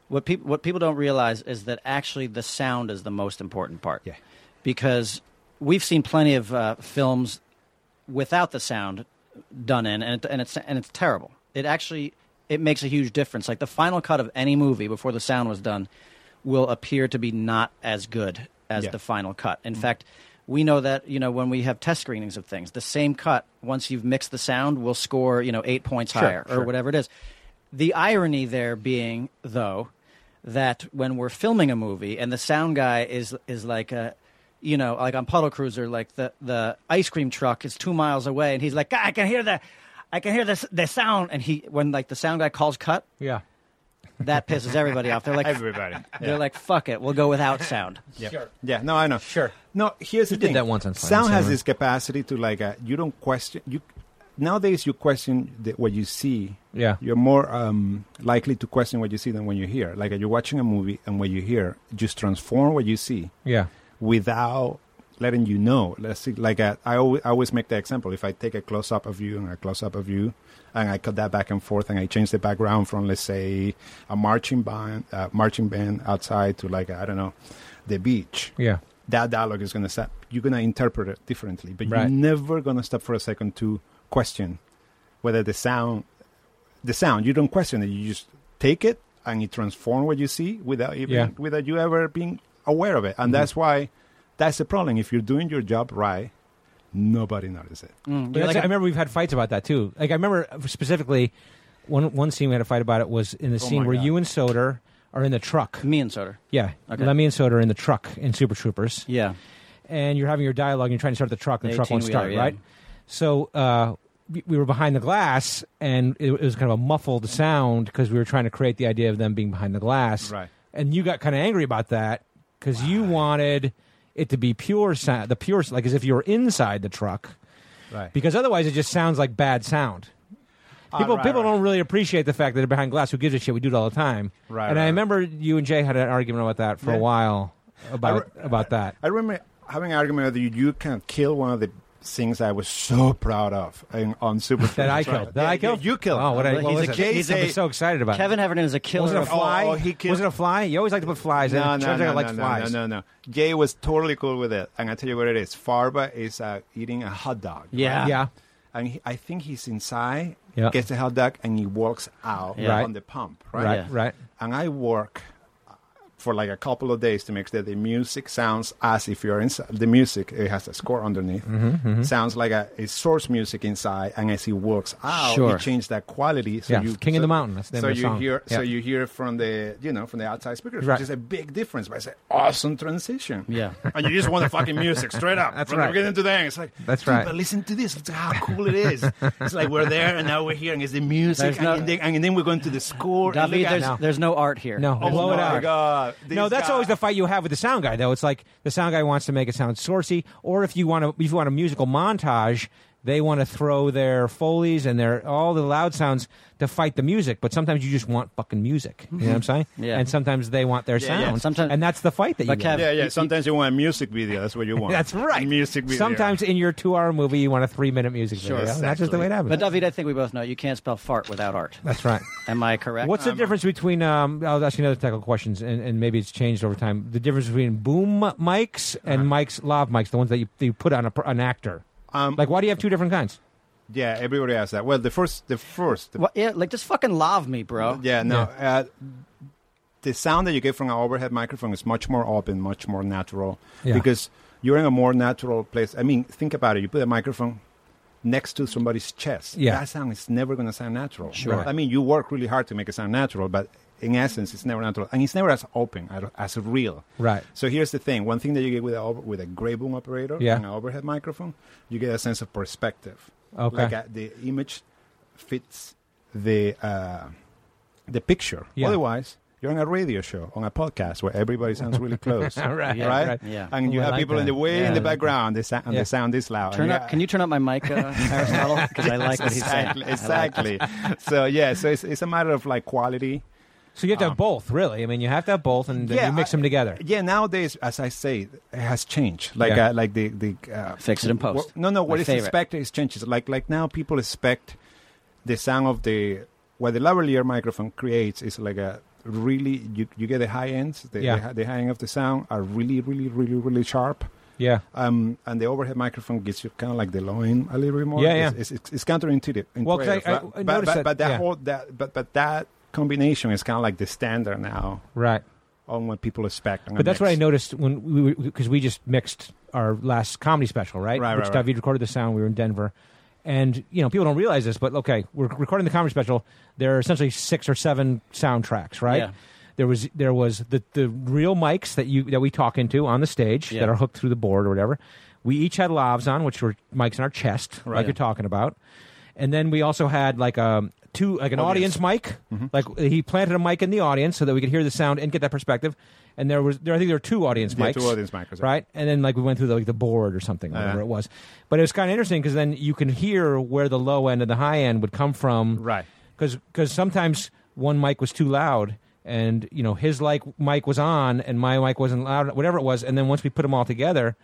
Speaker 5: what people what people don't realize is that actually the sound is the most important part.
Speaker 1: Yeah.
Speaker 5: Because we've seen plenty of uh, films without the sound done in, and it, and it's and it's terrible. It actually it makes a huge difference. Like the final cut of any movie before the sound was done will appear to be not as good as
Speaker 6: Yeah.
Speaker 5: the final cut. In fact, we know that you know when we have test screenings of things, the same cut once you've mixed the sound will score you know eight points higher or whatever it is. The irony there being though that when we're filming a movie and the sound guy is is like a you know, like on Puddle Cruiser, like the, the ice cream truck is two miles away, and he's like, "Ah, I can hear the, I can hear the the sound, and he when like the sound guy calls cut,
Speaker 1: yeah.
Speaker 5: that pisses everybody off. They're like,
Speaker 1: [LAUGHS]
Speaker 6: [LAUGHS] everybody
Speaker 5: they're like, fuck it, we'll go without sound.
Speaker 6: Yeah. Yeah. No, I know.
Speaker 1: Sure.
Speaker 6: No, here's the
Speaker 1: did
Speaker 6: thing.
Speaker 1: that once on Silence
Speaker 6: Sound has
Speaker 1: Summer.
Speaker 6: this capacity to like uh, you don't question you. Nowadays, you question the, what you see.
Speaker 1: Yeah.
Speaker 6: You're more um, likely to question what you see than when you hear. Like uh, you're watching a movie and what you hear just transform what you see
Speaker 1: yeah.
Speaker 6: without letting you know. Let's see, like uh, I, always, I always make the example. If I take a close up of you and a close up of you, and I cut that back and forth, and I change the background from let's say a marching band, uh, marching band outside to like I don't know, the beach.
Speaker 1: Yeah.
Speaker 6: That dialogue is going to stop. You're going to interpret it differently, but
Speaker 1: Right.
Speaker 6: you're never going to stop for a second to question whether the sound, the sound. You don't question it. You just take it and you transform what you see without even
Speaker 1: Yeah.
Speaker 6: without you ever being aware of it. And that's why that's the problem. If you're doing your job right, nobody notices it.
Speaker 5: Mm,
Speaker 1: But
Speaker 5: you're
Speaker 1: that's-
Speaker 5: like
Speaker 1: I
Speaker 5: a-
Speaker 1: remember we've had fights about that too. Like I remember uh, specifically one one scene we had a fight about it was in the
Speaker 6: Oh
Speaker 1: scene
Speaker 6: my
Speaker 1: where
Speaker 6: God.
Speaker 1: you and Soder are in the truck.
Speaker 5: me and Soder.
Speaker 1: Yeah,
Speaker 5: Okay.
Speaker 1: Lemmy and Soder are in the truck in Super Troopers,
Speaker 5: Yeah,
Speaker 1: and you're having your dialogue. and You're trying to start the truck, and the
Speaker 5: The
Speaker 1: truck won't start.
Speaker 5: 18-wheeler, yeah.
Speaker 1: Right. So uh, we- we were behind the glass, and it, it was kind of a muffled sound because we were trying to create the idea of them being behind the glass.
Speaker 6: Right.
Speaker 1: And you got kind of angry about that because you wanted it to be pure sound, the pure, like as if you were inside the truck
Speaker 6: Right.
Speaker 1: because otherwise it just sounds like bad sound.
Speaker 6: Ah,
Speaker 1: People,
Speaker 6: right,
Speaker 1: people
Speaker 6: right.
Speaker 1: don't really appreciate the fact that they're behind glass. Who gives a shit? We do it all the time.
Speaker 6: Right,
Speaker 1: And
Speaker 6: right,
Speaker 1: I
Speaker 6: right.
Speaker 1: remember you and Jay had an argument about that for
Speaker 6: Yeah.
Speaker 1: a while about
Speaker 6: re-
Speaker 1: about that.
Speaker 6: I remember having an argument whether you, you can kill one of the things I was so proud of in, on Super
Speaker 1: That I
Speaker 6: Troopers, right?
Speaker 1: killed. That
Speaker 6: Yeah,
Speaker 1: I
Speaker 6: you-
Speaker 1: killed.
Speaker 6: You, killed.
Speaker 1: Oh, what I,
Speaker 5: He's
Speaker 1: what
Speaker 5: a
Speaker 1: was it?
Speaker 5: kid- he's a-
Speaker 1: I'm so excited about.
Speaker 5: Kevin Heffernan is a
Speaker 1: was
Speaker 5: killer.
Speaker 1: it a
Speaker 5: of-
Speaker 1: fly?
Speaker 6: oh, he killed-
Speaker 1: Was it a fly? You always like to put flies. in.
Speaker 6: No,
Speaker 1: it
Speaker 6: no,
Speaker 1: turns
Speaker 6: no,
Speaker 1: out I
Speaker 6: no,
Speaker 1: like
Speaker 6: no,
Speaker 1: flies.
Speaker 6: no, no, no. Jay was totally cool with it, and I tell you what it is. Farba is uh, eating a hot dog.
Speaker 5: Yeah.
Speaker 6: right?
Speaker 1: Yeah.
Speaker 6: and he, I think he's inside,
Speaker 1: Yeah.
Speaker 6: gets the hot dog, and he walks out
Speaker 5: Yeah.
Speaker 6: on the pump, right?
Speaker 1: Right.
Speaker 5: Yeah.
Speaker 1: Right.
Speaker 6: And I work uh, for like a couple of days to make sure the music sounds as if you're inside. The music it has a score underneath.
Speaker 1: Mm-hmm,
Speaker 6: Sounds like a, it's source music inside, and as he walks out,
Speaker 5: Sure.
Speaker 6: you change that quality. So
Speaker 1: Yeah,
Speaker 6: you,
Speaker 1: King of
Speaker 6: so-
Speaker 1: the Mountain, that's the name
Speaker 6: so
Speaker 1: of the
Speaker 6: you
Speaker 1: song.
Speaker 6: hear, so
Speaker 1: Yeah.
Speaker 6: you hear from the you know from the outside speakers,
Speaker 1: Right.
Speaker 6: which is a big difference. But it's an awesome transition.
Speaker 5: Yeah.
Speaker 6: and you just want the fucking music straight up
Speaker 1: That's
Speaker 6: from
Speaker 1: right.
Speaker 6: the beginning to the end. It's like
Speaker 1: That's
Speaker 6: dude,
Speaker 1: right.
Speaker 6: But listen to this. It's how cool it is. it's like we're there and now we're here, and it's the music,
Speaker 5: There's
Speaker 6: and,
Speaker 5: no-
Speaker 6: then, and then we're going to the score. and
Speaker 5: David,
Speaker 6: look at-
Speaker 5: there's
Speaker 1: No.
Speaker 5: there's no art here.
Speaker 1: No.
Speaker 6: Oh
Speaker 1: blow it
Speaker 6: my
Speaker 1: out.
Speaker 6: God.
Speaker 1: no,
Speaker 6: These
Speaker 1: that's
Speaker 6: guys-
Speaker 1: always the fight you have with the sound guy, though. It's like the sound guy wants to make it sound sourcey, or if you want to, if you want a musical montage, they want to throw their foleys and their all the loud sounds to fight the music. But sometimes you just want fucking music. You know what I'm
Speaker 6: [LAUGHS]
Speaker 1: saying?
Speaker 5: Yeah.
Speaker 1: And sometimes they want their sound.
Speaker 5: yeah. Sometimes-
Speaker 1: and that's the fight that you.
Speaker 5: But
Speaker 1: get.
Speaker 5: Kev-
Speaker 6: [LAUGHS] Yeah, yeah. Sometimes you want a music video. That's [LAUGHS] what you want.
Speaker 1: That's right.
Speaker 6: A music video.
Speaker 1: Sometimes in your two-hour movie, you want a three-minute music video. That's just the
Speaker 6: exactly.
Speaker 1: way it happens.
Speaker 5: But David, I think we both know you can't spell fart without art.
Speaker 1: that's
Speaker 6: [LAUGHS]
Speaker 1: right.
Speaker 5: Am I correct?
Speaker 1: What's the
Speaker 6: Um,
Speaker 1: difference between? Um, I'll ask you another technical questions, and, and maybe it's changed over time. The difference between boom mics and mics, lav mics, the ones that you, that you put on a, per- an actor.
Speaker 6: Uh-huh. Um,
Speaker 1: like, why do you have two different kinds?
Speaker 6: Yeah, everybody asks that. Well, the first, the first, the-
Speaker 5: What, yeah, like just fucking love me, bro.
Speaker 6: yeah, no. Uh, the sound that you get from an overhead microphone is much more open, much more natural,
Speaker 1: Yeah.
Speaker 6: because you're in a more natural place. I mean, think about it. You put a microphone next to somebody's chest.
Speaker 1: Yeah.
Speaker 6: That sound is never going to sound natural.
Speaker 1: Sure.
Speaker 6: I mean, you work really hard to make it sound natural, but in essence, it's never natural, and it's never as open as- as real.
Speaker 1: Right.
Speaker 6: So here's the thing: one thing that you get with a over- with a gray boom operator
Speaker 1: Yeah.
Speaker 6: and an overhead microphone, you get a sense of perspective.
Speaker 1: Okay.
Speaker 6: Like uh, the image fits the uh, the picture.
Speaker 1: Yeah.
Speaker 6: Otherwise. You're on a radio show, on a podcast where everybody sounds
Speaker 1: [LAUGHS]
Speaker 6: really close,
Speaker 1: [LAUGHS] Right,
Speaker 5: Yeah,
Speaker 6: right?
Speaker 1: right.
Speaker 5: Yeah.
Speaker 6: And you
Speaker 1: Ooh, Oh, I
Speaker 6: have
Speaker 1: like
Speaker 6: people in
Speaker 1: that.
Speaker 6: the way
Speaker 1: Yeah, I
Speaker 6: in the
Speaker 1: like that.
Speaker 6: background, the sa- and
Speaker 1: Yeah.
Speaker 6: the sound is loud.
Speaker 5: Turn
Speaker 6: And
Speaker 5: up. Can you turn up my mic, uh,
Speaker 6: [LAUGHS]
Speaker 5: Aristotle? Because I like what he's saying.
Speaker 6: exactly, exactly. so yeah, so it's, it's a matter of like quality.
Speaker 1: So you have to have both, really. I mean, you have to have both, and then
Speaker 6: Um, Yeah,
Speaker 1: you mix
Speaker 6: I-
Speaker 1: them together.
Speaker 6: Yeah, nowadays, as I say, it has changed. Like
Speaker 1: Yeah.
Speaker 6: uh, like the the uh,
Speaker 5: Fix it in post.
Speaker 6: wha- no, no, what
Speaker 5: My
Speaker 6: is
Speaker 5: favorite.
Speaker 6: expected is changes. Like like now, people expect the sound of the what the lavalier microphone creates is like a really you you get the high ends. The,
Speaker 1: Yeah.
Speaker 6: the, hi- the high end of the sound are really really really really sharp.
Speaker 1: Yeah.
Speaker 6: Um, and the overhead microphone gives you kind of like the low end a little bit more.
Speaker 1: Yeah,
Speaker 6: It's-
Speaker 1: yeah.
Speaker 6: It's, it's, it's counterintuitive.
Speaker 1: Well, 'cause I-
Speaker 6: intuitive,
Speaker 1: I-
Speaker 6: but-
Speaker 1: I
Speaker 6: but,
Speaker 1: noticed
Speaker 6: but,
Speaker 1: that,
Speaker 6: but that
Speaker 1: yeah.
Speaker 6: whole that but but that combination is kind of like the standard now
Speaker 1: Right.
Speaker 6: on what people expect. on a
Speaker 1: But that's what I
Speaker 6: mix.
Speaker 1: noticed when we because we just mixed our last comedy special, right?
Speaker 6: Right,
Speaker 1: Which
Speaker 6: right, right.
Speaker 1: David recorded the sound. We were in Denver, and you know people don't realize this, but okay, we're recording the comedy special. There are essentially six or seven soundtracks, right?
Speaker 5: Yeah.
Speaker 1: There was there was the the real mics that you that we talk into on the stage
Speaker 5: Yeah.
Speaker 1: that are hooked through the board or whatever. We each had lavs on, which were mics in our chest,
Speaker 5: Right.
Speaker 1: like you're talking about, and then we also had like um two like an audience, mic,
Speaker 6: Mm-hmm.
Speaker 1: like he planted a mic in the audience so that we could hear the sound and get that perspective. And there was there I think there were two audience
Speaker 6: Yeah,
Speaker 1: mics,
Speaker 6: two audience mics, yeah.
Speaker 1: right? And then like we went through the, like the board or something, whatever
Speaker 6: Uh-huh.
Speaker 1: it was. But it was kind of interesting because then you can hear where the low end and the high end would come from,
Speaker 6: Right.
Speaker 1: Because sometimes one mic was too loud, and you know his like mic was on, and my mic wasn't loud, whatever it was. And then once we put them all together.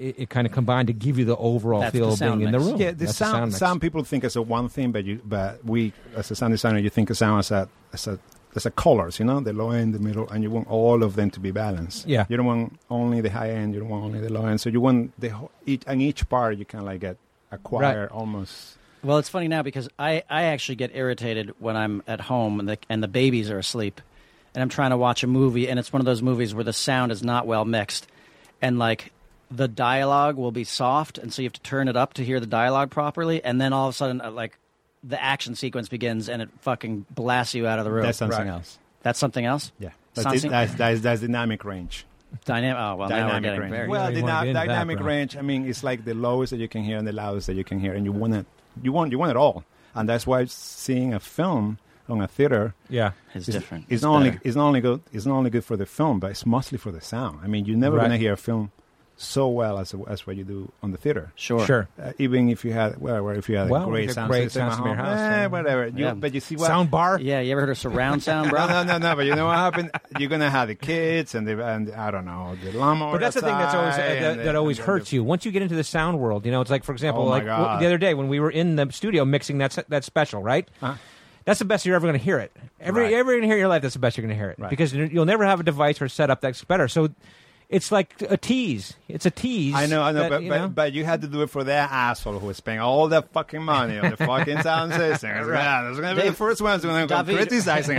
Speaker 1: It, it kind of combined to give you the overall
Speaker 5: That's the
Speaker 1: feel of being
Speaker 5: sound
Speaker 1: in the
Speaker 5: mix.
Speaker 1: room.
Speaker 6: Yeah, the
Speaker 1: That's
Speaker 6: sound.
Speaker 1: mix.
Speaker 6: some people think as a one thing, but you, but we as a sound designer, you think of sound as a as a as a colors, you know, the low end, the middle, and you want all of them to be balanced.
Speaker 1: Yeah.
Speaker 6: you don't want only the high end, you don't want only the low end. So you want the whole, each, and each part you can like get acquire almost.
Speaker 5: Well, it's funny now because I, I actually get irritated when I'm at home and the, and the babies are asleep and I'm trying to watch a movie and it's one of those movies where the sound is not well mixed and like the dialogue will be soft and so you have to turn it up to hear the dialogue properly and then all of a sudden uh, like the action sequence begins and it fucking blasts you out of the room.
Speaker 6: That's something else.
Speaker 5: That's something else?
Speaker 6: Yeah, that's,
Speaker 5: Something
Speaker 6: it, that's, that's that's dynamic range.
Speaker 5: dynamic. Oh, well, now we're
Speaker 6: dynamic
Speaker 5: getting
Speaker 6: range.
Speaker 5: very
Speaker 6: well,
Speaker 1: You
Speaker 6: the
Speaker 1: wanna
Speaker 6: na-
Speaker 1: get into that,
Speaker 6: dynamic
Speaker 1: bro.
Speaker 6: range. I mean, it's like the lowest that you can hear and the loudest that you can hear, and you want it. You want you want it all, and that's why seeing a film on a theater
Speaker 1: yeah,
Speaker 5: it's
Speaker 6: It's-
Speaker 5: different.
Speaker 6: It's, not only
Speaker 5: better.
Speaker 6: it's not only good it's not only good for the film, but it's mostly for the sound. I mean, you're never
Speaker 1: Right.
Speaker 6: going to hear a film so well as as what you do on the theater.
Speaker 5: Sure.
Speaker 1: sure.
Speaker 6: Uh, even if you had well, well, if you had
Speaker 1: Well,
Speaker 6: a great
Speaker 1: with a
Speaker 6: sound
Speaker 1: great sound
Speaker 6: system, at
Speaker 1: system in your
Speaker 6: home,
Speaker 1: house,
Speaker 6: eh,
Speaker 1: yeah.
Speaker 6: whatever. You,
Speaker 5: Yeah.
Speaker 6: But you see what
Speaker 1: sound bar.
Speaker 5: Yeah, you ever heard of surround sound, bro?
Speaker 6: No, [LAUGHS] no, no, no. But you know what happened? You're gonna have the kids and the and I don't know the lawnmower.
Speaker 1: But that's the thing that's always uh,
Speaker 6: outside
Speaker 1: that,
Speaker 6: and the-
Speaker 1: that always
Speaker 6: and the-
Speaker 1: hurts you. Once you get into the sound world, you know, it's like for example,
Speaker 6: Oh, my
Speaker 1: like w-
Speaker 6: God.
Speaker 1: the other day when we were in the studio mixing that s- that special, right?
Speaker 6: Huh?
Speaker 1: That's the best you're ever going to hear it. Every
Speaker 6: Uh-huh. Right.
Speaker 1: ever going to hear it in your life, that's the best you're going to hear it
Speaker 6: Right.
Speaker 1: because you'll never have a device or setup that's better. So it's like a tease. It's a tease.
Speaker 6: I know, I know,
Speaker 1: that,
Speaker 6: but,
Speaker 1: you
Speaker 6: but, but you had to do it for that asshole who spent all that fucking
Speaker 1: [LAUGHS]
Speaker 6: money on the fucking sound system. It's gonna- it's gonna be the
Speaker 5: Dave-
Speaker 6: first ones who are gonna go
Speaker 5: David-
Speaker 6: criticizing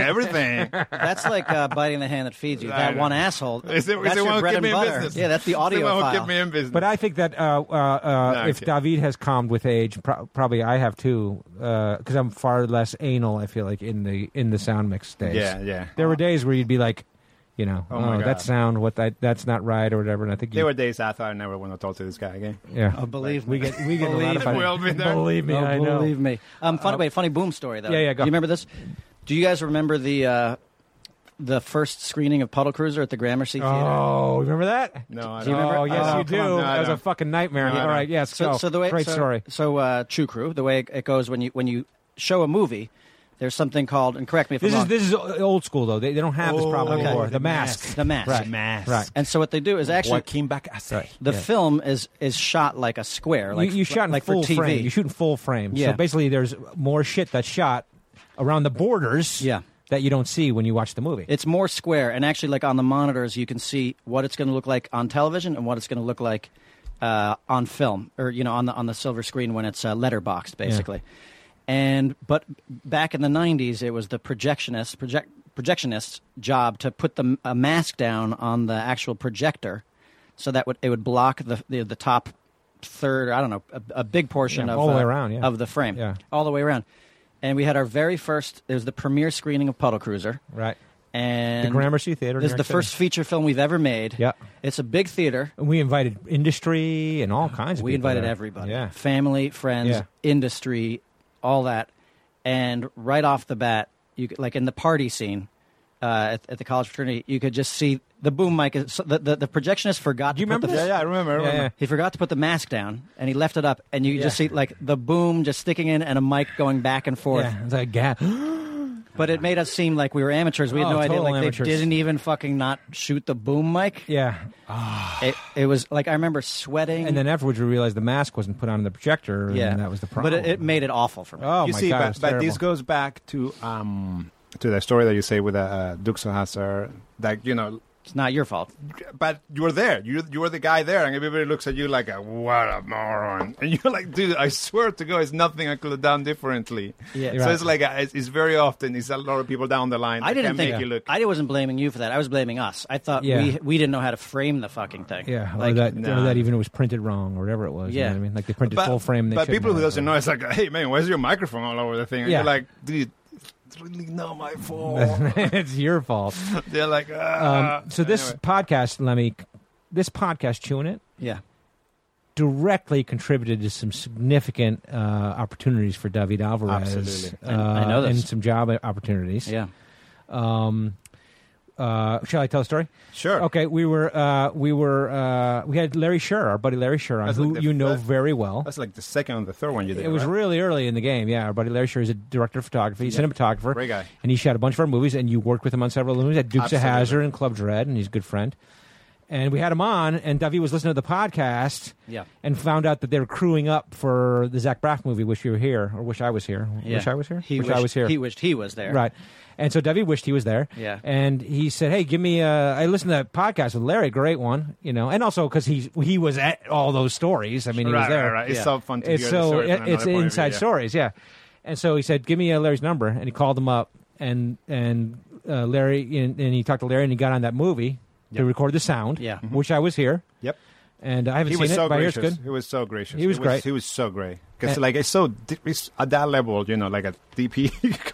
Speaker 1: [LAUGHS]
Speaker 6: everything.
Speaker 5: That's like uh, biting the hand that feeds you.
Speaker 6: I [LAUGHS]
Speaker 5: That
Speaker 6: know.
Speaker 5: one asshole.
Speaker 6: Is it- is
Speaker 5: that's
Speaker 6: it
Speaker 5: your
Speaker 6: won't
Speaker 5: bread
Speaker 6: keep
Speaker 5: and
Speaker 6: me in
Speaker 5: butter.
Speaker 6: business?
Speaker 5: Yeah, that's the audio
Speaker 6: Someone who
Speaker 5: file.
Speaker 6: kept me in business.
Speaker 1: But I think that uh, uh, uh,
Speaker 6: No,
Speaker 1: if
Speaker 6: okay.
Speaker 1: David has calmed with age, pro- probably I have too, because I'm far less anal. I feel like in the in the sound mix days.
Speaker 6: Yeah, yeah.
Speaker 1: There were days where you'd be like, you know, oh,
Speaker 6: Oh my God.
Speaker 1: that sound, what that that's not right or whatever. And I think you,
Speaker 6: There were days I thought I never want to talk to this guy again.
Speaker 1: yeah,
Speaker 5: Oh, believe
Speaker 1: we
Speaker 5: me.
Speaker 1: get we get a lot
Speaker 5: Believe
Speaker 1: of funny-
Speaker 5: me.
Speaker 6: We'll be there.
Speaker 1: Believe me,
Speaker 5: Oh,
Speaker 1: I know. Uh,
Speaker 5: believe me. Um, funny, wait, funny boom story though.
Speaker 1: Yeah, yeah, go.
Speaker 5: Do you remember this? Do you guys remember the uh, the first screening of Puddle Cruiser at the Gramercy Theater?
Speaker 1: Oh, remember that?
Speaker 6: No, I
Speaker 5: Do you
Speaker 6: don't.
Speaker 5: remember-
Speaker 1: Oh, yes,
Speaker 5: Oh,
Speaker 1: you
Speaker 6: come
Speaker 1: do.
Speaker 6: on. No, I
Speaker 1: that was a
Speaker 6: don't.
Speaker 1: fucking nightmare.
Speaker 6: No, I
Speaker 1: All right,
Speaker 6: don't.
Speaker 1: yes,
Speaker 5: So,
Speaker 1: go.
Speaker 5: so the way
Speaker 1: great
Speaker 5: so,
Speaker 1: story.
Speaker 5: So uh, True Crew, the way it goes when you when you show a movie, there's something called and correct me if
Speaker 1: This
Speaker 5: I'm
Speaker 1: is
Speaker 5: wrong.
Speaker 1: this is old school though. They, they don't have this problem
Speaker 6: Oh,
Speaker 1: anymore.
Speaker 6: okay.
Speaker 1: The mask.
Speaker 5: The mask.
Speaker 1: Right.
Speaker 6: Mask.
Speaker 1: Right.
Speaker 5: And so what they do is actually
Speaker 6: Joaquin back
Speaker 1: Right.
Speaker 5: the
Speaker 1: Yeah.
Speaker 5: film is is shot like a square. Like
Speaker 1: you, you shot in
Speaker 5: like
Speaker 1: full
Speaker 5: for TV.
Speaker 1: frame. You shoot in full frame.
Speaker 5: Yeah.
Speaker 1: So basically, there's more shit that's shot around the borders.
Speaker 5: Yeah.
Speaker 1: That you don't see when you watch the movie.
Speaker 5: It's more square, and actually, like on the monitors, you can see what it's going to look like on television and what it's going to look like uh, on film, or you know, on the on the silver screen when it's uh, letterboxed, basically. And but back in the '90s, it was the projectionist project projectionist's job to put the a mask down on the actual projector, so that would it would block the the, the top third. I don't know, a, a big portion
Speaker 1: Yeah,
Speaker 5: of
Speaker 1: all the
Speaker 5: uh,
Speaker 1: way around, yeah.
Speaker 5: of the frame,
Speaker 1: Yeah.
Speaker 5: all the way around. and we had our very first. It was the premiere screening of Puddle Cruiser,
Speaker 1: Right.
Speaker 5: and
Speaker 1: the Gramercy Theater. in
Speaker 5: This
Speaker 1: New
Speaker 5: is the
Speaker 1: York City.
Speaker 5: first feature film we've ever made.
Speaker 1: Yeah.
Speaker 5: it's a big theater.
Speaker 1: And we invited industry and all kinds of
Speaker 5: We
Speaker 1: people
Speaker 5: invited
Speaker 1: there.
Speaker 5: everybody,
Speaker 1: Yeah.
Speaker 5: family, friends,
Speaker 1: Yeah.
Speaker 5: industry, all that, and right off the bat, you could- like in the party scene uh, at, at the college fraternity, you could just see the boom mic. Is, so the, the the projectionist forgot.
Speaker 1: Do you
Speaker 5: to put
Speaker 1: remember
Speaker 5: the,
Speaker 1: this?
Speaker 7: Yeah, I remember. I
Speaker 1: Yeah,
Speaker 7: remember.
Speaker 1: yeah.
Speaker 5: He forgot to put the mask down, and he left it up, and you could just
Speaker 1: Yeah.
Speaker 5: see like the boom just sticking in and a mic going back and forth.
Speaker 1: Yeah, it's like gap. [GASPS]
Speaker 5: But it made us seem like we were amateurs. We had
Speaker 1: Oh,
Speaker 5: no idea.
Speaker 1: total
Speaker 5: Like
Speaker 1: amateurs.
Speaker 5: they didn't even fucking not shoot the boom mic.
Speaker 1: yeah,
Speaker 5: It, it was like I remember sweating.
Speaker 1: and then afterwards we realized the mask wasn't put on the projector, and
Speaker 5: yeah,
Speaker 1: that was the problem.
Speaker 5: But it, it made it awful for me.
Speaker 1: oh
Speaker 7: you
Speaker 1: my
Speaker 7: see,
Speaker 1: god, it was
Speaker 7: but, but this
Speaker 1: terrible.
Speaker 7: goes back to um, to the story that you say with uh, uh, Dukes of Hazzard, Like you know,
Speaker 5: It's not your fault.
Speaker 7: but you were there. You you were the guy there, and everybody looks at you like a what a moron. And you're like, dude, I swear to God, it's nothing I could have done differently.
Speaker 5: Yeah.
Speaker 7: So
Speaker 1: Right.
Speaker 7: it's like a, it's, it's very often it's a lot of people down the line.
Speaker 5: I
Speaker 7: that
Speaker 5: didn't
Speaker 7: can
Speaker 5: think
Speaker 7: make you look.
Speaker 5: I wasn't blaming you for that. I was blaming us. I thought
Speaker 1: Yeah.
Speaker 5: we we didn't know how to frame the fucking thing.
Speaker 1: Yeah,
Speaker 5: like
Speaker 1: or that,
Speaker 7: nah.
Speaker 1: or that even it was printed wrong or whatever it was. you know
Speaker 5: Yeah.
Speaker 1: what I mean, like they printed full frame. They
Speaker 7: but people who
Speaker 1: shouldn't
Speaker 7: doesn't know,
Speaker 1: have.
Speaker 7: it's like, hey man, where's your microphone all over the thing? And
Speaker 1: Yeah.
Speaker 7: you're like, dude, it's really not my
Speaker 1: [LAUGHS]
Speaker 7: fault.
Speaker 1: it's your fault.
Speaker 7: They're like,
Speaker 1: Um,
Speaker 7: ah.
Speaker 1: so this
Speaker 7: Anyway.
Speaker 1: podcast, Lemmy, this podcast, chewing it
Speaker 5: yeah.
Speaker 1: directly contributed to some significant uh, opportunities for David Alvarez.
Speaker 7: Absolutely.
Speaker 1: uh,
Speaker 5: I- I know this.
Speaker 1: and some job opportunities.
Speaker 5: Yeah.
Speaker 1: Um, uh, shall I tell a story?
Speaker 7: sure.
Speaker 1: Okay, we were uh, we were uh, we had Larry Sher, our buddy Larry Sher, on,
Speaker 7: That's
Speaker 1: who
Speaker 7: like the
Speaker 1: you know
Speaker 7: first-
Speaker 1: very well.
Speaker 7: That's like the second or the third one you did.
Speaker 1: It was
Speaker 7: right?
Speaker 1: really early in the game. Yeah, our buddy Larry Sher is a director of photography, cinematographer,
Speaker 7: Great guy.
Speaker 1: and he shot a bunch of our movies. And you worked with him on several of the movies at Dukes
Speaker 7: Absolutely.
Speaker 1: of Hazard and Club Dread, and he's a good friend. And we had him on, and Davy was listening to the podcast,
Speaker 5: Yeah.
Speaker 1: and found out that they were crewing up for the Zach Braff movie. Wish you were here, or wish I was here.
Speaker 5: Yeah.
Speaker 1: Wish I was here.
Speaker 5: He
Speaker 1: wish
Speaker 5: wished,
Speaker 1: I was here.
Speaker 5: He wished he was there.
Speaker 1: Right. And so Debbie wished he was there.
Speaker 5: Yeah.
Speaker 1: And he said, "Hey, give me." A, I listened to that podcast with Larry. Great one, you know. And also because he he was at all those stories. I mean, he was
Speaker 7: Right,
Speaker 1: there.
Speaker 7: right, right. It's
Speaker 5: Yeah.
Speaker 7: so fun to
Speaker 1: It's
Speaker 7: hear the
Speaker 1: so
Speaker 7: story from
Speaker 1: it-
Speaker 7: another
Speaker 1: it's
Speaker 7: point of view,
Speaker 1: inside
Speaker 7: yeah.
Speaker 1: stories, yeah. And so he said, "Give me uh, Larry's number," and he called him up, and and uh, Larry and, and he talked to Larry, and he got on that movie to
Speaker 7: Yep.
Speaker 1: record the sound. Mm-hmm.
Speaker 5: Yeah. Mhm.
Speaker 1: Which I was here,
Speaker 7: Yep.
Speaker 1: and I haven't
Speaker 7: He
Speaker 1: seen
Speaker 7: was
Speaker 1: it,
Speaker 7: so
Speaker 1: but I hear it's
Speaker 7: gracious.
Speaker 1: good.
Speaker 7: He was so gracious.
Speaker 1: He was great.
Speaker 7: He was so great. Because
Speaker 1: And-
Speaker 7: like it's so di- it's at that level, you know, like a [LAUGHS] DP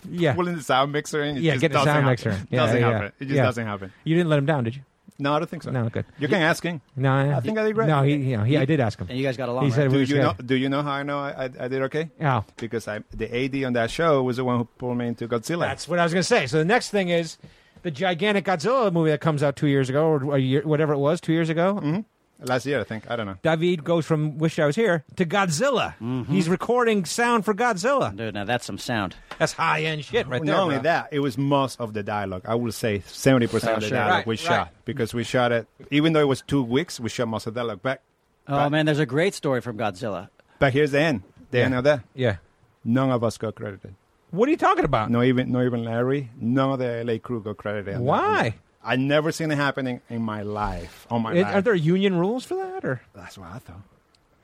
Speaker 1: Yeah.
Speaker 7: pulling the sound mixer in. It
Speaker 1: Yeah,
Speaker 7: just
Speaker 1: get the
Speaker 7: doesn't
Speaker 1: sound
Speaker 7: happen.
Speaker 1: mixer in. Yeah,
Speaker 7: doesn't
Speaker 1: yeah,
Speaker 7: happen. It just
Speaker 1: yeah.
Speaker 7: doesn't happen.
Speaker 1: You didn't let him down, did you?
Speaker 7: No, I don't think so.
Speaker 1: No, good.
Speaker 7: You can ask him.
Speaker 1: No, I,
Speaker 7: think I did great.
Speaker 1: No, he, you know, he, I did ask him.
Speaker 5: And you guys got along.
Speaker 1: he
Speaker 5: right?
Speaker 1: said,
Speaker 7: Do
Speaker 1: we
Speaker 7: you know? Do you know how I know I, I, I did okay?
Speaker 1: Yeah.
Speaker 7: Because I the AD on that show was the one who pulled me into Godzilla.
Speaker 1: That's what I was going to say. So the next thing is the gigantic Godzilla movie that comes out two years ago, or a year, whatever it was, two years ago.
Speaker 7: last year, I think. I don't know.
Speaker 1: David goes from "Wish I Was Here" to Godzilla.
Speaker 7: Mm-hmm.
Speaker 1: He's recording sound for Godzilla.
Speaker 5: Dude, now that's some sound.
Speaker 1: That's high end shit, right
Speaker 7: Well,
Speaker 1: there.
Speaker 7: not only
Speaker 1: bro.
Speaker 7: that, it was most of the dialogue. I will say seventy percent of the
Speaker 5: sure.
Speaker 7: dialogue
Speaker 1: Right,
Speaker 7: we
Speaker 1: right.
Speaker 7: shot because we shot it. Even though it was two weeks, we shot most of the dialogue. But
Speaker 5: Oh man, there's a great story from Godzilla.
Speaker 7: but here's the end. The end of that.
Speaker 1: Yeah.
Speaker 7: None of us got credited.
Speaker 1: What are you talking about?
Speaker 7: No, even no, even Larry. None of the LA crew got credited. on that.
Speaker 1: Why?
Speaker 7: I never seen it happening in my life. On my
Speaker 1: It-
Speaker 7: life.
Speaker 1: are there union rules for that, or
Speaker 7: That's what I thought.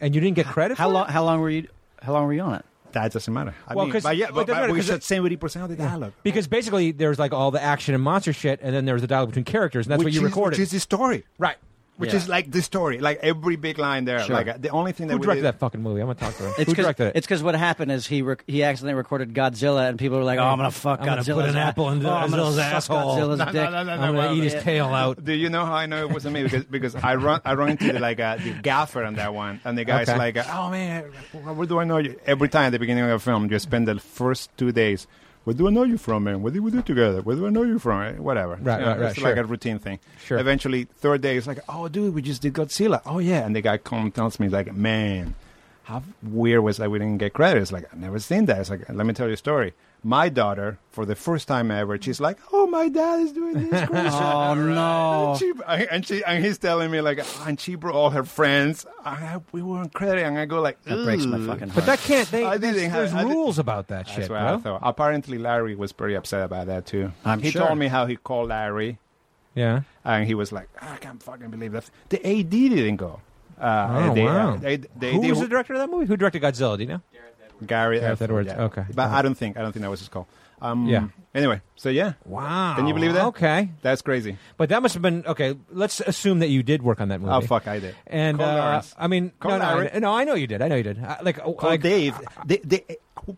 Speaker 1: and you didn't get credit?
Speaker 5: How
Speaker 1: for
Speaker 5: long?
Speaker 1: It?
Speaker 5: How long were you? How long were you on it?
Speaker 7: That doesn't matter. I
Speaker 1: Well,
Speaker 7: mean,
Speaker 1: 'cause-
Speaker 7: but yeah,
Speaker 1: well, it
Speaker 7: but,
Speaker 1: doesn't
Speaker 7: but
Speaker 1: matter
Speaker 7: we
Speaker 1: 'cause
Speaker 7: shot
Speaker 1: it-
Speaker 7: seventy percent of the dialogue.
Speaker 1: Because basically, there's like all the action and monster shit, and then there's the dialogue between characters, and that's what
Speaker 7: Which
Speaker 1: you
Speaker 7: is-
Speaker 1: recorded,
Speaker 7: Which is the story,
Speaker 1: right?
Speaker 7: Which
Speaker 5: Yeah.
Speaker 7: is like the story, like every big line there.
Speaker 1: Sure.
Speaker 7: Like uh, the only thing that
Speaker 1: Who
Speaker 7: we
Speaker 1: directed
Speaker 7: did,
Speaker 1: that fucking movie? I'm gonna talk to him. Who
Speaker 5: It's
Speaker 1: directed it?
Speaker 5: it's because what happened is he rec- he accidentally recorded Godzilla, and people were like, "Oh, I'm gonna fuck
Speaker 1: I'm gonna
Speaker 5: Godzilla."
Speaker 1: put an apple in
Speaker 5: oh, I'm gonna
Speaker 1: Godzilla's
Speaker 5: suck
Speaker 1: asshole.
Speaker 5: Godzilla's
Speaker 7: No, no,
Speaker 5: dick.
Speaker 7: no, no,
Speaker 1: I'm gonna
Speaker 7: well,
Speaker 1: eat his
Speaker 5: yeah.
Speaker 1: tail out.
Speaker 7: Do you know how I know it
Speaker 1: [LAUGHS]
Speaker 7: wasn't me? Because because I run I run into the, like uh, the gaffer on that one, and the guy's
Speaker 1: Okay.
Speaker 7: like, uh, "Oh man, where do I know you?" Every time at the beginning of a film, you spend the first two days. Where do I know you from, man? What did we do together? Where do I know you from? Eh, Whatever.
Speaker 1: Right,
Speaker 7: You know,
Speaker 1: right, right,
Speaker 7: It's like
Speaker 1: sure.
Speaker 7: a routine thing.
Speaker 1: Sure.
Speaker 7: Eventually, third day, it's like, oh, dude, we just did Godzilla. Oh, yeah. And the guy comes and tells me, like, man, how weird was that we didn't get credit? It's like, I've never seen that. It's like, let me tell you a story. My daughter, for the first time ever, she's like, oh, my dad is
Speaker 1: [LAUGHS]
Speaker 7: doing this crazy
Speaker 5: Oh no!
Speaker 7: and she, and she and he's telling me like "Ah," and she brought all her friends and I, we were on credit and I go like
Speaker 5: That breaks my
Speaker 7: "Ugh."
Speaker 5: fucking heart.
Speaker 1: But that can't. They,
Speaker 7: I didn't
Speaker 1: there's
Speaker 7: have-
Speaker 1: there's
Speaker 7: I did-
Speaker 1: rules about that
Speaker 7: That's
Speaker 1: shit,
Speaker 7: what
Speaker 1: bro.
Speaker 7: I thought. Apparently Larry was pretty upset about that too.
Speaker 5: I'm
Speaker 7: he
Speaker 5: sure.
Speaker 7: told me how he called Larry
Speaker 1: Yeah.
Speaker 7: and he was like "Ah, I can't fucking believe that the AD didn't go. Uh,
Speaker 1: Oh,
Speaker 7: they-
Speaker 1: wow.
Speaker 7: uh, they- they-
Speaker 1: who
Speaker 7: they-
Speaker 1: was the director of that movie? Who directed Godzilla? Do you know?
Speaker 7: Gary
Speaker 1: Gareth Edwards, okay.
Speaker 7: but
Speaker 1: Uh,
Speaker 7: I don't think I don't think that was his call. Um,
Speaker 1: Yeah.
Speaker 7: Anyway, so yeah,
Speaker 1: Wow.
Speaker 7: Can you believe that?
Speaker 1: Okay.
Speaker 7: that's crazy.
Speaker 1: But that must have been okay. Let's assume that you did work on that movie.
Speaker 7: Oh fuck, I did.
Speaker 1: And
Speaker 7: Call
Speaker 1: uh,
Speaker 7: Lawrence.
Speaker 1: I mean,
Speaker 7: Call
Speaker 1: no, no, I,
Speaker 7: Larry.
Speaker 1: no, I know you did. I know you did. I, like, oh,
Speaker 7: Call
Speaker 1: like
Speaker 7: Dave. the, the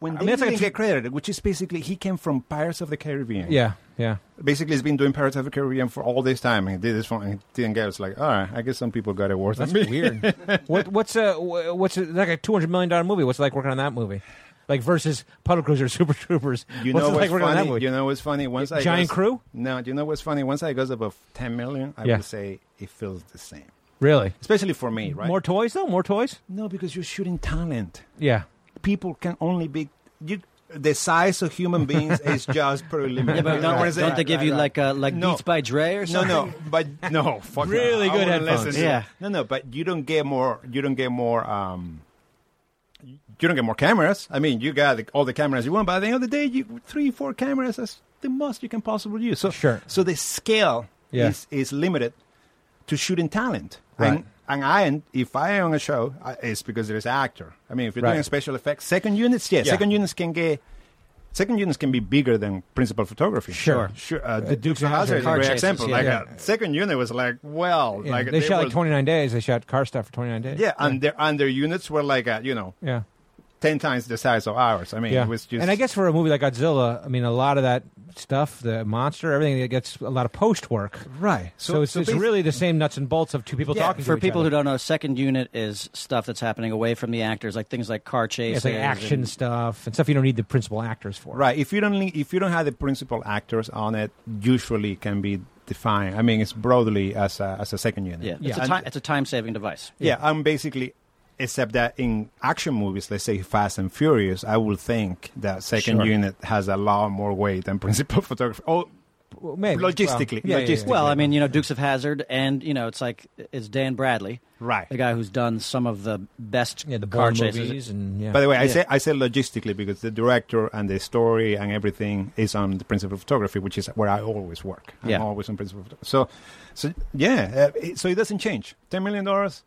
Speaker 7: when
Speaker 1: I
Speaker 7: they
Speaker 1: mean, that's like a
Speaker 7: didn't
Speaker 1: tr-
Speaker 7: get credited, which is basically he came from Pirates of the Caribbean.
Speaker 1: Yeah, yeah.
Speaker 7: basically he's been doing Pirates of the Caribbean for all this time. And he did this one, and he didn't get. It. It's like, all right, I guess some people got it worse [LAUGHS]
Speaker 1: That's
Speaker 7: than me.
Speaker 1: weird. what, what's a wha- what's a, like a two hundred million dollar movie? What's it like working on that movie? Like versus Puddle Cruiser, [LAUGHS] Super Troopers.
Speaker 7: You
Speaker 1: what's
Speaker 7: know
Speaker 1: it
Speaker 7: what's
Speaker 1: like working on that
Speaker 7: funny?
Speaker 1: movie?
Speaker 7: You know what's funny? Once I
Speaker 1: Giant
Speaker 7: goes-
Speaker 1: Crew?
Speaker 7: No, do you know what's funny? Once I goes above ten million, I
Speaker 1: Yeah.
Speaker 7: would say it feels the same.
Speaker 1: really?
Speaker 7: Especially for me, right?
Speaker 1: More toys though. More toys.
Speaker 7: no, because you're shooting talent.
Speaker 1: Yeah.
Speaker 7: People can only be you. The size of human
Speaker 1: [LAUGHS]
Speaker 7: beings is just pretty limited.
Speaker 5: Yeah, but
Speaker 7: You know
Speaker 5: don't,
Speaker 7: what I'm saying?
Speaker 5: don't they give you
Speaker 7: Right,
Speaker 5: like uh, like
Speaker 7: No.
Speaker 5: Beats by Dre or
Speaker 7: No,
Speaker 5: something?
Speaker 7: no, but [LAUGHS] no, fuck no.
Speaker 1: Really
Speaker 7: I
Speaker 1: good
Speaker 7: wouldn't
Speaker 1: headphones.
Speaker 7: listen to-
Speaker 5: Yeah.
Speaker 7: No, no, but you don't get more. You don't get more. Um, you don't get more cameras. I mean, you got the, all the cameras you want, but at the end of the day, you three, four cameras is the most you can possibly use. So
Speaker 1: Sure.
Speaker 7: So the scale
Speaker 1: Yeah.
Speaker 7: is is limited to shooting talent.
Speaker 1: Right.
Speaker 7: And, and I, and if I own a show, I, it's because there's an actor. I mean, if you're
Speaker 1: Right.
Speaker 7: doing special effects, second units, yeah,
Speaker 1: Yeah.
Speaker 7: second units can get. Second units can be bigger than principal photography.
Speaker 1: Sure.
Speaker 7: sure. Uh, the Dukes
Speaker 1: Dukes of
Speaker 7: of Hazzard
Speaker 1: Hazzard.
Speaker 7: is a
Speaker 5: Car
Speaker 7: great
Speaker 5: chases,
Speaker 7: example.
Speaker 5: yeah.
Speaker 7: Like
Speaker 1: Yeah.
Speaker 7: uh, second unit was like, well,
Speaker 1: Yeah.
Speaker 7: like
Speaker 1: they shot
Speaker 7: were-
Speaker 1: like twenty nine days. They shot car stuff for twenty nine days.
Speaker 7: Yeah, and their and their units were like, uh, you know,
Speaker 1: Yeah.
Speaker 7: ten times the size of ours. I mean,
Speaker 1: Yeah.
Speaker 7: it was just.
Speaker 1: and I guess for a movie like Godzilla, I mean, a lot of that stuff, the monster, everything, it gets a lot of post work.
Speaker 7: right.
Speaker 1: So, it's, it's
Speaker 7: basi-
Speaker 1: really the same nuts and bolts of two people
Speaker 7: Yeah,
Speaker 1: talking
Speaker 5: For
Speaker 1: to each
Speaker 5: people
Speaker 1: other.
Speaker 5: who don't know, second unit is stuff that's happening away from the actors, like things like car chases,
Speaker 1: Yeah, it's like action
Speaker 5: and-
Speaker 1: stuff and stuff you don't need the principal actors for.
Speaker 7: right. If you don't link- if you don't have the principal actors on it, usually it can be defined. I mean, it's broadly as a, as a second unit.
Speaker 5: Yeah,
Speaker 1: Yeah.
Speaker 5: It's, a time, it's a time-saving device.
Speaker 7: Yeah, I'm basically, except that in action movies, let's say Fast and Furious, I would think that second
Speaker 5: Sure.
Speaker 7: unit has a lot more weight than [LAUGHS] principal photography. Oh,
Speaker 1: Well, maybe. Well,
Speaker 7: Logistically,
Speaker 1: yeah, yeah, yeah,
Speaker 7: logistically.
Speaker 5: Well, I mean, you know, Dukes of Hazard, and you know, it's like it's Dan Bradley,
Speaker 7: right.
Speaker 5: the guy who's done some of the best
Speaker 1: yeah, the bar
Speaker 5: car chases.
Speaker 1: movies and yeah.
Speaker 7: By the way, I
Speaker 5: Yeah.
Speaker 7: say I say logistically because the director and the story and everything is on the principal photography, which is where I always work. I'm
Speaker 5: Yeah.
Speaker 7: always on principal. Photography. So, so yeah, uh, it, so it doesn't change. Ten million dollars.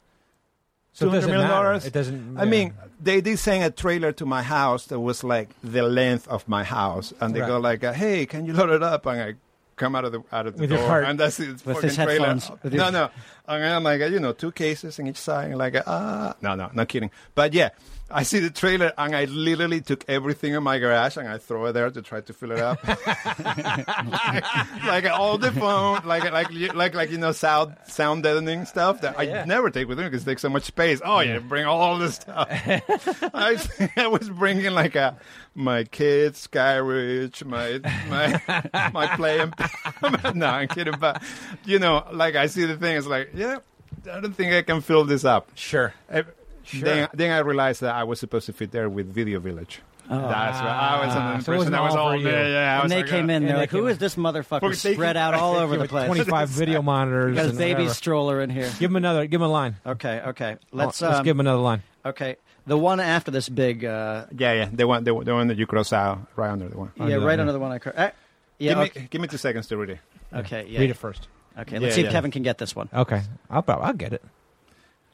Speaker 1: so it doesn't
Speaker 7: $200 million
Speaker 1: matter. It doesn't.
Speaker 7: I
Speaker 1: yeah. [LAUGHS]
Speaker 7: mean, they did send a trailer to my house that was like the length of my house, and they
Speaker 1: Right.
Speaker 7: go like, uh, "Hey, can you load it up?" And I come out of the out of the
Speaker 1: With your
Speaker 7: door,
Speaker 1: heart.
Speaker 7: and that's it.
Speaker 5: With
Speaker 7: fucking
Speaker 5: his
Speaker 7: trailer.
Speaker 5: headphones. With
Speaker 7: no,
Speaker 5: your-
Speaker 7: no, and I'm like, uh, you know, two cases in each side, and like, uh, ah, no, no, not kidding. But yeah, I see the trailer, and I literally took everything in my garage and I throw it there to try to fill it up, [LAUGHS] like all the phone, like like like like you know, sound sound deadening stuff that I never take with me because it takes so much space. Oh yeah, bring all this stuff. [LAUGHS] I, I was bringing like a my kids, Skyridge, my my my play and [LAUGHS] no, I'm kidding, but you know, like I see the thing, it's like, yeah, I don't think I can fill this up.
Speaker 1: sure.
Speaker 7: I- Then, then I realized that I was supposed to fit there with Video Village. That's right. I was
Speaker 1: Ah,
Speaker 7: under the
Speaker 1: so it wasn't
Speaker 7: impression that was
Speaker 1: all for
Speaker 7: all
Speaker 1: you.
Speaker 7: there. Yeah, I
Speaker 5: And
Speaker 7: was
Speaker 5: they
Speaker 7: like,
Speaker 5: came
Speaker 7: uh,
Speaker 5: in,
Speaker 1: And
Speaker 5: they're
Speaker 1: they
Speaker 5: like,
Speaker 1: came
Speaker 5: "Who
Speaker 1: in.
Speaker 5: is this motherfucker
Speaker 7: Fucking taking-
Speaker 5: spread out all over the place?
Speaker 1: [LAUGHS] Twenty five video monitors.
Speaker 5: Got his
Speaker 1: and
Speaker 5: baby
Speaker 1: whatever.
Speaker 5: stroller in here."
Speaker 1: Give him another. Give him a line.
Speaker 5: Okay, okay. Let's
Speaker 1: let's
Speaker 5: um,
Speaker 1: give him another line.
Speaker 5: Okay, the one after this big, uh,
Speaker 7: Yeah, yeah, the one, the, the one that you cross out right under the one.
Speaker 5: yeah,
Speaker 1: no,
Speaker 5: right
Speaker 1: no.
Speaker 5: under the one I. Cur- uh, yeah,
Speaker 7: give, me,
Speaker 5: okay,
Speaker 7: give me two seconds to read it.
Speaker 5: okay, yeah.
Speaker 1: Read it first.
Speaker 5: Okay,
Speaker 7: Yeah,
Speaker 5: let's see
Speaker 7: yeah.
Speaker 5: if Kevin can get this one.
Speaker 1: Okay, I'll prob- I'll get it.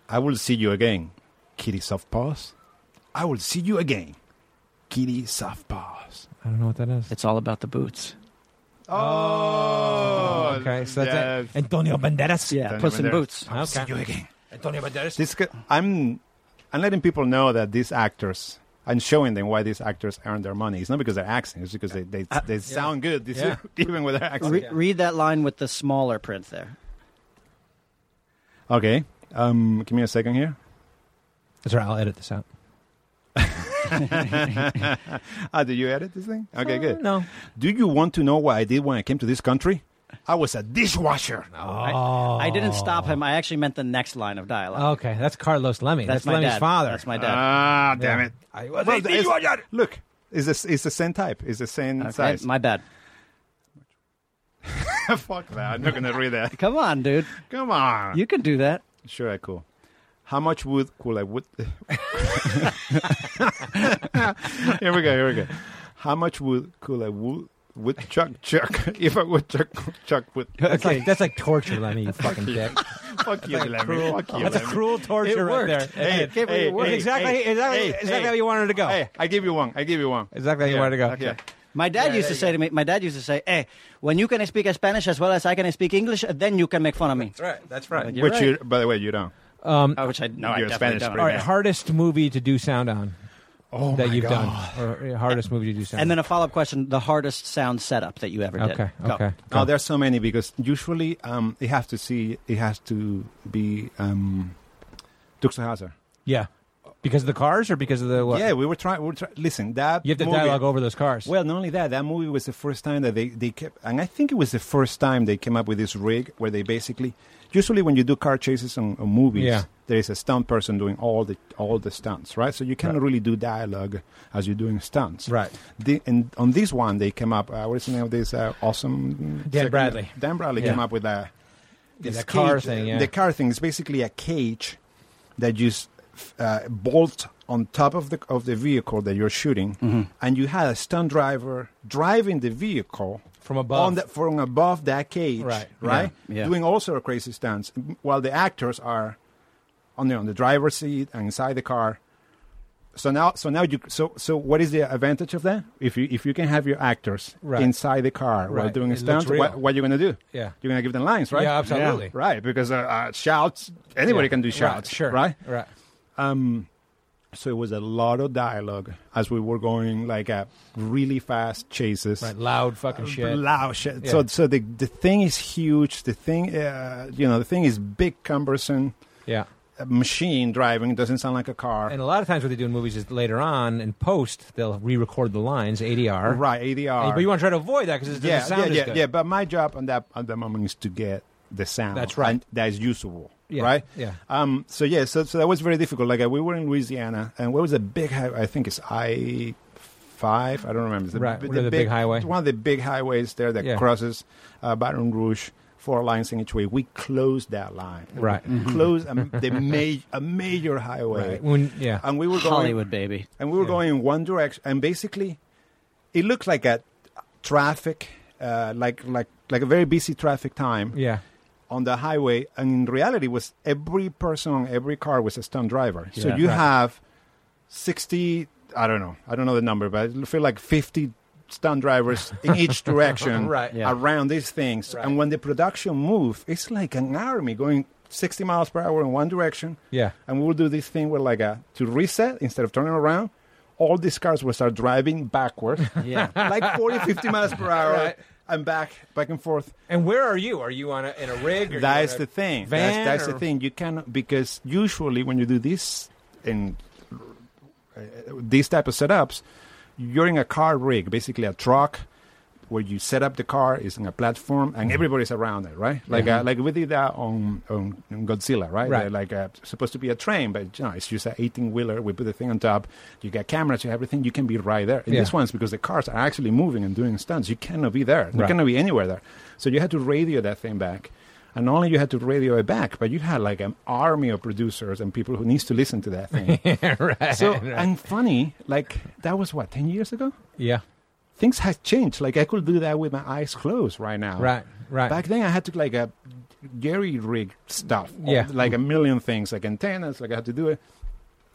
Speaker 7: I will see you again, Kitty Soft Paws. I will see you again, Kitty Soft Paws.
Speaker 1: I don't know what that is.
Speaker 5: It's all about the boots.
Speaker 7: Oh,
Speaker 1: okay, so that's it. Antonio Banderas.
Speaker 5: Yeah,
Speaker 7: Don't
Speaker 5: Puss in
Speaker 7: even dare.
Speaker 5: Boots.
Speaker 7: I will see
Speaker 1: Okay.
Speaker 7: you again.
Speaker 1: Antonio Banderas.
Speaker 7: This, c- I'm, I'm letting people know that these actors. I'm showing them why these actors earn their money. It's not because they're acting; it's because they they, they sound [LAUGHS] good, this-
Speaker 1: Yeah.
Speaker 7: even with their accent.
Speaker 5: Re- read that line with the smaller print there.
Speaker 7: Okay, um, give me a second here.
Speaker 1: That's right. I'll edit this out.
Speaker 7: Ah, did you edit this thing? Okay, good.
Speaker 1: No.
Speaker 7: Do you want to know what I did when I came to this country? I was a dishwasher.
Speaker 5: I, I didn't stop him. I actually meant the next line of dialogue.
Speaker 1: Okay, that's Carlos Lemmy.
Speaker 5: That's
Speaker 1: Oh, That's,
Speaker 5: my
Speaker 1: Lemmy's
Speaker 5: dad.
Speaker 1: father.
Speaker 5: That's my dad.
Speaker 7: Ah, damn it!
Speaker 1: I was
Speaker 7: Well, it's- Look, it's the, it's the same type. It's the same
Speaker 5: Okay,
Speaker 7: size.
Speaker 5: my bad.
Speaker 7: [LAUGHS] Fuck that! I'm not gonna read that.
Speaker 5: [LAUGHS] Come on, dude.
Speaker 7: Come on.
Speaker 5: You can do that.
Speaker 7: Sure, I cool. How much wood could I wood? [LAUGHS] here we go. Here we go. How much wood could I wood wood chuck chuck [LAUGHS] if I would chuck chuck wood?
Speaker 1: That's like that's like torture, Lemmy. You
Speaker 6: [LAUGHS]
Speaker 1: fucking dick.
Speaker 7: Fuck you, Lemmy. Fuck you,
Speaker 1: That's a
Speaker 7: Lemmy.
Speaker 1: cruel torture right there.
Speaker 7: Hey,
Speaker 1: It's
Speaker 7: hey, hey,
Speaker 1: exactly
Speaker 7: hey,
Speaker 1: exactly
Speaker 7: hey,
Speaker 1: exactly
Speaker 7: hey.
Speaker 1: how you wanted to go.
Speaker 7: Hey, I give you one. I give you one.
Speaker 1: Exactly how you
Speaker 7: Yeah.
Speaker 1: wanted to go.
Speaker 7: Yeah.
Speaker 5: My dad used to say to me, my dad used to say, hey, when you can speak Spanish as well as I can speak English, then you can make fun of me.
Speaker 1: right. That's right.
Speaker 5: You're
Speaker 7: Which,
Speaker 5: right.
Speaker 7: you, by the way, you don't.
Speaker 5: Oh, which I, no, I
Speaker 7: You're
Speaker 5: definitely
Speaker 7: Spanish,
Speaker 5: don't.
Speaker 1: All right. Hardest movie to do sound on.
Speaker 6: Oh
Speaker 1: that
Speaker 6: my
Speaker 1: you've
Speaker 6: God.
Speaker 1: done, or uh, hardest movie to do sound?
Speaker 5: And then a follow up question: the hardest sound setup that you ever did.
Speaker 1: okay,
Speaker 5: Go.
Speaker 1: okay.
Speaker 6: Oh, there's so many because usually um, it has to see it has to be um, Duxhauser.
Speaker 1: yeah, because of the cars or because of the what?
Speaker 6: Yeah, we were trying. We were try- Listen, that
Speaker 1: you have to
Speaker 6: movie-
Speaker 1: dialogue over those cars.
Speaker 6: Well, not only that, that movie was the first time that they, they kept, and I think it was the first time they came up with this rig where they basically, usually when you do car chases on, on movies,
Speaker 1: Yeah.
Speaker 6: there is a stunt person doing all the all the stunts, right? So you cannot
Speaker 1: Right.
Speaker 6: really do dialogue as you're doing stunts,
Speaker 1: Right.
Speaker 6: The, and on this one, they came up. Uh, what is the name of this uh, awesome
Speaker 1: Dan Bradley.
Speaker 6: Dan Bradley
Speaker 1: Yeah.
Speaker 6: came up with
Speaker 1: Yeah,
Speaker 6: a this
Speaker 1: the car
Speaker 6: cage,
Speaker 1: thing,
Speaker 6: uh,
Speaker 1: yeah.
Speaker 6: The car thing is basically a cage that you s- f- uh, bolt on top of the of the vehicle that you're shooting,
Speaker 1: Mm-hmm.
Speaker 6: and you had a stunt driver driving the vehicle
Speaker 1: From above.
Speaker 6: on the, from above that cage,
Speaker 1: Right,
Speaker 6: right,
Speaker 5: yeah, yeah.
Speaker 6: doing all sort of crazy stunts, m- while the actors are on the on the driver's seat and inside the car. So now, so now you so so what is the advantage of that? If you if you can have your actors
Speaker 1: Right.
Speaker 6: inside the car while
Speaker 1: Right.
Speaker 6: doing
Speaker 1: It
Speaker 6: a stunt,
Speaker 1: looks real.
Speaker 6: what, what are you going to do?
Speaker 1: Yeah.
Speaker 6: you're going to give them lines, right?
Speaker 1: Yeah, absolutely.
Speaker 6: Right, because uh, uh, shouts, anybody
Speaker 1: Yeah.
Speaker 6: can do
Speaker 1: Right,
Speaker 6: shouts,
Speaker 1: sure,
Speaker 6: right?
Speaker 1: right.
Speaker 6: So it was a lot of dialogue as we were going like at really fast chases.
Speaker 1: Right, loud fucking shit.
Speaker 6: Uh, Loud shit.
Speaker 1: Yeah.
Speaker 6: So, so the the thing is huge. The thing, uh, you know, the thing is big, cumbersome.
Speaker 1: yeah.
Speaker 6: A machine driving doesn't sound like a car.
Speaker 1: And a lot of times what they do in movies is later on in post they'll re-record the lines ADR.
Speaker 6: right, ADR.
Speaker 1: And- But you want to try to avoid that because it doesn't
Speaker 6: yeah,
Speaker 1: sound
Speaker 6: yeah,
Speaker 1: as
Speaker 6: yeah,
Speaker 1: good.
Speaker 6: yeah. But my job on that at the moment is to get the sound.
Speaker 1: That's right.
Speaker 6: and that is usable.
Speaker 1: Yeah,
Speaker 6: Right.
Speaker 1: yeah.
Speaker 6: Um. So yeah. So so that was very difficult. Like uh, we were in Louisiana, and what was a big? hi- I think it's I five. I don't remember. It's
Speaker 1: Right, one of the big highway.
Speaker 6: One of the big highways there that
Speaker 1: Yeah.
Speaker 6: crosses uh, Baton Rouge. Four lines in each way. We closed that line.
Speaker 1: Right.
Speaker 5: Mm-hmm.
Speaker 6: We Closed a, the ma- a major highway.
Speaker 1: Right. When, yeah.
Speaker 6: And we were going
Speaker 5: Hollywood baby.
Speaker 6: and we were going in one direction and basically it looked like a traffic uh, like like like a very busy traffic time
Speaker 1: yeah.
Speaker 6: on the highway and in reality was every person on every car was a stunt driver so
Speaker 5: Yeah,
Speaker 6: you
Speaker 5: right.
Speaker 6: have 60 i don't know i don't know the number but i feel like 50 stunt drivers in
Speaker 1: [LAUGHS]
Speaker 6: each direction
Speaker 1: Right.
Speaker 5: Yeah.
Speaker 6: around these things
Speaker 1: Right.
Speaker 6: and when the production move it's like an army going 60 miles per hour in one direction
Speaker 1: Yeah.
Speaker 6: and we will do this thing where like a to reset instead of turning around all these cars will start
Speaker 1: [LAUGHS]
Speaker 6: driving backwards
Speaker 5: Yeah.
Speaker 6: like 40 50 miles per hour
Speaker 1: Right.
Speaker 6: and back back and forth
Speaker 1: And where are you? Are you on a, in a rig? Or you on
Speaker 6: that's
Speaker 1: a
Speaker 6: the thing
Speaker 1: Van
Speaker 6: that's, that's the
Speaker 1: or-
Speaker 6: thing you cannot because usually when you do this in uh, these type of setups you're in a car rig basically a truck where you set up the car is in a platform
Speaker 1: Mm-hmm.
Speaker 6: and everybody's around it, right? Like uh, like we did that on, on, on Godzilla, right?
Speaker 1: Right.
Speaker 6: They're Like uh, supposed to be a train, but you know, it's just an eighteen wheeler. We put the thing on top. You got cameras, you have everything. You can be right there. And
Speaker 1: Yeah.
Speaker 6: this one's because the cars are actually moving and doing stunts. You cannot be there. You
Speaker 1: Right.
Speaker 6: cannot be anywhere there. So you had to radio that thing back. And not only you had to radio it back, but you had like an army of producers and people who needs to listen [LAUGHS] to that thing.
Speaker 1: [LAUGHS] right.
Speaker 6: so and funny, like that was what ten years ago
Speaker 1: yeah.
Speaker 6: things has changed. Like I could do that with my eyes closed right now.
Speaker 1: Right. Right.
Speaker 6: Back then, I had to like a jerry rig stuff.
Speaker 1: Yeah.
Speaker 6: Like a million things, like antennas. Like I had to do it.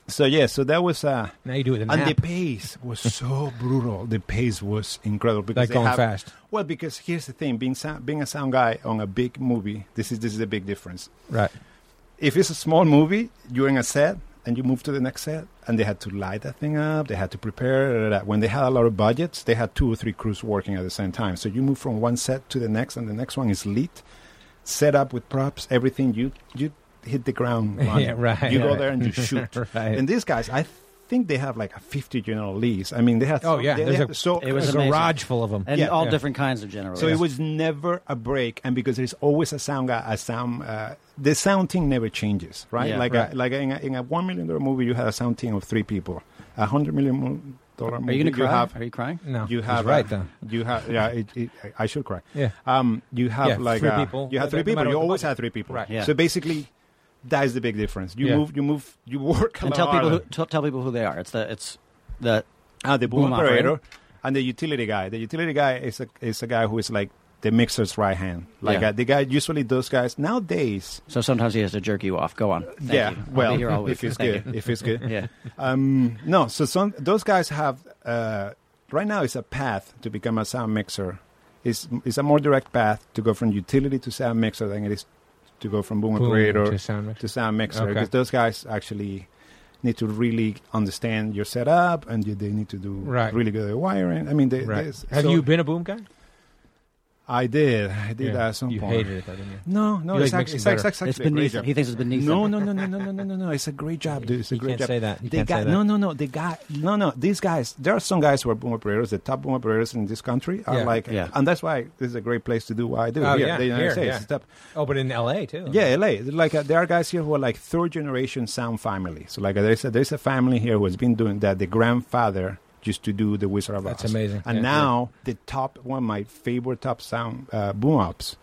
Speaker 6: So yeah, so that was uh,
Speaker 1: now you do it in
Speaker 6: and the pace was so brutal. The pace was incredible. Because
Speaker 1: Like
Speaker 6: they
Speaker 1: going
Speaker 6: have-
Speaker 1: fast.
Speaker 6: Well, because here's the thing: being sound, being a sound guy on a big movie, this is this is a big difference.
Speaker 1: Right.
Speaker 6: If it's a small movie, you're in a set and you move to the next set, and they had to light that thing up, they had to prepare. da, da, da. When they had a lot of budgets, they had two or three crews working at the same time. So you move from one set to the next, and the next one is lit, set up with props, everything. You you hit the ground running.
Speaker 1: [LAUGHS] Yeah, right,
Speaker 6: You go
Speaker 1: right.
Speaker 6: there
Speaker 1: [LAUGHS]
Speaker 6: and you shoot.
Speaker 1: Right.
Speaker 6: And these guys, I think they have like a 50 general lease. I mean, they had.
Speaker 1: Oh yeah.
Speaker 6: they-
Speaker 1: There's
Speaker 6: they-
Speaker 1: a,
Speaker 6: so
Speaker 5: It was
Speaker 1: a
Speaker 5: amazing.
Speaker 1: garage full of them.
Speaker 5: And
Speaker 6: Yeah.
Speaker 5: all
Speaker 1: Yeah.
Speaker 5: different kinds of generators.
Speaker 6: so it was never a break, and because there's always a sound guy, a sound, uh, the sound team never changes, right?
Speaker 5: Yeah,
Speaker 6: like
Speaker 1: right.
Speaker 6: A, like in a, in a one million dollar movie, you have a sound team of three people. A hundred million mo- dollar
Speaker 5: Are
Speaker 6: movie,
Speaker 5: you going to cry?
Speaker 6: have
Speaker 5: Are you crying?
Speaker 1: No.
Speaker 6: you
Speaker 1: he's
Speaker 6: have
Speaker 1: right
Speaker 6: a-
Speaker 1: though.
Speaker 6: You have yeah. It, it, I should cry.
Speaker 1: Yeah.
Speaker 6: Um. You have
Speaker 1: Yeah,
Speaker 6: like
Speaker 1: three
Speaker 6: a-
Speaker 1: people.
Speaker 6: You have
Speaker 1: No
Speaker 6: three
Speaker 1: matter what
Speaker 6: people. You
Speaker 1: the
Speaker 6: always
Speaker 1: budget.
Speaker 6: have three people.
Speaker 1: Right.
Speaker 5: Yeah.
Speaker 6: So basically, that is the big difference. You
Speaker 1: Yeah.
Speaker 6: move. You move. You work. a
Speaker 5: And
Speaker 6: lot
Speaker 5: tell people who,
Speaker 6: harder.
Speaker 5: t- tell people who they are. It's the it's the
Speaker 6: Ah, the boom,
Speaker 5: Boom
Speaker 6: operator,
Speaker 5: operator.
Speaker 6: and the utility guy. The utility guy is a
Speaker 1: [LAUGHS]
Speaker 6: is a guy who is like the mixer's right hand. Like
Speaker 5: Yeah.
Speaker 6: uh, the guy usually those guys nowadays.
Speaker 5: so sometimes he has to jerk you off. Go on. Thank
Speaker 6: yeah,
Speaker 5: you. I'll be
Speaker 6: well,
Speaker 5: here all week.
Speaker 6: if it's
Speaker 5: Thank
Speaker 6: good, if it's good.
Speaker 5: you.
Speaker 6: [LAUGHS]
Speaker 5: Yeah.
Speaker 6: Um, no, so some those guys have uh, right now it's a path to become a sound mixer. It's it's a more direct path to go from utility to sound mixer than it is to go from boom,
Speaker 1: Boom,
Speaker 6: operator
Speaker 1: to sound mix.
Speaker 6: to sound mixer
Speaker 1: Okay.
Speaker 6: because those guys actually need to really understand your setup, and you, they need to do
Speaker 1: Right.
Speaker 6: really good wiring. I mean, they,
Speaker 1: Right.
Speaker 6: there's-
Speaker 1: Have
Speaker 6: so-
Speaker 1: you been a boom guy?
Speaker 6: I did. I did that at some
Speaker 1: you
Speaker 6: point.
Speaker 1: hated it, though, didn't you?
Speaker 6: No, no,
Speaker 1: You
Speaker 6: it's,
Speaker 1: like
Speaker 6: act-
Speaker 1: mixing
Speaker 6: it's,
Speaker 1: better.
Speaker 6: act- it's actually
Speaker 5: It's
Speaker 6: a great
Speaker 5: beneath him.
Speaker 6: job.
Speaker 5: He thinks it's beneath
Speaker 6: No,
Speaker 5: him.
Speaker 6: no, no, no, no, no, no, no, no. It's a great job, dude. It's a
Speaker 1: You
Speaker 6: great
Speaker 1: can't
Speaker 6: job.
Speaker 1: say that. You
Speaker 6: They
Speaker 1: can't
Speaker 6: got
Speaker 1: say that.
Speaker 6: no, no, no. They got no, no. These guys. There are some guys who are boom operators. The top boom operators in this country are
Speaker 1: Yeah.
Speaker 6: like,
Speaker 5: Yeah.
Speaker 6: and that's why this is a great place to do what I do
Speaker 1: Oh,
Speaker 6: here.
Speaker 1: yeah,
Speaker 6: the United
Speaker 1: here,
Speaker 6: States.
Speaker 1: yeah.
Speaker 6: It's top.
Speaker 1: Oh, but in L.A. too.
Speaker 6: Yeah, LA. Like uh, there are guys here who are like third generation sound family. So like uh, there's a, there's a family here who has been doing that. The grandfather used to do the Wizard of Oz.
Speaker 1: That's amazing.
Speaker 6: And
Speaker 1: Yeah,
Speaker 6: now the top one, of my favorite top sound uh, boom ops,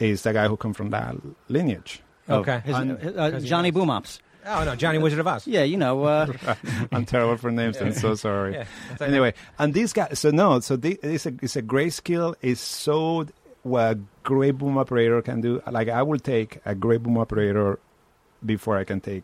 Speaker 6: is the guy who come from that
Speaker 1: [LAUGHS]
Speaker 6: lineage. of-
Speaker 1: Okay.
Speaker 5: Oh, His-
Speaker 6: I'm-
Speaker 5: his- uh, Johnny Boomops.
Speaker 1: Oh no,
Speaker 6: [LAUGHS]
Speaker 1: Johnny Wizard of Oz.
Speaker 5: Yeah, you know. Uh,
Speaker 6: I'm terrible for names. I'm so sorry.
Speaker 1: Yeah, that's all right.
Speaker 6: Anyway, and these guys. So no. So the it's a it's a great skill. It's so what a great boom operator can do. Like I will take a great boom operator before I can take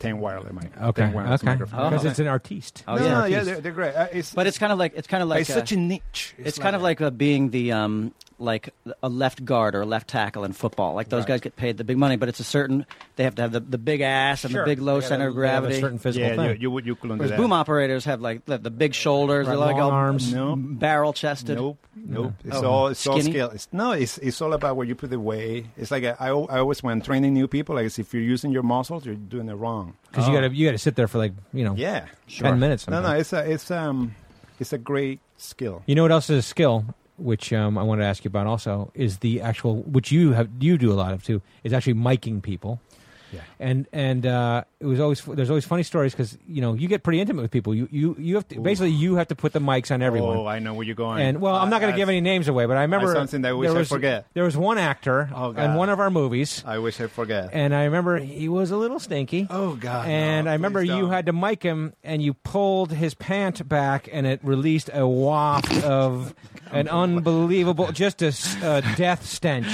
Speaker 6: ten wireless mic.
Speaker 1: Okay.
Speaker 6: 10 wireless
Speaker 1: okay.
Speaker 6: microphones.
Speaker 1: Because
Speaker 5: Oh.
Speaker 1: it's an artiste.
Speaker 5: oh,
Speaker 6: no,
Speaker 5: yeah,
Speaker 6: no, yeah,
Speaker 5: geez.
Speaker 6: they're, they're great. Uh, it's
Speaker 5: but it's kind of like it's kind of like
Speaker 6: it's
Speaker 5: uh,
Speaker 6: such a niche.
Speaker 5: It's, kind of like uh, being the um, like a left guard or a left tackle in football. Like those
Speaker 6: Right.
Speaker 5: guys get paid the big money, but it's a certain. They have to have the, the big ass and
Speaker 1: Sure.
Speaker 5: the big low
Speaker 1: They gotta-
Speaker 5: center of
Speaker 1: they gotta have
Speaker 5: gravity.
Speaker 1: A certain physical
Speaker 6: yeah.
Speaker 1: thing.
Speaker 6: You, you would you couldn't do
Speaker 5: Whereas
Speaker 6: that.
Speaker 5: boom operators have like the, the big shoulders,
Speaker 1: Right,
Speaker 5: they're like
Speaker 1: long
Speaker 5: all
Speaker 1: arms.
Speaker 6: No.
Speaker 5: barrel chested.
Speaker 6: Nope, nope. It's
Speaker 5: Oh.
Speaker 6: all it's all
Speaker 5: Skinny?
Speaker 6: skill. It's, no, it's it's all about where you put the weight. It's like uh, I, I al- I always when training new people, like it's if you're using your muscles, you're doing it wrong.
Speaker 1: Because you gotta you gotta sit there for like you know
Speaker 6: oh. Yeah,
Speaker 1: ten minutes.
Speaker 6: No,
Speaker 1: Sometimes.
Speaker 6: no, it's a it's um it's a great skill.
Speaker 1: You know what else is a skill, which um, I wanted to ask you about also, is the actual which you have you do a lot of too is actually miking people.
Speaker 6: Yeah.
Speaker 1: And and uh, it was always there's always funny stories because you know you get pretty intimate with people. You you you have to, basically you have to put the mics on everyone.
Speaker 6: Oh, I know where you're going.
Speaker 1: And well, I'm not going to
Speaker 6: I-
Speaker 1: give any names away, but I remember
Speaker 6: something that I wish
Speaker 1: there
Speaker 6: I
Speaker 1: was,
Speaker 6: forget.
Speaker 1: There was one actor
Speaker 6: Oh,
Speaker 1: in
Speaker 6: God. Uh,
Speaker 1: one of our movies,
Speaker 6: I wish I forget.
Speaker 1: and I remember he was a little stinky.
Speaker 6: Oh, God,
Speaker 1: And
Speaker 6: no,
Speaker 1: I remember
Speaker 6: please
Speaker 1: you
Speaker 6: don't.
Speaker 1: had to mic him, and you pulled his pant back, and it released a waft
Speaker 6: [LAUGHS]
Speaker 1: of an unbelievable, just a s- a death
Speaker 6: [LAUGHS]
Speaker 1: stench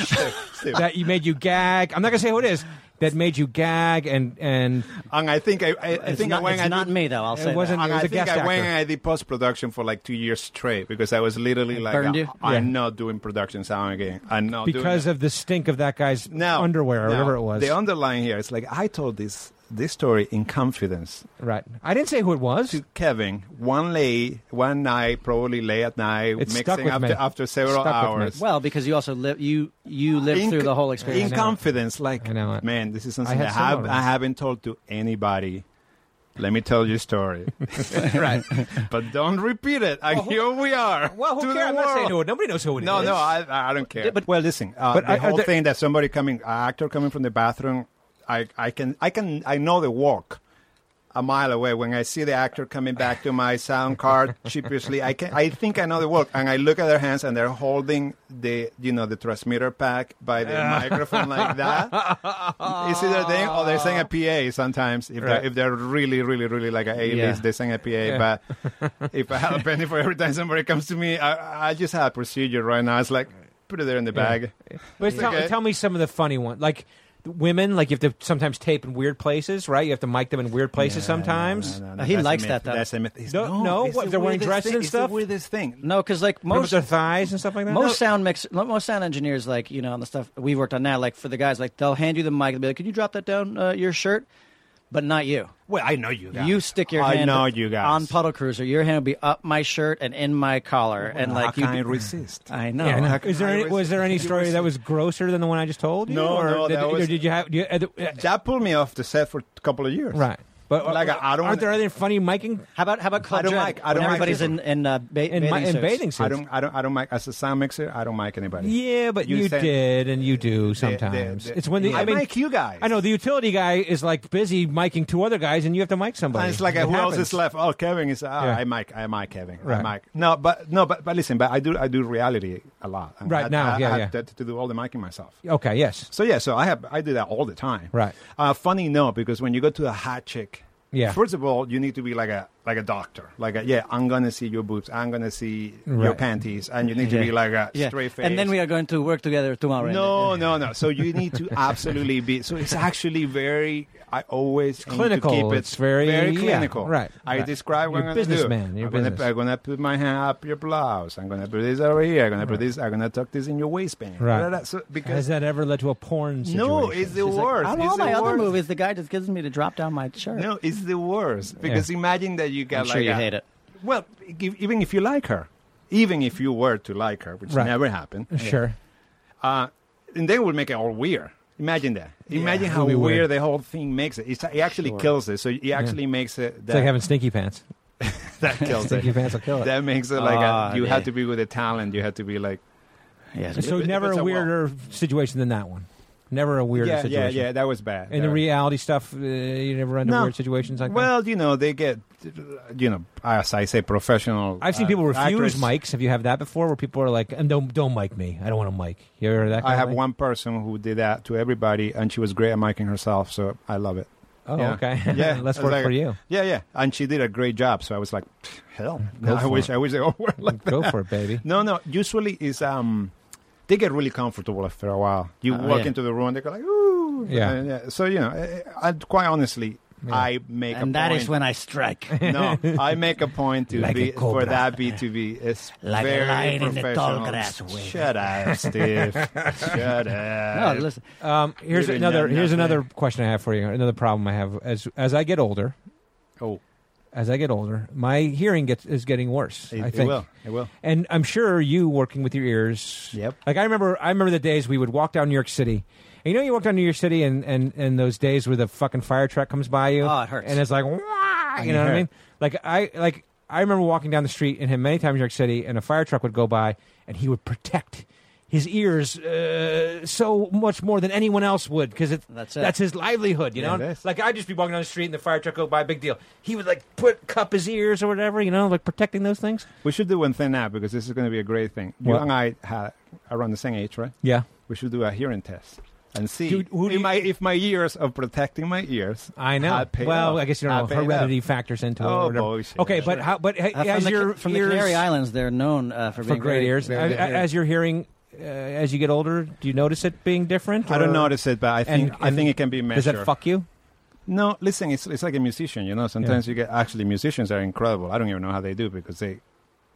Speaker 6: Steve.
Speaker 1: that you made you gag. I'm not gonna say who it is. That made you gag, and and
Speaker 6: and I think I, I, I
Speaker 5: It's
Speaker 6: think
Speaker 5: not,
Speaker 6: I went.
Speaker 5: it's
Speaker 6: I
Speaker 5: not
Speaker 6: did,
Speaker 5: me though. I'll say that.
Speaker 1: wasn't-
Speaker 6: and
Speaker 1: It was
Speaker 6: I
Speaker 1: a
Speaker 6: think
Speaker 1: guest
Speaker 6: I went
Speaker 1: actor.
Speaker 6: and I did post production for like two years straight because I was literally like,
Speaker 5: burned you?
Speaker 6: I'm
Speaker 1: Yeah.
Speaker 6: not doing production sound again. I'm not
Speaker 1: because
Speaker 6: doing
Speaker 1: of the stink of that guy's
Speaker 6: now
Speaker 1: underwear or
Speaker 6: now,
Speaker 1: whatever it was.
Speaker 6: The underline here is like I told this this story in confidence
Speaker 1: right. I didn't say who it was.
Speaker 6: to Kevin one lay one night probably late at night
Speaker 1: It stuck
Speaker 6: mixing
Speaker 1: with
Speaker 6: after
Speaker 1: me.
Speaker 6: after several
Speaker 1: Stuck with me.
Speaker 6: hours.
Speaker 5: well, because you also live you you live
Speaker 6: in-
Speaker 5: through the whole experience.
Speaker 6: in confidence. Like,
Speaker 1: I know it.
Speaker 6: man, this is something
Speaker 1: had
Speaker 6: I, have,
Speaker 1: similar
Speaker 6: I
Speaker 1: ones.
Speaker 6: haven't told to anybody. Let me tell you a [LAUGHS] story, [LAUGHS]
Speaker 1: [LAUGHS]
Speaker 6: right? But don't repeat it. And [LAUGHS] here we are.
Speaker 1: Well,
Speaker 6: to
Speaker 1: who
Speaker 6: the
Speaker 1: cares? I'm not saying
Speaker 6: world.
Speaker 1: who it. Nobody knows who it is.
Speaker 6: No, no, I, I don't care. but well, listen, uh,
Speaker 1: But
Speaker 6: the
Speaker 1: are- are
Speaker 6: whole
Speaker 1: there-
Speaker 6: thing that somebody coming, an actor coming from the bathroom, I, I can, I can, I know the walk a mile away. When I see the actor coming back to my sound [LAUGHS] card sheepishly, I can, I think I know the walk, and I look at their hands, and they're holding the, you know, the transmitter pack by the microphone like that. It's either them or Oh, they're saying a PA. Sometimes if
Speaker 1: Right.
Speaker 6: they're, if they're really, really, really like an A-list,
Speaker 5: Yeah.
Speaker 6: they sing a PA. But if I have a penny for every time somebody comes to me, I, I just have a procedure right now. It's like put it there in the bag.
Speaker 1: But tell,
Speaker 6: Okay.
Speaker 1: tell me some of the funny ones. Like the women, like you have to sometimes tape in weird places, right? You have to mic them in weird places sometimes.
Speaker 6: No, no,
Speaker 5: Uh, he
Speaker 6: that's a
Speaker 5: likes
Speaker 6: myth.
Speaker 5: that, though.
Speaker 6: That's a myth. It's-
Speaker 1: No, no,
Speaker 6: it's
Speaker 1: what,
Speaker 6: the
Speaker 1: they're wearing
Speaker 6: weirdest
Speaker 1: dresses
Speaker 6: thing.
Speaker 1: and
Speaker 6: It's the
Speaker 1: stuff?
Speaker 6: weirdest thing.
Speaker 5: No, because like
Speaker 1: What about
Speaker 5: most
Speaker 1: their thighs and stuff like that.
Speaker 5: most sound mix, most sound engineers, like you know, on the stuff we worked on now, like for the guys, like they'll hand you the mic and be like, "Could you drop that down uh, your shirt?" But not you.
Speaker 6: Well, I know you guys.
Speaker 5: You stick your
Speaker 6: I
Speaker 5: hand
Speaker 6: know you guys.
Speaker 5: on puddle cruiser. Your hand will be up my shirt and in my collar, and
Speaker 6: How
Speaker 5: like you.
Speaker 6: can I resist? [LAUGHS]
Speaker 5: I know.
Speaker 1: Yeah, I know.
Speaker 6: How can
Speaker 1: Is there
Speaker 6: [LAUGHS] I
Speaker 1: any,
Speaker 6: resist?
Speaker 1: was there any
Speaker 6: You
Speaker 1: story that was grosser than the one I just told you?
Speaker 6: No,
Speaker 1: or
Speaker 6: no,
Speaker 1: did,
Speaker 6: that
Speaker 1: or
Speaker 6: was-
Speaker 1: did you have you, uh, the- uh,
Speaker 6: that pulled me off the set for a couple of years.
Speaker 1: right? But uh,
Speaker 6: Like, I- I
Speaker 1: aren't
Speaker 6: don't wanna-
Speaker 1: there any funny miking
Speaker 5: How about how about Club
Speaker 6: I don't
Speaker 5: Dread?
Speaker 6: like- I don't
Speaker 5: when
Speaker 6: like
Speaker 5: everybody's in
Speaker 6: people.
Speaker 5: in, uh, ba-
Speaker 1: in,
Speaker 5: bathing
Speaker 1: mi- in
Speaker 5: suits.
Speaker 1: bathing suits?
Speaker 6: I don't. I don't. I don't mic as a sound mixer. I don't mic anybody.
Speaker 1: yeah, but you,
Speaker 6: You said-
Speaker 1: did, and you do
Speaker 6: The- the-
Speaker 1: sometimes.
Speaker 6: the-
Speaker 1: it's when the
Speaker 6: I,
Speaker 1: I mean,
Speaker 6: mic you guys.
Speaker 1: I know the utility guy is like busy miking two other guys, and you have to mic somebody.
Speaker 6: And it's like,
Speaker 1: It
Speaker 6: who else
Speaker 1: happens.
Speaker 6: is left? Oh, Kevin is. ah,
Speaker 1: Yeah.
Speaker 6: I Mike. I Mike Kevin.
Speaker 1: Right.
Speaker 6: I Mike. No, but no, but but listen, but I do I do reality a lot. And
Speaker 1: Right
Speaker 6: I had-
Speaker 1: now,
Speaker 6: I,
Speaker 1: yeah,
Speaker 6: I
Speaker 1: yeah.
Speaker 6: had to, to do all the miking myself.
Speaker 1: Okay, yes,
Speaker 6: So yeah, so I have I do that all the time.
Speaker 1: Right.
Speaker 6: Uh, funny no, because when you go to a hot chick,
Speaker 1: Yeah.
Speaker 6: First of all, you need to be like a like a doctor. Like a, yeah, I'm gonna see your boobs. I'm gonna see your
Speaker 1: Right.
Speaker 6: panties, and you need to be like a
Speaker 5: Yeah.
Speaker 6: straight face.
Speaker 5: And then we are going to work together tomorrow.
Speaker 6: No, no, no. So you need
Speaker 1: [LAUGHS]
Speaker 6: to absolutely be. So it's actually very. I always aim
Speaker 1: clinical.
Speaker 6: To keep it
Speaker 1: It's very- yeah,
Speaker 6: clinical.
Speaker 1: right,
Speaker 6: I
Speaker 1: right.
Speaker 6: describe what
Speaker 1: You're
Speaker 6: I'm going to do.
Speaker 1: businessman, you're
Speaker 6: I'm gonna-
Speaker 1: business.
Speaker 6: I'm going to put my hand up your blouse. I'm going to put this over here. I'm going to put this. I'm going to tuck this in your waistband.
Speaker 1: Right.
Speaker 6: Blah, blah, blah. So
Speaker 1: Has
Speaker 6: because
Speaker 1: that ever led to a porn situation?
Speaker 6: no, it's
Speaker 5: She's
Speaker 6: the
Speaker 5: like,
Speaker 6: worst.
Speaker 5: on
Speaker 6: It's
Speaker 5: all
Speaker 6: the
Speaker 5: my other
Speaker 6: worst.
Speaker 5: movies, the guy just gives me to drop down my shirt.
Speaker 6: No, it's is the worst because imagine that you got
Speaker 5: I'm
Speaker 6: like
Speaker 5: sure you
Speaker 6: a-
Speaker 5: hate it.
Speaker 6: Well, e- even if you like her, even if you were to like her, which
Speaker 1: Right.
Speaker 6: never happened,
Speaker 1: [LAUGHS] Sure.
Speaker 6: uh, and they would make it all weird. Imagine that. Imagine
Speaker 1: it
Speaker 6: how
Speaker 1: would be
Speaker 6: weird,
Speaker 1: weird.
Speaker 6: the whole thing makes it. It's, it actually kills it. So it actually makes it
Speaker 1: It's
Speaker 6: that,
Speaker 1: like having stinky
Speaker 6: [LAUGHS]
Speaker 1: pants.
Speaker 6: that
Speaker 1: [LAUGHS]
Speaker 6: kills it.
Speaker 1: Stinky pants will kill it.
Speaker 6: That makes it like
Speaker 5: Ah,
Speaker 6: a, you
Speaker 5: yeah.
Speaker 6: have to be with a talent. You have to be like
Speaker 5: Yeah.
Speaker 1: so
Speaker 6: if
Speaker 1: never
Speaker 6: it's
Speaker 1: a
Speaker 6: a
Speaker 1: weirder situation than that one. Never a weirder
Speaker 6: yeah, yeah,
Speaker 1: situation.
Speaker 6: yeah. That was bad.
Speaker 1: And the
Speaker 6: That was-
Speaker 1: reality stuff, uh, you never run into
Speaker 6: No.
Speaker 1: weird situations like that.
Speaker 6: Well, you know, they get, you know, as I say, professional.
Speaker 1: I've seen
Speaker 6: uh,
Speaker 1: people refuse
Speaker 6: actors.
Speaker 1: mics. Have you had that before? Where people are like, "Um, "Don't don't mic me. I don't want a mic." You ever heard that?
Speaker 6: I
Speaker 1: kind of
Speaker 6: have
Speaker 1: thing?
Speaker 6: one person who did that to everybody, and she was great at micing herself, so I love it.
Speaker 1: Oh,
Speaker 6: Yeah.
Speaker 1: okay. [LAUGHS]
Speaker 6: Yeah,
Speaker 1: less
Speaker 6: it's
Speaker 1: work
Speaker 6: like-
Speaker 1: for you.
Speaker 6: Yeah, yeah, and she did a great job. So I was like, "Pfft, hell, no, I
Speaker 1: for
Speaker 6: wish,
Speaker 1: it.
Speaker 6: I wish they all were [LAUGHS] like. [LAUGHS]
Speaker 1: Go for it, baby.
Speaker 6: No, no. Usually is um, they get really comfortable after a while. You
Speaker 5: Oh,
Speaker 6: walk
Speaker 5: yeah.
Speaker 6: into the room, they go like, ooh,
Speaker 1: Yeah.
Speaker 6: And, uh, so you know, I, I, quite honestly, I make a
Speaker 5: And that
Speaker 6: point.
Speaker 5: is when I
Speaker 6: [LAUGHS]
Speaker 5: strike.
Speaker 6: no, I make a point to
Speaker 1: Like a
Speaker 6: be for
Speaker 1: cobra.
Speaker 6: that be to be it's
Speaker 5: Like a
Speaker 6: very
Speaker 5: lion in the
Speaker 6: professional.
Speaker 5: tall grass way.
Speaker 6: Shut up, Steve. Shut
Speaker 5: No,
Speaker 6: up.
Speaker 5: listen.
Speaker 1: Um, here's
Speaker 6: Really
Speaker 1: another.
Speaker 6: not-
Speaker 1: Here's
Speaker 6: not
Speaker 1: another question I have for you. Another problem I have as as I get older.
Speaker 6: oh,
Speaker 1: As I get older, my hearing gets is getting worse.
Speaker 6: it,
Speaker 1: I
Speaker 6: it
Speaker 1: think.
Speaker 6: will. It will.
Speaker 1: And I'm sure you working with your ears.
Speaker 6: Yep.
Speaker 1: Like I remember, I remember the days we would walk down New York City. And you know, you walk down New York City, and and and those days where the fucking fire truck comes by you.
Speaker 5: Oh, it hurts.
Speaker 1: And it's like, "Wah!" you
Speaker 6: it
Speaker 1: know what
Speaker 6: hurt.
Speaker 1: I mean? Like I like I remember walking down the street and him many times in New York City, and a fire truck would go by, and he would protect. His ears uh, so much more than anyone else would because
Speaker 5: That's it.
Speaker 1: that's his livelihood, you
Speaker 6: Yeah, it
Speaker 1: know.
Speaker 6: is.
Speaker 1: Like I'd just be walking down the street and the fire truck go by, big deal. He would like put cup his ears or whatever, you know, like protecting those things.
Speaker 6: We should do one thing now because this is going to be a great thing. You
Speaker 1: What?
Speaker 6: and I had around the same age, right?
Speaker 1: Yeah,
Speaker 6: We should do a hearing test and see
Speaker 1: Dude, who do
Speaker 6: if,
Speaker 1: you-
Speaker 6: my, if my years of protecting my ears.
Speaker 1: I know.
Speaker 6: had paid
Speaker 1: Well,
Speaker 6: off.
Speaker 1: I guess you
Speaker 6: Had
Speaker 1: don't know.
Speaker 6: paid off.
Speaker 1: Heredity factors into it.
Speaker 6: Oh,
Speaker 1: or whatever.
Speaker 6: bullshit.
Speaker 1: Okay, but
Speaker 6: Sure.
Speaker 1: how? But ha-
Speaker 5: Uh,
Speaker 1: as
Speaker 5: from,
Speaker 1: your
Speaker 5: the, from the
Speaker 1: ears
Speaker 5: Canary Islands, they're known uh, for,
Speaker 1: for
Speaker 5: being
Speaker 1: great
Speaker 5: very-
Speaker 1: ears,
Speaker 5: very
Speaker 1: a-
Speaker 5: good
Speaker 1: a- as your hearing uh, as you get older, do you notice it being different?
Speaker 6: I don't
Speaker 1: or
Speaker 6: notice it, but I think
Speaker 1: And-
Speaker 6: I
Speaker 1: and
Speaker 6: think it can be measured.
Speaker 1: Does that fuck you?
Speaker 6: No, listen, it's it's like a musician, you know. Sometimes you get actually musicians are incredible. I don't even know how they do because they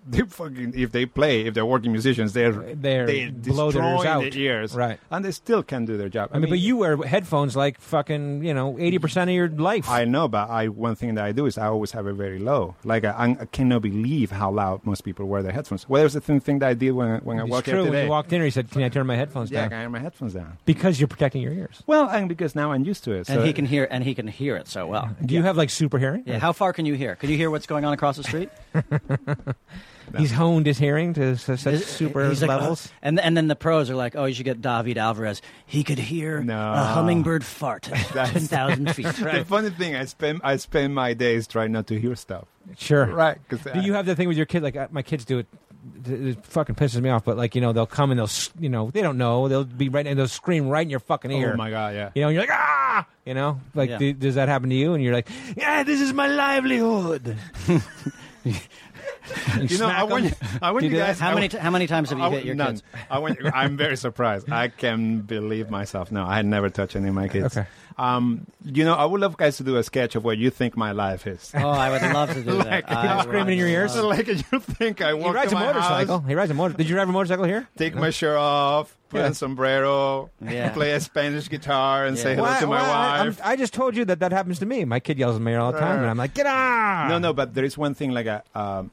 Speaker 6: they fucking if they play, if they're working musicians, they're
Speaker 1: They're
Speaker 6: they
Speaker 1: blow their ears
Speaker 6: destroy
Speaker 1: out.
Speaker 6: the ears.
Speaker 1: Right.
Speaker 6: And they still can do their job.
Speaker 1: I mean, but you wear headphones like fucking you know eighty percent of your life.
Speaker 6: I know, but I one thing that I do is I always have it very low. Like I, I cannot believe how loud most people wear their headphones. Well, there's the thing, thing that I did when when I
Speaker 1: it's
Speaker 6: walked
Speaker 1: true.
Speaker 6: here
Speaker 1: When
Speaker 6: today.
Speaker 1: you walked in, he said, "Can I turn my headphones
Speaker 6: yeah, I
Speaker 1: down?"
Speaker 6: had my headphones down.
Speaker 1: Because you're protecting your ears.
Speaker 6: Well, and because now I'm used to it.
Speaker 5: And
Speaker 6: so-
Speaker 5: he can hear, and he can hear it so well.
Speaker 1: Do you have like super hearing?
Speaker 5: Yeah, how far can you hear? Can you hear what's going on across the street?
Speaker 1: He's honed his hearing to s- such
Speaker 5: Is-
Speaker 1: super
Speaker 5: he's like, oh.
Speaker 1: levels.
Speaker 5: and and then the pros are like, oh, you should get David Alvarez. He could hear
Speaker 6: No.
Speaker 5: a hummingbird fart at ten thousand feet.
Speaker 7: [LAUGHS]
Speaker 6: The funny thing, I spend I spend my days trying not to hear stuff.
Speaker 1: Sure.
Speaker 6: uh, Right? Cause
Speaker 1: Do you have the thing with your kid? Like uh, my kids do it. th- It fucking pisses me off. But like you know, they'll come and they'll s- you know they don't know. They'll be right and they'll scream right in your fucking ear.
Speaker 6: Oh my god! Yeah.
Speaker 1: You know, and you're like ah. You know, like
Speaker 5: Yeah.
Speaker 1: do- does that happen to you? And you're like, yeah, this is my
Speaker 6: [LAUGHS]
Speaker 1: livelihood.
Speaker 6: You know, I want you, I want
Speaker 1: Do
Speaker 6: you
Speaker 1: you do that?
Speaker 6: guys.
Speaker 5: How
Speaker 6: I
Speaker 5: many
Speaker 6: w-
Speaker 5: t- how many times have
Speaker 6: I
Speaker 5: you
Speaker 6: w-
Speaker 5: hit your
Speaker 6: Oh, none.
Speaker 5: kids?
Speaker 6: I want you, I'm very surprised. I can believe myself. No, I never touch any of my kids.
Speaker 1: Okay.
Speaker 6: Um, you know, I would love guys to do a sketch of what you think my life is.
Speaker 5: Oh, I would love to do
Speaker 6: Like,
Speaker 5: that. I
Speaker 6: you
Speaker 5: would
Speaker 1: screaming in your ears?
Speaker 5: love-
Speaker 6: [LAUGHS] like you think I
Speaker 1: He
Speaker 6: walk
Speaker 1: rides
Speaker 6: to
Speaker 1: a
Speaker 6: my
Speaker 1: motorcycle.
Speaker 6: house,
Speaker 1: He rides a motor. Did you ride a motorcycle here?
Speaker 6: take my shirt off, put
Speaker 1: Yeah.
Speaker 6: on sombrero,
Speaker 5: Yeah.
Speaker 6: play a Spanish guitar, and say hello
Speaker 1: Why-
Speaker 6: to my
Speaker 1: why- I- I'm-
Speaker 6: wife.
Speaker 1: I just told you that that happens to me. My kid yells at me all the time, and I'm like, get out.
Speaker 6: No, no, but there is one thing like a. Um,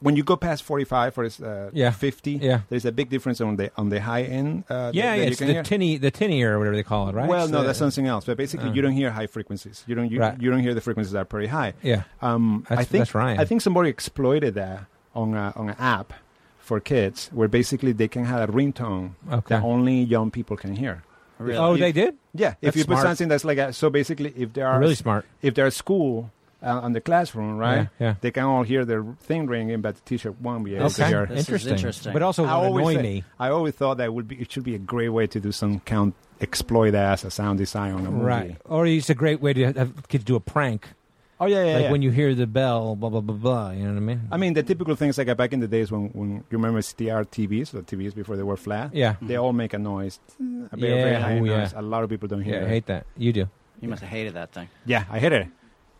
Speaker 6: when you go past forty-five or it's, uh,
Speaker 1: Yeah.
Speaker 6: fifty,
Speaker 1: Yeah.
Speaker 6: there's a big difference on the on the high end. Uh,
Speaker 1: Yeah, yeah,
Speaker 6: that, that
Speaker 1: it's
Speaker 6: you can
Speaker 1: the
Speaker 6: hear.
Speaker 1: tinny, the tinny or whatever they call it, right?
Speaker 6: Well,
Speaker 1: It's
Speaker 6: no,
Speaker 1: the-
Speaker 6: that's something else. But basically, you don't hear high frequencies. You don't you,
Speaker 1: Right.
Speaker 6: you don't hear the frequencies that are pretty high.
Speaker 1: Yeah.
Speaker 6: Um, I
Speaker 1: That's-
Speaker 6: think
Speaker 1: that's Ryan.
Speaker 6: I think somebody exploited that on a, on an app for kids, where basically they can have a ringtone
Speaker 1: Okay.
Speaker 6: that only young people can hear.
Speaker 5: Really?
Speaker 1: Oh,
Speaker 6: If-
Speaker 1: they did.
Speaker 6: Yeah, if
Speaker 1: That's
Speaker 6: you put
Speaker 1: smart.
Speaker 6: something that's like a, so basically, if there are
Speaker 1: Really smart.
Speaker 6: if they're at school uh, on the classroom, right?
Speaker 1: Yeah, yeah.
Speaker 6: They can all hear their thing ringing, but the teacher won't be able to
Speaker 1: Okay,
Speaker 6: hear.
Speaker 5: This is
Speaker 1: interesting.
Speaker 5: interesting.
Speaker 1: But also,
Speaker 6: I
Speaker 1: would annoy
Speaker 6: always, thi-
Speaker 1: me.
Speaker 6: I always thought that would be it should be a great way to do some count exploit that as a sound design on a movie.
Speaker 1: Right. Or it's a great way to have kids do a prank.
Speaker 6: Oh yeah, yeah.
Speaker 1: like
Speaker 6: yeah.
Speaker 1: when you hear the bell, blah, blah, blah, blah. You know what I mean?
Speaker 6: I mean, the typical things like uh, back in the days when, when you remember CR TVs, the TVs before they were flat.
Speaker 1: yeah.
Speaker 6: They all make a noise, a very,
Speaker 1: Yeah,
Speaker 6: very high
Speaker 1: oh, yeah.
Speaker 6: noise. A lot of people don't
Speaker 1: Yeah, I
Speaker 6: hear it.
Speaker 1: hate that. You do.
Speaker 5: You must have hated that thing.
Speaker 6: Yeah, I hate it.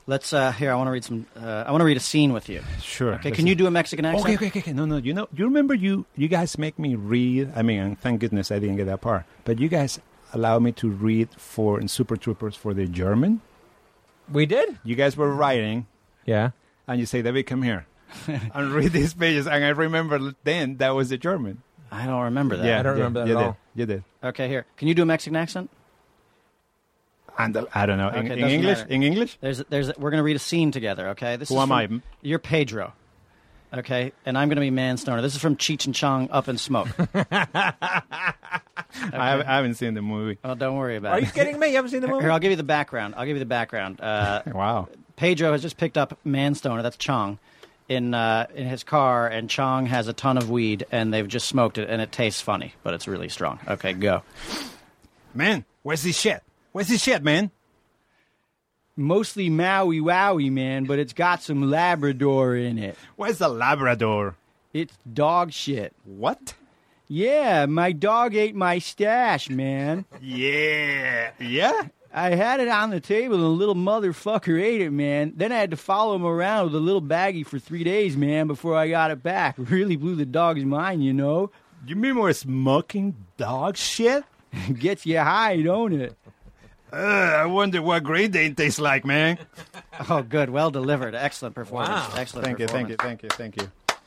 Speaker 5: Let's uh, here. I want to read some. Uh, I want to read a scene with you.
Speaker 6: Sure.
Speaker 5: Okay, can you do a Mexican accent?
Speaker 6: Okay, okay, okay, okay. No, no. You know, you remember you you guys make me read. I mean, and thank goodness I didn't get that part. But you guys allow me to read for in Super Troopers for the German.
Speaker 1: We did?
Speaker 6: You guys were writing,
Speaker 1: Yeah.
Speaker 6: and you say, David, come
Speaker 1: [LAUGHS]
Speaker 6: here. and read these pages. And I remember then that was the German.
Speaker 5: I don't remember that.
Speaker 1: I don't remember that
Speaker 6: you
Speaker 1: at
Speaker 6: did.
Speaker 1: all.
Speaker 6: You did.
Speaker 5: Okay, here. Can you do a Mexican accent?
Speaker 6: And the, I don't know. In,
Speaker 5: Okay,
Speaker 6: in
Speaker 5: doesn't
Speaker 6: English?
Speaker 5: matter.
Speaker 6: In English?
Speaker 5: There's, there's. We're gonna read a scene together. Okay. This
Speaker 6: Who
Speaker 5: is
Speaker 1: [LAUGHS]
Speaker 6: am
Speaker 5: from-
Speaker 6: I?
Speaker 5: You're Pedro. Okay, and I'm gonna be Manstormer. This is from Cheech and Chong Up in
Speaker 1: [LAUGHS]
Speaker 5: Smoke.
Speaker 6: I, haven't, I haven't seen the movie.
Speaker 5: oh, don't worry about
Speaker 1: Are
Speaker 5: it.
Speaker 1: you kidding me? You haven't seen the movie?
Speaker 5: Here, I'll give you the background. I'll give you the background.
Speaker 1: [LAUGHS]
Speaker 5: Uh,
Speaker 6: Wow.
Speaker 5: Pedro has just picked up Manstoner, that's Chong, in uh, in his car, and Chong has a ton of weed, and they've just smoked it, and it tastes funny, but it's really strong. Okay, go.
Speaker 6: Man, where's this shit? Where's this shit, man?
Speaker 5: Mostly Maui Wowie, man, but it's got some Labrador in it.
Speaker 6: Where's the Labrador?
Speaker 5: It's dog shit.
Speaker 6: What?
Speaker 5: Yeah, my dog ate my stash, man.
Speaker 6: Yeah. Yeah?
Speaker 5: I had it on the table, and the little motherfucker ate it, man. Then I had to follow him around with a little baggie for three days, man, before I got it back. [LAUGHS] Really blew the dog's mind, you know. [LAUGHS]
Speaker 6: You mean we're smoking dog shit?
Speaker 5: Gets you high, don't it?
Speaker 6: Ugh, Uh, I wonder what Green Day tastes like, man.
Speaker 5: Oh, good. Well delivered. Excellent performance.
Speaker 1: Wow.
Speaker 5: Excellent
Speaker 6: [LAUGHS] Thank you, thank you,
Speaker 5: performance.
Speaker 6: thank you, thank you.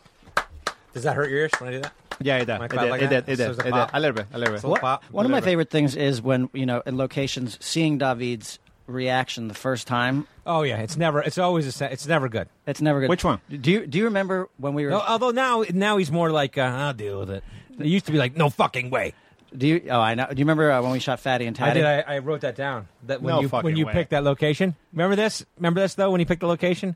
Speaker 1: Does that hurt your ears when I do that?
Speaker 6: Yeah, it did.
Speaker 1: Like
Speaker 6: It
Speaker 1: that,
Speaker 6: did,
Speaker 1: like
Speaker 6: it
Speaker 1: that?
Speaker 6: did, it
Speaker 1: So
Speaker 6: did,
Speaker 1: it's a
Speaker 6: it did.
Speaker 1: pop.
Speaker 6: A little bit, a little bit.
Speaker 1: So-
Speaker 5: What-
Speaker 1: Pop.
Speaker 5: one of my
Speaker 6: Deliver.
Speaker 5: favorite things is when, you know, in locations, seeing David's reaction the first time.
Speaker 1: Oh yeah, it's never. It's always a. sa- It's never good.
Speaker 5: That's never good.
Speaker 6: Which one?
Speaker 5: Do you, do you remember when we were.
Speaker 1: No, uh although now now he's more like uh, I'll deal with it. It used to be like no fucking way.
Speaker 5: do you, oh, I know. Do you remember uh, when we shot Fatty and
Speaker 1: I
Speaker 5: Tatty?
Speaker 1: did. I, I wrote that down. That when
Speaker 6: No
Speaker 1: you
Speaker 6: fucking
Speaker 1: when you
Speaker 6: way.
Speaker 1: picked that location. Remember this? Remember this though when he picked the location.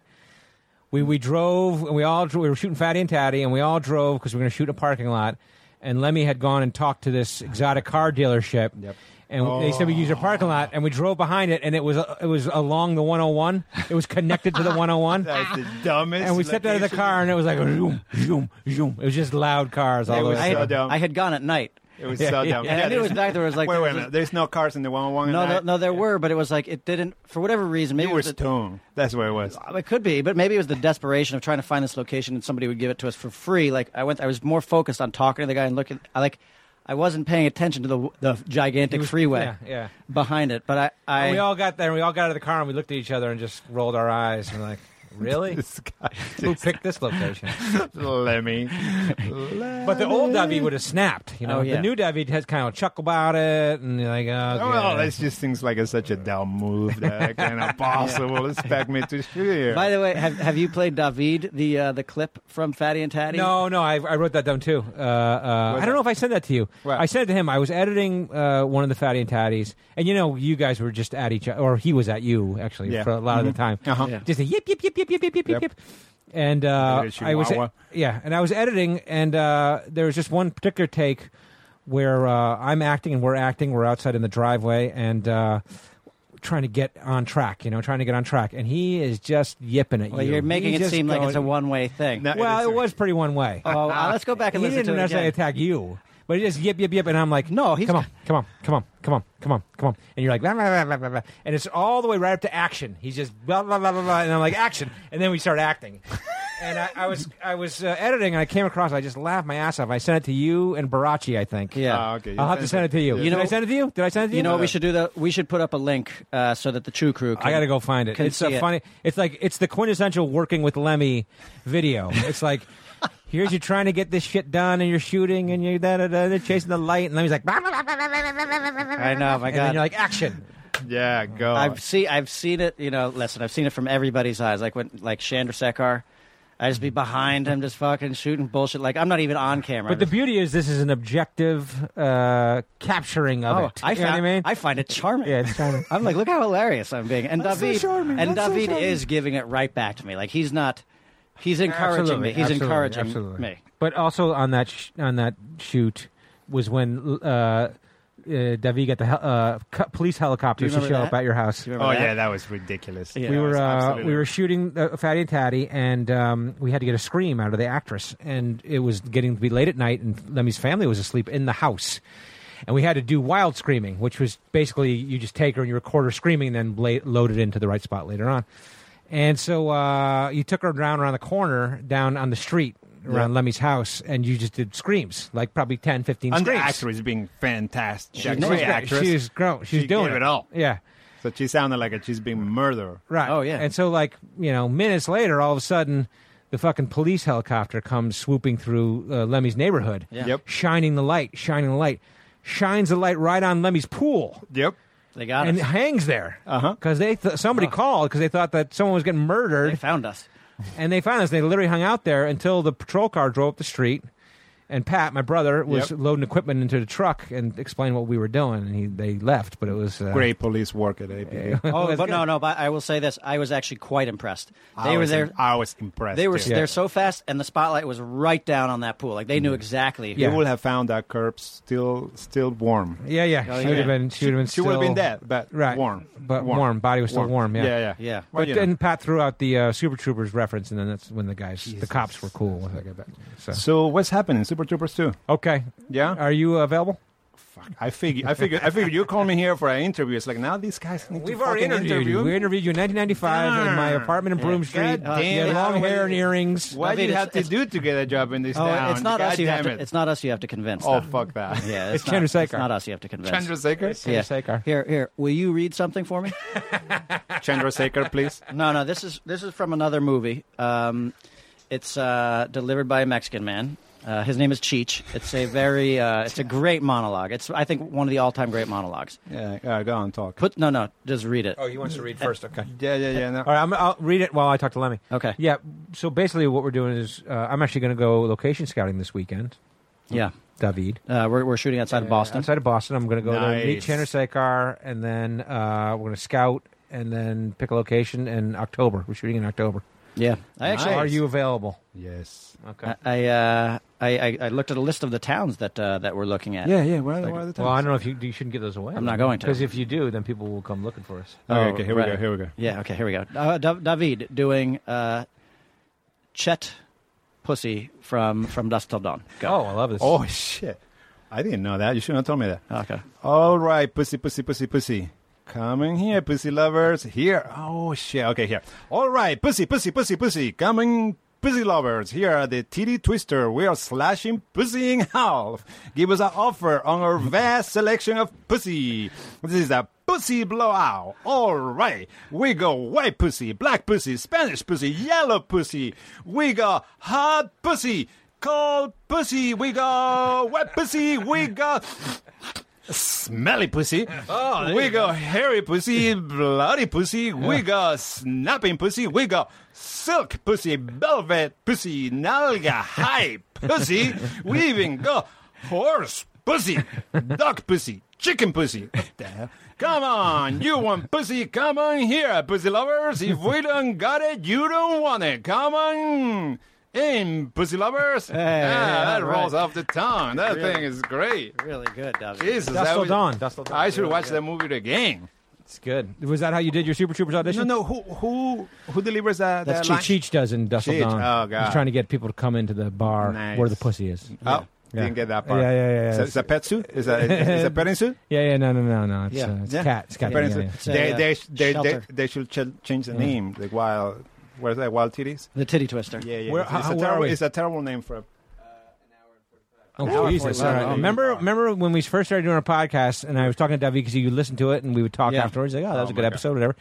Speaker 1: We we drove and we all dro- we were shooting Fatty and Tatty and we all drove because we were going to shoot in a parking lot. And Lemmy had gone and talked to this exotic car dealership. Yep. And they said we use your parking lot, and we drove behind it, and it was it was along the 101. It was connected to the
Speaker 6: [LAUGHS]
Speaker 1: 101.
Speaker 6: That's the dumbest.
Speaker 1: and we stepped out of the
Speaker 6: location.
Speaker 1: car, and it was like zoom, zoom, zoom. It was just loud cars all
Speaker 6: It
Speaker 1: the
Speaker 6: was
Speaker 1: way.
Speaker 5: I
Speaker 6: so
Speaker 5: had,
Speaker 6: dumb.
Speaker 5: I had gone at night.
Speaker 6: It was
Speaker 1: Yeah,
Speaker 6: so
Speaker 1: yeah.
Speaker 6: dumb.
Speaker 5: And I knew it was
Speaker 6: there's-
Speaker 5: back there. It was like,
Speaker 6: wait,
Speaker 5: there
Speaker 6: wait
Speaker 5: was
Speaker 6: a
Speaker 5: a-
Speaker 6: minute. There's no cars in the 101.
Speaker 5: No,
Speaker 6: and
Speaker 5: no,
Speaker 6: I-
Speaker 5: no, there were, but it was like it didn't. For whatever reason, maybe
Speaker 6: It was
Speaker 5: the-
Speaker 6: tone. That's what it was.
Speaker 5: It could be, but maybe it was the desperation of trying to find this location and somebody would give it to us for free. Like I went, I was more focused on talking to the guy and looking. I like, I wasn't paying attention to the the gigantic
Speaker 1: was-
Speaker 5: freeway
Speaker 1: yeah, yeah.
Speaker 5: behind it. But I, I
Speaker 1: And we all got there, and we all got out of the car, and we looked at each other and just rolled our eyes and we're like, "Really?
Speaker 6: This guy
Speaker 1: Who picked this location?"
Speaker 6: just Lemmy. Lemmy.
Speaker 1: But the old David would have snapped. You know,
Speaker 5: Oh, yeah.
Speaker 1: the new David has kind of chuckle about it, and you're like, "Oh,
Speaker 6: Well,
Speaker 1: okay."
Speaker 6: that's just things like it's such a dumb move that I cannot possible expect me to hear.
Speaker 5: by the way, have have you played David the uh, the clip from Fatty and Tatty?
Speaker 1: No, no, I, I wrote that down too. Uh, uh, I don't know if I sent that to you.
Speaker 6: What?
Speaker 1: I sent it to him. I was editing uh, one of the Fatty and Tatties, and you know, you guys were just at each other, or he was at you actually
Speaker 6: Yeah.
Speaker 1: for a lot of the time.
Speaker 6: Uh-huh.
Speaker 5: Yeah.
Speaker 1: Just a yip yip yip yip yip yip yip yip.
Speaker 6: Yep.
Speaker 1: yip. And uh,
Speaker 6: Like a
Speaker 1: I was
Speaker 6: chihuahua.
Speaker 1: yeah, and I was editing, and uh, there was just one particular take where uh, I'm acting and we're acting. We're outside in the driveway, and. Uh, Trying to get on track, you know, trying to get on track, and he is just yipping at
Speaker 5: Well,
Speaker 1: you.
Speaker 5: you're making
Speaker 1: He's
Speaker 5: it
Speaker 1: just
Speaker 5: seem like it's a
Speaker 1: going-
Speaker 5: one way thing.
Speaker 6: No,
Speaker 1: well,
Speaker 6: is-
Speaker 1: it was pretty one way.
Speaker 5: Oh, uh, let's go back and
Speaker 1: he
Speaker 5: listen
Speaker 1: didn't
Speaker 5: to it
Speaker 1: necessarily
Speaker 5: again.
Speaker 1: attack you, but he just yip yip yip, and I'm like,
Speaker 5: No, he's-
Speaker 1: come on, come on, come on, come on, come on, come on, and you're like, blah, blah, blah, blah, blah, blah. and it's all the way right up to action. He's just blah blah blah blah, blah and I'm like action, and then we start acting.
Speaker 5: [LAUGHS]
Speaker 1: and I, I was I was uh, editing, and I came across. I just laughed my ass off. I sent it to you and Barachi, I think.
Speaker 5: Yeah. Oh,
Speaker 6: Ah, okay.
Speaker 1: I'll have to send it to you.
Speaker 5: You
Speaker 1: Did
Speaker 5: know-
Speaker 1: I send it to you? Did I send it to you? Uh,
Speaker 5: You know what we should do? Though we should put up a link uh, so that the Chew Crew. Can,
Speaker 1: I gotta go find it.
Speaker 5: can
Speaker 1: It's a
Speaker 5: see it.
Speaker 1: funny. It's like it's the quintessential working with Lemmy video. It's like.
Speaker 5: [LAUGHS]
Speaker 1: Here's you trying to get this shit done, and you're shooting, and you're da da da, da, chasing the light, and Lemmy's like, "Bah, bah, bah, bah, bah, bah, bah, bah, bah, bah, bah."
Speaker 5: I know, my
Speaker 1: and
Speaker 5: God.
Speaker 1: then you're like, oh. action.
Speaker 6: Yeah, go.
Speaker 5: I've seen I've seen it. You know, listen, I've seen it from everybody's eyes. Like when like Chandra Sekar, I just be behind him, just fucking shooting bullshit. Like I'm not even on camera.
Speaker 1: But the beauty is, this is an objective uh, capturing of
Speaker 5: oh,
Speaker 1: it.
Speaker 5: I
Speaker 1: you know what I
Speaker 5: found,
Speaker 1: mean?
Speaker 5: I find it charming.
Speaker 1: yeah, it's kind of-
Speaker 5: I'm like, look how hilarious I'm being. And David, and David is giving it right back to me. Like he's not, he's encouraging
Speaker 1: Absolutely,
Speaker 5: me. He's
Speaker 1: absolutely,
Speaker 5: encouraging
Speaker 1: absolutely.
Speaker 5: me.
Speaker 1: But also on that sh- on that shoot was when uh, uh, David got the hel- uh, co- police helicopters to
Speaker 5: remember
Speaker 1: show up
Speaker 5: that?
Speaker 1: at your house.
Speaker 5: Do you
Speaker 6: oh,
Speaker 5: remember
Speaker 6: yeah,
Speaker 5: that?
Speaker 6: that was ridiculous.
Speaker 5: Yeah.
Speaker 1: we were uh,
Speaker 6: absolutely-
Speaker 1: we were shooting uh, Fatty and Tatty, and um, we had to get a scream out of the actress, and it was getting to be late at night, and Lemmy's family was asleep in the house, and we had to do wild screaming, which was basically you just take her and you record her screaming, and then bla- load it into the right spot later on, and so uh, you took her down around the corner, down on the street around Lemmy's house, and you just did screams, like probably 10, 15
Speaker 6: And the
Speaker 1: screams.
Speaker 6: actress being fantastic.
Speaker 1: She
Speaker 6: great
Speaker 1: was great.
Speaker 6: actress.
Speaker 1: She was grown. She was
Speaker 6: She
Speaker 1: doing
Speaker 6: gave it all.
Speaker 1: Yeah.
Speaker 6: So she sounded like a, she's being murdered.
Speaker 1: Right.
Speaker 5: Oh, yeah.
Speaker 1: And so like, you know, minutes later all of a sudden the fucking police helicopter comes swooping through uh, Lemmy's neighborhood.
Speaker 5: Yeah.
Speaker 6: Yep.
Speaker 1: Shining the light, shining the light. Shines the light right on Lemmy's pool
Speaker 6: Yep.
Speaker 5: They got
Speaker 1: and
Speaker 5: us.
Speaker 1: hangs there.
Speaker 6: Uh-huh.
Speaker 1: Cuz they th- somebody called cuz they thought that someone was getting
Speaker 5: They
Speaker 1: murdered
Speaker 5: found us.
Speaker 1: and they found us. They literally hung out there until the patrol car drove up the street. And Pat, my brother, was
Speaker 6: Yep.
Speaker 1: loading equipment into the truck and explained what we were doing, and he, they left. But it was uh,
Speaker 6: Great police work at APA.
Speaker 5: [LAUGHS]
Speaker 6: [LAUGHS]
Speaker 5: Oh, but no, no. But I will say this: I was actually quite impressed. They
Speaker 6: I
Speaker 5: were
Speaker 6: was
Speaker 5: there.
Speaker 6: im- I was impressed.
Speaker 5: They were
Speaker 6: too.
Speaker 5: they're so fast, and the spotlight was right down on that pool. Like they
Speaker 6: Mm.
Speaker 5: knew exactly.
Speaker 1: Yeah.
Speaker 6: You would have found that curb still still warm.
Speaker 1: Yeah, yeah.
Speaker 5: Oh,
Speaker 1: she
Speaker 5: yeah.
Speaker 1: would have been. She would have been.
Speaker 6: She would have been
Speaker 1: still-
Speaker 6: dead, but
Speaker 1: Right.
Speaker 6: warm,
Speaker 1: But warm. Body was still warm, yeah.
Speaker 6: yeah, yeah.
Speaker 5: Yeah.
Speaker 6: Well,
Speaker 1: But
Speaker 6: you know.
Speaker 1: and Pat threw out the uh, Super Troopers reference, and then that's when the guys, the cops, were cool with it. I bet. So
Speaker 6: so what's happening? Super Troopers two.
Speaker 1: okay,
Speaker 6: Yeah.
Speaker 1: are you available?
Speaker 6: I figured. I figured. I figured you called me here for an interview. It's like now these guys need to fucking interview.
Speaker 1: We interviewed you in 1995 in my apartment in Broome Street.
Speaker 6: God
Speaker 1: you
Speaker 6: damn
Speaker 1: had
Speaker 6: it.
Speaker 1: long hair and earrings.
Speaker 5: David,
Speaker 6: Why do you
Speaker 5: it's-
Speaker 6: have to
Speaker 5: it's-
Speaker 6: do to get a job in this
Speaker 5: Oh,
Speaker 6: town?
Speaker 5: it's not
Speaker 6: God
Speaker 5: us. You have
Speaker 6: damn
Speaker 5: to.
Speaker 6: it.
Speaker 5: It's not us. You have to convince.
Speaker 6: oh
Speaker 5: though. [LAUGHS]
Speaker 6: fuck that.
Speaker 5: Yeah,
Speaker 6: [LAUGHS]
Speaker 5: it's,
Speaker 1: It's
Speaker 5: not,
Speaker 1: Chandra
Speaker 5: it's
Speaker 1: Sekhar.
Speaker 5: not us. You have to convince.
Speaker 6: Chandrasekhar.
Speaker 5: yeah.
Speaker 1: Sekhar.
Speaker 5: Here, here. Will you read something
Speaker 6: [LAUGHS]
Speaker 5: for me?
Speaker 6: Chandrasekhar, please.
Speaker 5: no, no. This is this is from another movie. Um, it's uh, delivered by a Mexican man. Uh, his name is Cheech. It's a very, uh, it's a great monologue. It's I think one of the all-time great monologues.
Speaker 6: Yeah, uh, go on talk.
Speaker 5: Put no, no. Just read it.
Speaker 1: Oh, he wants to read first. Okay.
Speaker 6: yeah, yeah, yeah. No.
Speaker 1: All right, I'm, I'll read it while I talk to Lemmy.
Speaker 5: Okay.
Speaker 1: Yeah. So basically, what we're doing is uh, I'm actually going to go location scouting this weekend,
Speaker 5: Yeah.
Speaker 1: David.
Speaker 5: Uh, we're we're shooting outside of Boston.
Speaker 1: Outside of Boston, I'm going to go there, meet
Speaker 6: Nice.
Speaker 1: Chandra Sekar, and then uh, we're going to scout and then pick a location in October. We're shooting in October.
Speaker 5: Yeah.
Speaker 1: So
Speaker 5: I actually.
Speaker 1: Are you available?
Speaker 6: Yes.
Speaker 1: Okay.
Speaker 5: I I, uh, I I- I looked at a list of the towns that uh, that we're looking at.
Speaker 6: Yeah, yeah. Where are, the- where are the
Speaker 1: well, I
Speaker 6: times?
Speaker 1: don't know if you, you shouldn't give those away.
Speaker 5: I'm not going to.
Speaker 1: Because if you do, then people will come looking for us.
Speaker 6: Okay,
Speaker 5: Oh,
Speaker 6: okay. Here
Speaker 5: right.
Speaker 6: we go. Here we go.
Speaker 5: Yeah, okay, here we go. Uh, Da- David doing uh, Chet Pussy from from Dust Till Dawn. Go.
Speaker 1: Oh, I love this.
Speaker 6: Oh shit! I didn't know that. You shouldn't have told me that.
Speaker 5: Okay.
Speaker 6: All right, pussy, pussy, pussy, pussy. Coming here, pussy lovers. Here. Oh, shit. Okay, here. All right, pussy, pussy, pussy, pussy. Coming, pussy lovers. Here are the TD Twister. We are slashing pussy in half. Give us an offer on our vast selection of pussy. This is a pussy blowout. All right. We go white pussy, black pussy, Spanish pussy, yellow pussy. We go hot pussy, cold pussy. We go wet pussy. We go smelly pussy. we got hairy pussy, bloody pussy. We got snapping pussy. We got silk pussy, velvet pussy, nalga high pussy. We even got horse pussy, duck pussy, chicken pussy. What the hell? Come on, you want pussy? Come on here, pussy lovers. If we don't got it, you don't want it. Come on. In pussy lovers, ah,
Speaker 5: alright.
Speaker 6: that rolls off the tongue. That thing is great.
Speaker 5: Really good, David.
Speaker 6: Jesus,
Speaker 1: Dust
Speaker 6: I
Speaker 1: Till
Speaker 6: was-
Speaker 1: Dawn, Dust Till Dawn.
Speaker 6: I should watch that movie again.
Speaker 1: it's good. Was that how you did your Super Troopers
Speaker 6: No,
Speaker 1: audition?
Speaker 6: no. Who who who delivers uh, that?
Speaker 1: That's
Speaker 6: that
Speaker 1: Cheech. Cheech does in Dust Till
Speaker 6: Cheech,
Speaker 1: Dawn.
Speaker 6: oh, God.
Speaker 1: He's trying to get people to come into the bar
Speaker 6: Nice.
Speaker 1: where the pussy is.
Speaker 6: line? Oh,
Speaker 1: Yeah.
Speaker 6: didn't get that part.
Speaker 1: Yeah, yeah, yeah,
Speaker 6: Is
Speaker 1: yeah.
Speaker 6: that, is that pet suit? Is that is, is that petting suit?
Speaker 1: Yeah, yeah, no, no, no, no. It's,
Speaker 5: Yeah.
Speaker 1: uh, it's
Speaker 6: Yeah.
Speaker 1: cat. It's cat. Yeah,
Speaker 6: Petting
Speaker 1: yeah, yeah.
Speaker 6: suit.
Speaker 5: Yeah,
Speaker 6: They,
Speaker 5: yeah.
Speaker 6: they sh- they, they,
Speaker 5: Shelter.
Speaker 6: they should ch- change the name. Like wild. What is that? Wild titties.
Speaker 5: The titty twister.
Speaker 6: Yeah, yeah.
Speaker 1: Where-
Speaker 6: it's,
Speaker 1: how-
Speaker 6: it's
Speaker 1: how-
Speaker 6: a
Speaker 1: where are
Speaker 6: terrible,
Speaker 1: we?
Speaker 6: it's a terrible name for. A,
Speaker 1: Oh,
Speaker 5: Hour
Speaker 1: Jesus.
Speaker 5: 45.
Speaker 1: All right. Remember, remember when we first started doing our podcast and I was talking to David because you listened to it and we would talk
Speaker 5: Yeah.
Speaker 1: afterwards, like, oh, that was a
Speaker 6: Oh,
Speaker 1: good
Speaker 6: my
Speaker 1: episode, whatever.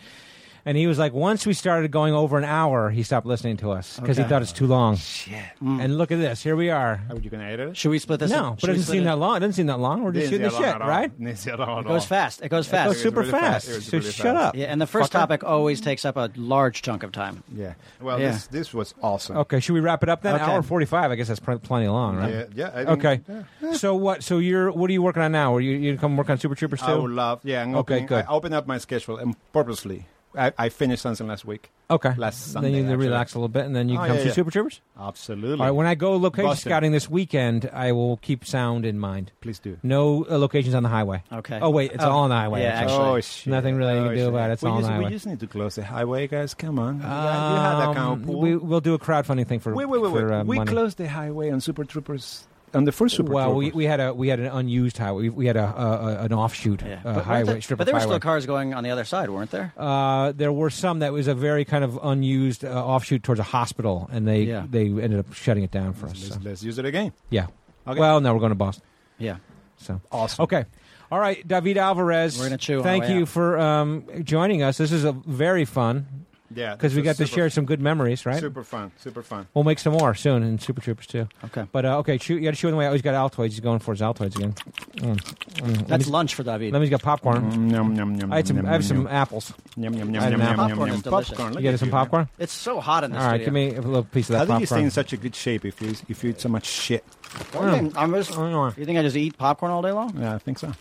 Speaker 1: And he was like, once we started going over an hour, he stopped listening to us because he
Speaker 5: Okay.
Speaker 1: thought it's too long. Shit. And look at this. Here we are.
Speaker 6: are you gonna edit it?
Speaker 5: Should we split this?
Speaker 1: No,
Speaker 5: should
Speaker 1: but
Speaker 5: we
Speaker 1: it doesn't
Speaker 5: split
Speaker 1: seem that long. It doesn't seem that long. We're just shooting the shit, right? It
Speaker 6: Didn't see it at all.
Speaker 5: It goes fast. It goes fast.
Speaker 1: goes super
Speaker 6: really
Speaker 1: fast.
Speaker 6: fast. It was
Speaker 1: so
Speaker 6: really
Speaker 1: shut
Speaker 6: fast.
Speaker 1: up.
Speaker 5: yeah, and the first
Speaker 1: fucker.
Speaker 5: topic always takes up a large chunk of time.
Speaker 6: Yeah. Well,
Speaker 5: Yeah.
Speaker 6: this this was awesome.
Speaker 1: Okay, should we wrap it up then?
Speaker 5: Okay.
Speaker 1: Hour forty-five. I guess that's pl- plenty long, right?
Speaker 6: Yeah. yeah I think-
Speaker 1: Okay.
Speaker 6: yeah.
Speaker 1: So what? So you're what are you working on now? Are you you come work on Super Troopers
Speaker 6: I would
Speaker 1: too?
Speaker 6: love. Yeah. I'm
Speaker 1: Okay,
Speaker 6: opening,
Speaker 1: good.
Speaker 6: I opened up my schedule and purposely. I, I finished something last week.
Speaker 1: Okay.
Speaker 6: Last
Speaker 1: Then
Speaker 6: Sunday.
Speaker 1: you
Speaker 6: actually.
Speaker 1: relax a little bit, and then you
Speaker 6: Oh,
Speaker 1: come
Speaker 6: yeah,
Speaker 1: to
Speaker 6: yeah.
Speaker 1: Super Troopers.
Speaker 6: Absolutely.
Speaker 1: All right. When I go location
Speaker 6: Boston.
Speaker 1: scouting this weekend, I will keep sound in mind.
Speaker 6: Please do.
Speaker 1: No uh, locations on the highway.
Speaker 5: Okay.
Speaker 1: Oh wait, it's
Speaker 5: Oh,
Speaker 1: all on the highway.
Speaker 5: yeah,
Speaker 1: actually.
Speaker 5: actually.
Speaker 6: oh shit!
Speaker 1: Nothing really you
Speaker 6: oh,
Speaker 1: can do about it. It's
Speaker 6: we
Speaker 1: all on
Speaker 6: just,
Speaker 1: the
Speaker 6: We
Speaker 1: highway.
Speaker 6: just need to close the highway, guys. Come on. You got- you had that kind
Speaker 1: Um,
Speaker 6: of pool.
Speaker 1: we, we'll do a crowdfunding thing for
Speaker 6: wait, wait, wait, wait.
Speaker 1: for, uh,
Speaker 6: we
Speaker 1: money.
Speaker 6: closed the highway on Super Troopers on the first Super
Speaker 1: well, we,
Speaker 6: Troopers.
Speaker 1: we had a we had an unused highway. We, we had a, a, a an offshoot
Speaker 5: Yeah.
Speaker 1: uh,
Speaker 5: weren't
Speaker 1: highway
Speaker 5: there-
Speaker 1: strip
Speaker 5: but
Speaker 1: of
Speaker 5: there were
Speaker 1: highway.
Speaker 5: still cars going on the other side, weren't there?
Speaker 1: Uh, there were some that was a very kind of unused uh, offshoot towards a hospital, and they
Speaker 5: Yeah.
Speaker 1: they ended up shutting it down for us.
Speaker 6: let's,
Speaker 1: so,
Speaker 6: let's use it again.
Speaker 1: yeah.
Speaker 6: Okay.
Speaker 1: Well, now we're going to Boston.
Speaker 5: Yeah.
Speaker 1: So
Speaker 6: Awesome.
Speaker 1: okay. All right, David Alvarez.
Speaker 5: We're gonna chew on
Speaker 1: Thank
Speaker 5: our way
Speaker 1: you
Speaker 5: out.
Speaker 1: for um, joining us. This is a very fun
Speaker 6: Yeah,
Speaker 1: because we got to share some good memories, right?
Speaker 6: Super fun, super fun.
Speaker 1: We'll make some more soon in Super Troopers too.
Speaker 5: Okay.
Speaker 1: But uh, okay, shoot, you got to shoot on the way. out. He's got Altoids. He's going for his Altoids again. Mm, mm.
Speaker 5: That's Mm-hmm. lunch for David.
Speaker 1: Let me's got popcorn.
Speaker 6: Yum, yum, yum,
Speaker 1: I had some.
Speaker 6: yum,
Speaker 1: I have
Speaker 6: yum,
Speaker 1: some
Speaker 6: yum.
Speaker 1: apples.
Speaker 6: Yum, yum,
Speaker 1: I
Speaker 6: yum,
Speaker 1: had
Speaker 6: yum,
Speaker 1: an apple.
Speaker 6: yum, yum,
Speaker 5: Popcorn
Speaker 6: yum.
Speaker 5: is delicious.
Speaker 6: Popcorn. look
Speaker 1: You
Speaker 6: at
Speaker 1: got some
Speaker 6: you, man.
Speaker 1: popcorn.
Speaker 5: it's so hot in
Speaker 1: All
Speaker 5: this
Speaker 1: right,
Speaker 5: studio.
Speaker 1: give me a little piece of
Speaker 6: How
Speaker 1: that
Speaker 6: do you stay
Speaker 1: popcorn.
Speaker 6: in such a good shape if you if you eat so much shit?
Speaker 5: Mm, I'm just-
Speaker 1: Anyway.
Speaker 5: you think I just eat popcorn all day long?
Speaker 6: Yeah, I think so.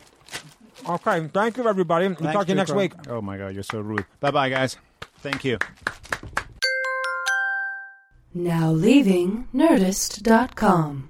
Speaker 1: Okay, thank you, everybody. We'll
Speaker 5: Thanks,
Speaker 1: talk to you next
Speaker 5: Tuco.
Speaker 1: week.
Speaker 6: Oh my god, you're so rude. Bye bye, guys. Thank you.
Speaker 2: Now leaving Nerdist.com.